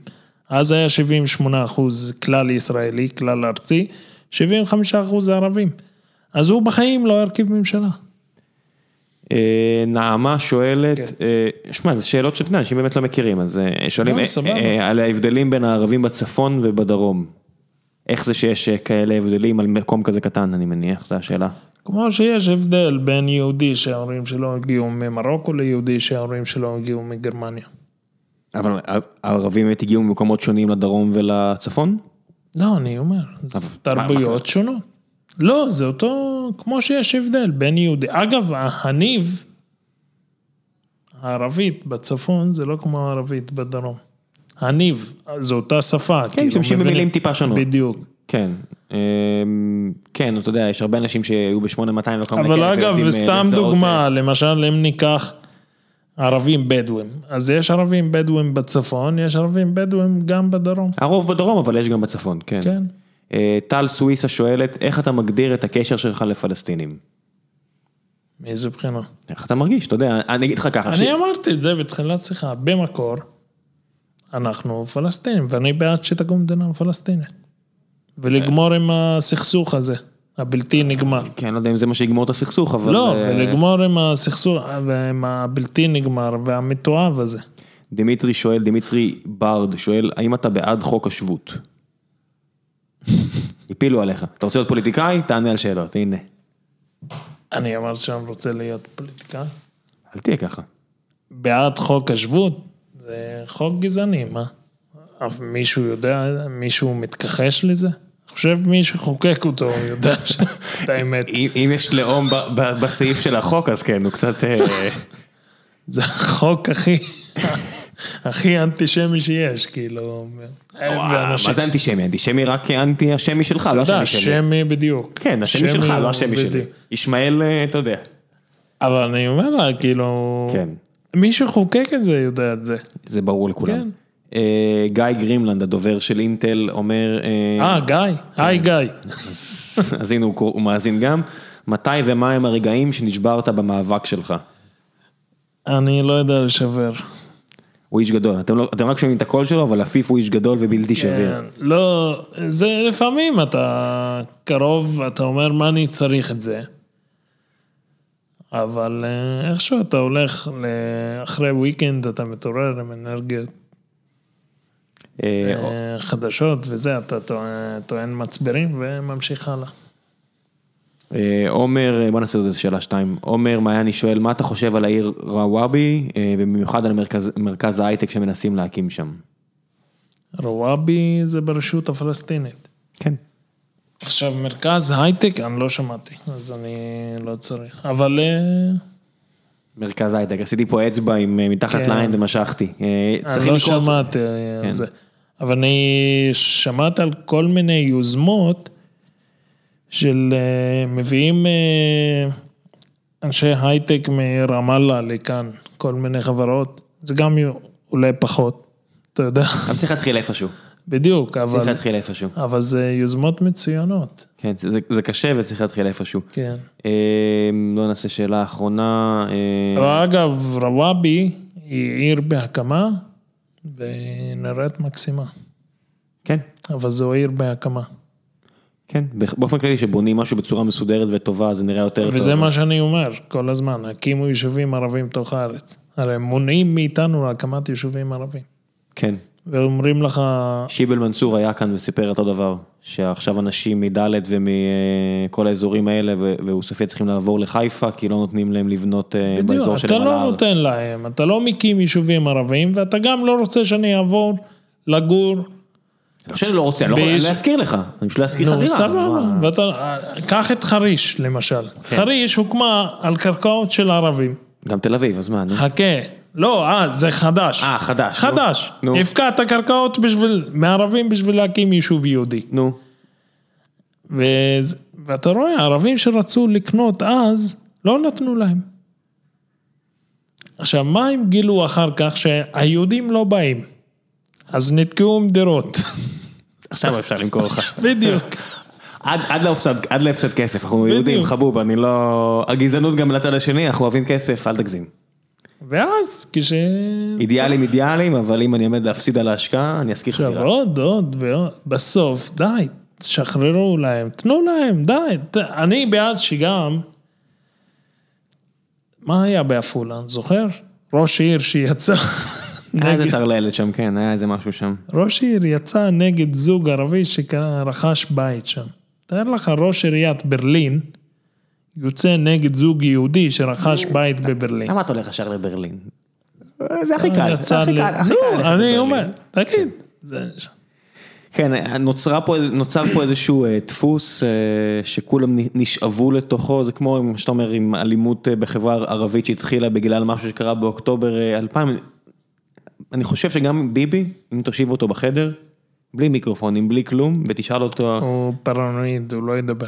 אז היה 78 אחוז כלל ישראלי, כלל ארצי, 75 אחוז זה ערבים. אז הוא בחיים לא הרכיב ממשלה.
אה, נעמה שואלת, אה, שמע, זה שאלות של פני, אנשים באמת לא מכירים, אז אה, שואלים
כן. לא,
אה,
סבבה.
אה, על ההבדלים בין הערבים בצפון ובדרום. איך זה שיש אה, כאלה הבדלים על מקום כזה קטן, אני מניח, זו השאלה.
כמו שיש הבדל בין יהודי שההורים שלו הגיעו ממרוקו ליהודי שההורים שלו הגיעו מגרמניה.
אבל הערבים באמת הגיעו ממקומות שונים לדרום ולצפון?
לא, אני אומר, זה
אבל- מה- מה
תרבויות שונות. לא, זה אותו, כמו שיש הבדל בין יהודי. אגב, הניב, הערבית בצפון זה לא כמו הערבית בדרום. הניב, זו אותה שפה. כאילו,
כן, משתמשים
מבינים-
במילים טיפה שונות.
בדיוק.
כן. אמ, כן, אתה יודע, יש הרבה אנשים שהיו ב-8200 וכל מיני
אבל
כאלה ויודעים,
אגב,
אה,
סתם
לזהות, אה,
דוגמה, למשל, אם ניקח ערבים בדואים, אז יש ערבים בדואים בצפון, יש ערבים בדואים גם בדרום.
אה, הרוב בדרום, אבל יש גם בצפון, כן.
כן.
אה, טל סוויסה שואלת, איך אתה מגדיר את הקשר שלך לפלסטינים?
מאיזה בחינה?
איך אתה מרגיש? אתה יודע, אני אגיד לך ככה, ש-
אני אמרתי את זה בתחילת שיחה, במקור, אנחנו פלסטינים, ואני בעד שתקום מדינה פלסטינית. ולגמור עם הסכסוך הזה, הבלתי נגמר.
כן, אני לא יודע אם זה מה שיגמור את הסכסוך, אבל...
לא,
אה,
ולגמור עם הסכסוך, עם הבלתי נגמר והמתועב הזה.
דמיטרי שואל, דמיטרי ברד שואל, האם אתה בעד חוק השבות? הפילו עליך. אתה רוצה להיות פוליטיקאי? תענה על שאלות, הנה.
אני אמרתי שאני רוצה להיות פוליטיקאי.
אל תהיה ככה.
בעד חוק השבות, זה חוק גזעני, מה? אף מישהו יודע, מישהו מתכחש לזה? אני חושב מי שחוקק אותו יודע ש- את האמת.
אם אם יש לאום ב- ב- בסעיף של החוק, אז כן, הוא קצת... אה,
זה החוק הכי, הכי אנטישמי שיש, כאילו.
וואו, מה זה אנטישמי? אנטישמי רק אנטי השמי שלך, לא
אתה יודע,
השמי שלי.
שמי בדיוק.
כן, השמי שלך,
הוא
לא השמי שלי.
בדיוק.
ישמעאל, אה, אתה יודע.
אבל אני אומר לה, כאילו,
כן.
מי שחוקק את זה יודע את זה.
זה ברור לכולם.
כן.
אה, גיא גרימלנד, הדובר של אינטל, אומר... אה,
אה, גיא, היי גיא.
אז הנה הוא, קור- הוא מאזין גם. מתי ומה הם הרגעים שנשברת במאבק שלך?
אני לא יודע לשבר.
כן. הוא איש גדול, אתם, לא, אתם רק שומעים את הקול שלו, אבל עפיף הוא איש גדול ובלתי שביר.
כן, לא, זה לפעמים אתה קרוב, אתה אומר מה אני צריך את זה. אבל אה, איכשהו אתה הולך, ל- אחרי וויקנד אתה מתעורר עם אנרגיות
אה,
אה, חדשות וזה, אתה טוע- טוען מצברים וממשיך הלאה.
אה, עומר, אה, בוא נעשה את זה שאלה שתיים. עומר מעייני שואל, מה אתה חושב על העיר רוואבי, אה, במיוחד על מרכז, מרכז ההייטק שמנסים להקים שם?
רוואבי זה ברשות הפלסטינית.
כן.
עכשיו, מרכז הייטק, אני לא שמעתי, אז אני לא צריך. אבל אה,
מרכז ההייטק, עשיתי פה אצבע עם אה, מתחת
כן.
לעין ומשכתי. אה,
אני
צריכים
לא
לקרוא אותו. כן.
שמעתי על זה. אבל אני שמעתי על כל מיני יוזמות של אה, מביאים אה, אנשי הייטק מרמאללה לכאן, כל מיני חברות, זה גם אולי פחות, אתה יודע,
אבל צריך להתחיל איפשהו.
בדיוק,
צריך
אבל,
להתחיל איפשהו.
אבל זה יוזמות מצוינות,
כן, זה- זה- זה קשה וצריך להתחיל איפשהו.
כן.
אמ, לא נעשה שאלה אחרונה. אמ,
אבל אגב, רוואבי היא עיר בהקמה ונראית מקסימה,
כן,
אבל זו עיר בהקמה.
כן. באופן כללי, שבונים משהו בצורה מסודרת וטובה, זה נראה יותר טוב.
וזה מה שאני אומר כל הזמן, הקימו יישובים ערבים תוך הארץ. הרי הם מונעים מאיתנו הקמת יישובים ערבים.
כן.
ואומרים לך,
שיבל מנסור היה כאן וסיפר אותו דבר, שעכשיו אנשים מדאלית ומכל האזורים האלה ו- ועוספיא צריכים לעבור לחיפה, כי לא נותנים להם לבנות אה,
בדיוק,
באזור
אתה
שלהם על
לא
ההר.
נותן להם, אתה לא מקים יישובים ערבים, ואתה גם לא רוצה שאני אעבור לגור.
לא שאני לא רוצה, אני לא יכול
באיז-
אני לא אזכיר לך, אני פשוט לא אזכיר לך
נו,
דירה.
סבבה.
מה? כן.
ואתה, קח את חריש, למשל. חריש הוקמה על קרקעות של ערבים.
גם תל אביב, אז מה, נו.
חכה. לא, אה, זה חדש.
אה, חדש. נו.
חדש.
נו.
הפקעת קרקעות בשביל, מערבים בשביל להקים יישוב יהודי.
נו,
וזה- ואתה רואה, הערבים שרצו לקנות אז, לא נתנו להם. עכשיו, מה הם גילו אחר כך שהיהודים לא באים? אז נתקעו עם דירות,
עכשיו אפשר למכור לך.
בדיוק.
עד, עד, להפסד, עד להפסד כסף, אנחנו יודעים, חבוב, אני לא... הגזענות גם לצד השני, אנחנו אוהבים כסף, אל תגזים.
ואז כש...
אידיאלים אידיאלים, אבל אם אני עומד להפסיד על ההשקעה, אני אשכיר לך
עכשיו
דירה.
עוד, עוד ועוד, בסוף, די, תשחררו להם, תנו להם, די. ת- אני בעד שגם... מה היה בעפולה, זוכר? ראש עיר שיצא
היה
נגד
איזה טרללת שם, כן, היה איזה משהו שם.
ראש עיר יצא נגד זוג ערבי שרכש בית שם. תאר לך ראש עיריית ברלין יוצא נגד זוג יהודי שרכש בית בברלין.
למה אתה הולך ישר לברלין? זה הכי קל, זה
אה, יצא
הכי
ל-
קל, הכי קל. כן.
נו,
ללכת
אני
לברלין.
אומר, תגיד. זה-
כן, נוצרה פה, איזה- נוצר פה איזשהו אה, דפוס אה, שכולם נ- נשאבו לתוכו, זה כמו מה שאתה אומר עם אלימות אה, בחברה ערבית שהתחילה בגלל משהו שקרה באוקטובר אה, 2000. אני חושב שגם ביבי, אם תושיב אותו בחדר, בלי מיקרופונים, בלי כלום, ותשאל אותו,
הוא פרנואיד, הוא לא ידבר.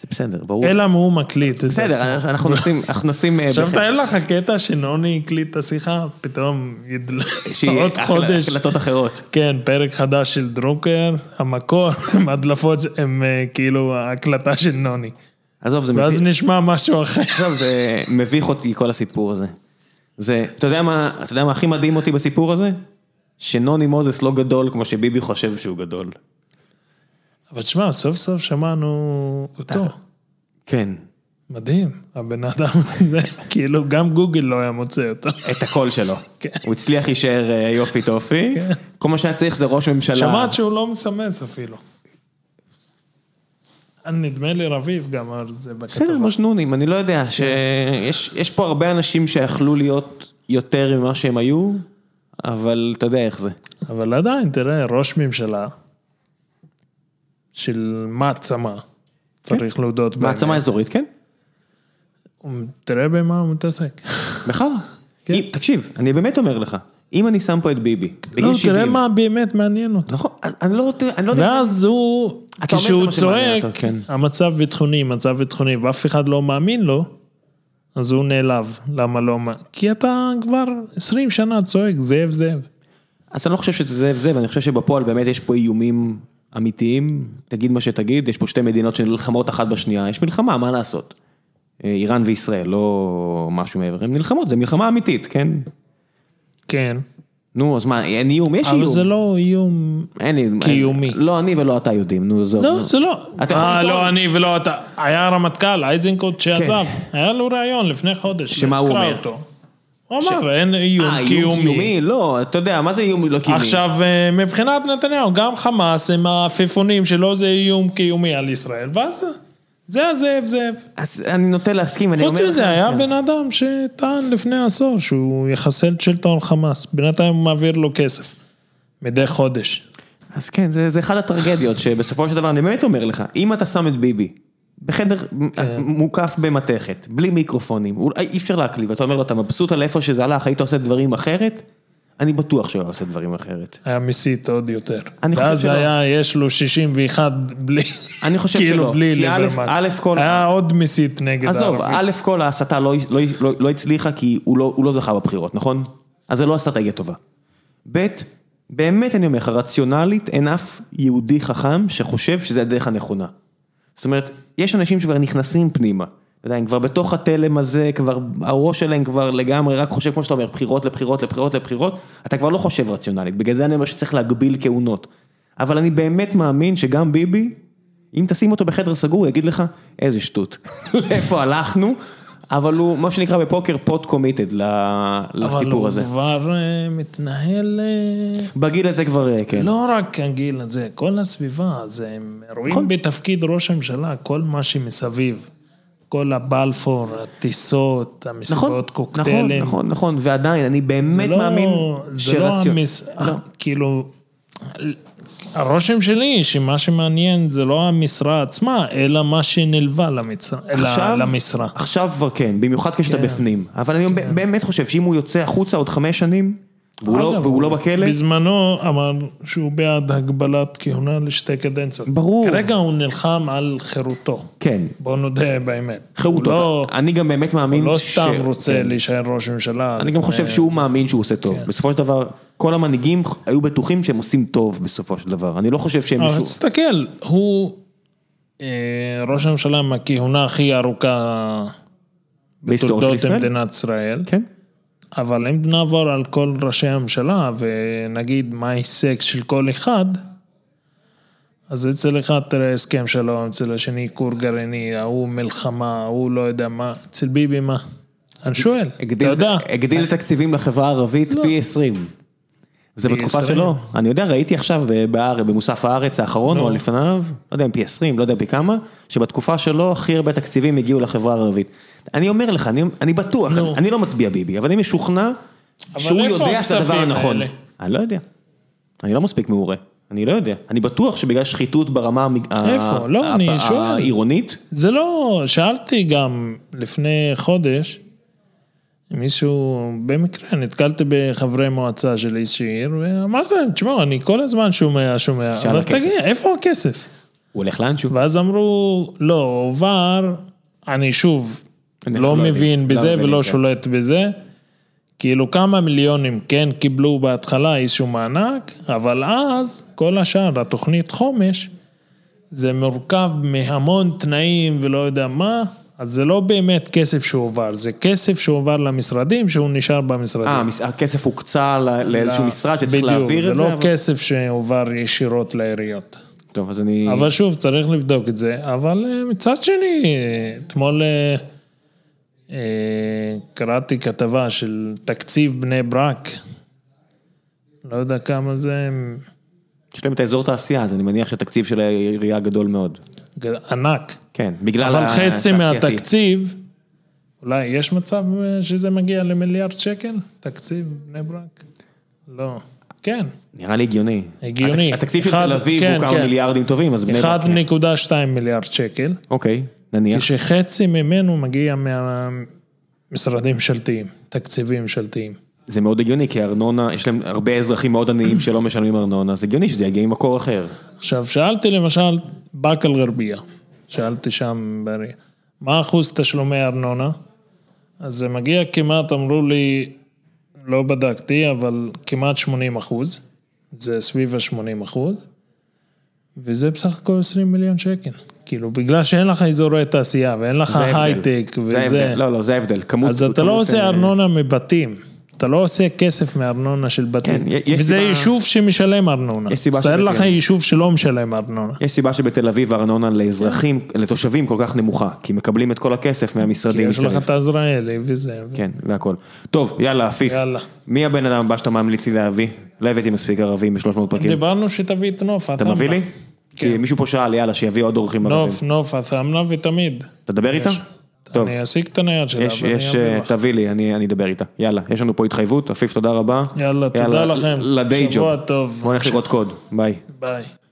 זה בסדר, ברור.
אלא אם הוא מקליט את זה.
בסדר, אז אנחנו נשים, אנחנו נשים, אה,
עכשיו
בח-
תאר לך קטע שנוני הקליט את השיחה, פתאום ידל...
שיהיה
עוד
הקל-
חודש.
הקלטות אחרות.
כן, פרק חדש של דרוקר, המקור, עם הדלפות, הם אה, כאילו ההקלטה של נוני.
עזוב, זה
ואז
מביך,
נשמע משהו אחר.
עזוב, זה מביך אותי כל הסיפור הזה. זה, אתה יודע מה, אתה יודע מה הכי מדהים אותי בסיפור הזה? שנוני מוזס לא גדול כמו שביבי חושב שהוא גדול.
אבל תשמע, סוף סוף שמענו אותו.
כן.
מדהים, הבן אדם הזה, כאילו גם גוגל לא היה מוצא אותו.
את הקול שלו.
כן.
הוא הצליח להישאר אה, יופי טופי,
כן.
כל מה שהיה צריך זה ראש ממשלה.
שמעת שהוא לא מסמס אפילו. נדמה לי רביב גם על זה בכתבה.
בסדר, כמו שנונים, אני לא יודע, שיש יש פה הרבה אנשים שיכלו להיות יותר ממה שהם היו, אבל אתה יודע איך זה.
אבל עדיין, תראה, ראש ממשלה של מעצמה,
כן.
צריך להודות באמת.
מעצמה אזורית, כן?
תראה במה הוא מתעסק.
בחרא.
כן.
אם- תקשיב, אני באמת אומר לך, אם אני שם פה את ביבי,
לא,
בגיל 70,
תראה מה באמת מעניין אותו.
נכון, אני- אני לא רוצה, אני לא יודע,
ואז הוא,
אתה אומר זה
כשהוא
מה שמעניין
צועק,
אותו, כן.
המצב ביטחוני, מצב ביטחוני, ואף אחד לא מאמין לו, אז הוא נעלב. למה לא? מה? כי אתה כבר 20 שנה צועק, זאב זאב.
אז אני לא חושב שזה זאב זאב, אני חושב שבפועל באמת יש פה איומים אמיתיים, תגיד מה שתגיד, יש פה שתי מדינות שנלחמות אחת בשנייה, יש מלחמה, מה לעשות? אה, איראן וישראל, לא משהו מעבר, הן נלחמות, זו מלחמה אמיתית, כן? כאילו.
כן.
נו, אז מה, אין איום, יש
אבל
איום.
זה לא איום...
אין איום.
קיומי.
אין- לא אני ולא אתה יודעים, נו, זהו.
לא, זה לא.
אתה יכול
אה,
לטעון. כן.
לא, אני ולא אתה. היה רמטכ"ל, אייזנקוט שעזב. היה לו ראיון לפני חודש.
שמה הוא
קרא
אומר?
אותו. הוא אמר, אין איום
אה, איום
קיומי.
קיומי, לא, אתה יודע, מה זה איום לא קיומי?
עכשיו, אה, מבחינת נתניהו, גם חמאס הם העפיפונים שלו, זה איום קיומי על ישראל, ואז זה הזאב זאב.
אז אני נוטה להסכים, אני אומר...
חוץ מזה,
לך,
היה
כן.
בן אדם שטען לפני עשור שהוא יחסל את שלטון חמאס, בינתיים הוא מעביר לו כסף, מדי חודש.
אז כן, זה, זה אחד הטרגדיות שבסופו של דבר, אני באמת אומר לך, אם אתה שם את ביבי בחדר מוקף במתכת, בלי מיקרופונים, אולי אי אפשר להקליב, אתה אומר לו, אתה מבסוט על איפה שזה הלך, היית עושה דברים אחרת? אני בטוח שהוא היה עושה דברים אחרת.
היה מסית עוד יותר.
אני חושב
ואז
שלא.
היה, יש לו 61 בלי,
אני חושב
כאילו
שלא,
בלי
כי א'-
ליברמן.
א' כל-
היה עוד מסית נגד
עזוב,
הערבים.
א' כל ההסתה לא, לא, לא, לא הצליחה כי הוא לא, הוא לא זכה בבחירות, נכון? אז זה לא אסטרטגיה טובה. ב', באמת אני אומר לך, רציונלית אין אף יהודי חכם שחושב שזה הדרך הנכונה. זאת אומרת, יש אנשים שכבר נכנסים פנימה. אתה יודע, הם כבר בתוך התלם הזה, כבר, הראש שלהם כבר לגמרי, רק חושב, כמו שאתה אומר, בחירות לבחירות לבחירות לבחירות, אתה כבר לא חושב רציונלית, בגלל זה אני אומר שצריך להגביל כהונות. אבל אני באמת מאמין שגם ביבי, אם תשים אותו בחדר סגור, הוא יגיד לך, איזה שטות, לאיפה הלכנו, אבל הוא, מה שנקרא בפוקר, פוט קומיטד לסיפור הזה.
אבל הוא כבר אה, מתנהל... אה,
בגיל הזה כבר, אה, כן.
לא רק הגיל הזה, כל הסביבה, זה הם רואים
נכון.
בתפקיד ראש הממשלה כל מה שמסביב. כל הבלפור, הטיסות, המסיבות
נכון,
קוקטיילים.
נכון, נכון, ועדיין, אני
זה
באמת
לא-
מאמין
זה לא
שרציונ-
המס... כאילו, הרושם שלי שמה שמעניין זה לא המשרה עצמה, אלא מה שנלווה למצרה,
עכשיו-
למשרה.
עכשיו כבר כן, במיוחד כשאתה בפנים. אבל אני באמת חושב שאם הוא יוצא החוצה עוד חמש שנים, והוא לא-
אגב,
והוא לא בכלא,
בזמנו אמר שהוא בעד הגבלת כהונה לשתי קדנציות.
ברור.
כרגע הוא נלחם על חירותו.
כן,
בוא נודה באמת.
חירות.
הוא לא,
אני גם באמת מאמין...
הוא לא
ש-
סתם רוצה
כן.
להישאר ראש ממשלה. אה,
אני גם חושב שהוא מאמין שהוא עושה טוב. בסופו של דבר, כל המנהיגים היו בטוחים שהם עושים טוב בסופו של דבר. אני לא חושב שהם
אבל
מישהו...
תסתכל, הוא אה, ראש הממשלה עם הכהונה הכי ארוכה
בהיסטוריה של
בתולדות
ישראל.
מדינת ישראל.
כן.
אבל אם נעבור על כל ראשי הממשלה ונגיד מה ההישג של כל אחד, אז אצל אחד תראה הסכם שלום, אצל השני כור גרעיני, ההוא מלחמה, ההוא לא יודע מה, אצל ביבי מה? אני שואל, אתה
הגדיל-
יודע, לא.
הגדיל תקציבים לחברה הערבית פי 20. זה
פי
בתקופה
20.
שלו. אני יודע, ראיתי עכשיו ב- בהר- במוסף הארץ האחרון, או לפניו, לא יודע אם פי 20, לא יודע פי כמה, שבתקופה שלו הכי הרבה תקציבים הגיעו לחברה הערבית. אני אומר לך, אני, אני בטוח, אני, אני לא מצביע ביבי, אבל אני משוכנע שהוא
איפה
יודע שזה הדבר
הכספים
הנכון.
האלה?
אני לא יודע. אני לא מספיק מעורה. אני לא יודע. אני בטוח שבגלל שחיתות ברמה המג- ה-
איפה? לא,
ה-
אני
ה-
שואל.
העירונית,
זה לא, שאלתי גם לפני חודש, מישהו, במקרה נתקלתי בחברי מועצה של איזושהי עיר, ואמרתי להם, תשמעו, אני כל הזמן שומע, שומע,
שאל
אבל
הכסף.
תגיד, איפה הכסף?
הוא הולך לאנשהו.
ואז אמרו, לא, הועבר, אני שוב
אנחנו לא
לא מבין
יודעים, לא
בזה
מבינים,
ולא
כן.
שולט בזה. כאילו כמה מיליונים כן קיבלו בהתחלה איזשהו מענק, אבל אז כל השאר, התוכנית חומש, זה מורכב מהמון תנאים ולא יודע מה, אז זה לא באמת כסף שהועבר, זה כסף שהועבר למשרדים, שהוא נשאר במשרדים.
אה, המס- הכסף הוקצה ל- לאיזשהו
ל-
משרד שצריך
בדיוק,
להעביר את
זה
זה.
לא
אבל-
כסף שהועבר ישירות לעיריות.
טוב, אז אני...
אבל שוב, צריך לבדוק את זה. אבל אה, מצד שני, אה, אתמול אה, אה, קראתי כתבה של תקציב בני ברק. לא יודע כמה זה
יש להם את האזור תעשייה, אז אני מניח שהתקציב של העירייה גדול מאוד.
ג- ענק.
כן, בגלל...
אבל חצי
התעשייתי.
מהתקציב, אולי יש מצב אה, שזה מגיע למיליארד שקל? תקציב בני ברק? לא. כן,
נראה לי הגיוני.
הגיוני.
התק- התקציב של
אחד-
תל אביב
כן,
הוא כמה
כן.
מיליארדים טובים, אז בני ברק... כן.
1.2 מיליארד שקל,
אוקיי, נניח.
כשחצי ממנו מגיע מהמשרדים ממשלתיים, תקציבים ממשלתיים.
זה מאוד הגיוני, כי ארנונה, יש להם הרבה אזרחים מאוד עניים שלא משלמים ארנונה, אז הגיוני שזה יגיע ממקור אחר.
עכשיו, שאלתי למשל, באקה אל-גרבייה, שאלתי שם, ברי, מה אחוז תשלומי ארנונה? אז זה מגיע כמעט, אמרו לי, לא בדקתי, אבל כמעט 80 אחוז, זה סביב ה-80 אחוז, וזה בסך הכל 20 מיליון שקל. כאילו, בגלל שאין לך אזורי תעשייה ואין לך
זה ההבדל.
הייטק
זה
וזה,
ההבדל, לא, לא, זה ההבדל. כמות...
אז אתה לא
כמות,
עושה
אה,
ארנונה מבתים. אתה לא עושה כסף מארנונה של בתים,
כן, י- יש
וזה
סיבה-
יישוב שמשלם ארנונה.
יש סיבה
תאר
שבתל
לך
אביב.
יישוב שלא משלם ארנונה.
יש סיבה שבתל אביב הארנונה לאזרחים, לתושבים כל כך נמוכה, כי מקבלים את כל הכסף
כי
מהמשרדים.
יש לך
מסביב.
את העזראלי וזה. ו-
כן, והכל. טוב, יאללה, עפיף.
יאללה.
מי הבן אדם הבא שאתה ממליץ לי להביא? לא הבאתי מספיק ערבים ב-300 פרקים.
דיברנו שתביא את נוף,
כן. אתה מביא לי?
כן.
כי מישהו פה שאל, יאללה, שיביא עוד אורחים ערבים.
נוף, נוף, עטמנה ותמיד.
אתה תדבר איתה? טוב,
אני אשיג את הנייד שלה,
יש,
אבל אני
יש,
אביא
אה,
לך.
תביא לי, אני אני אדבר איתה. יאללה, יש לנו פה התחייבות, עפיף, תודה רבה.
יאללה, תודה לכם.
לדיי ג'וב.
שבוע טוב.
בוא נלך לראות קוד, ביי.
ביי.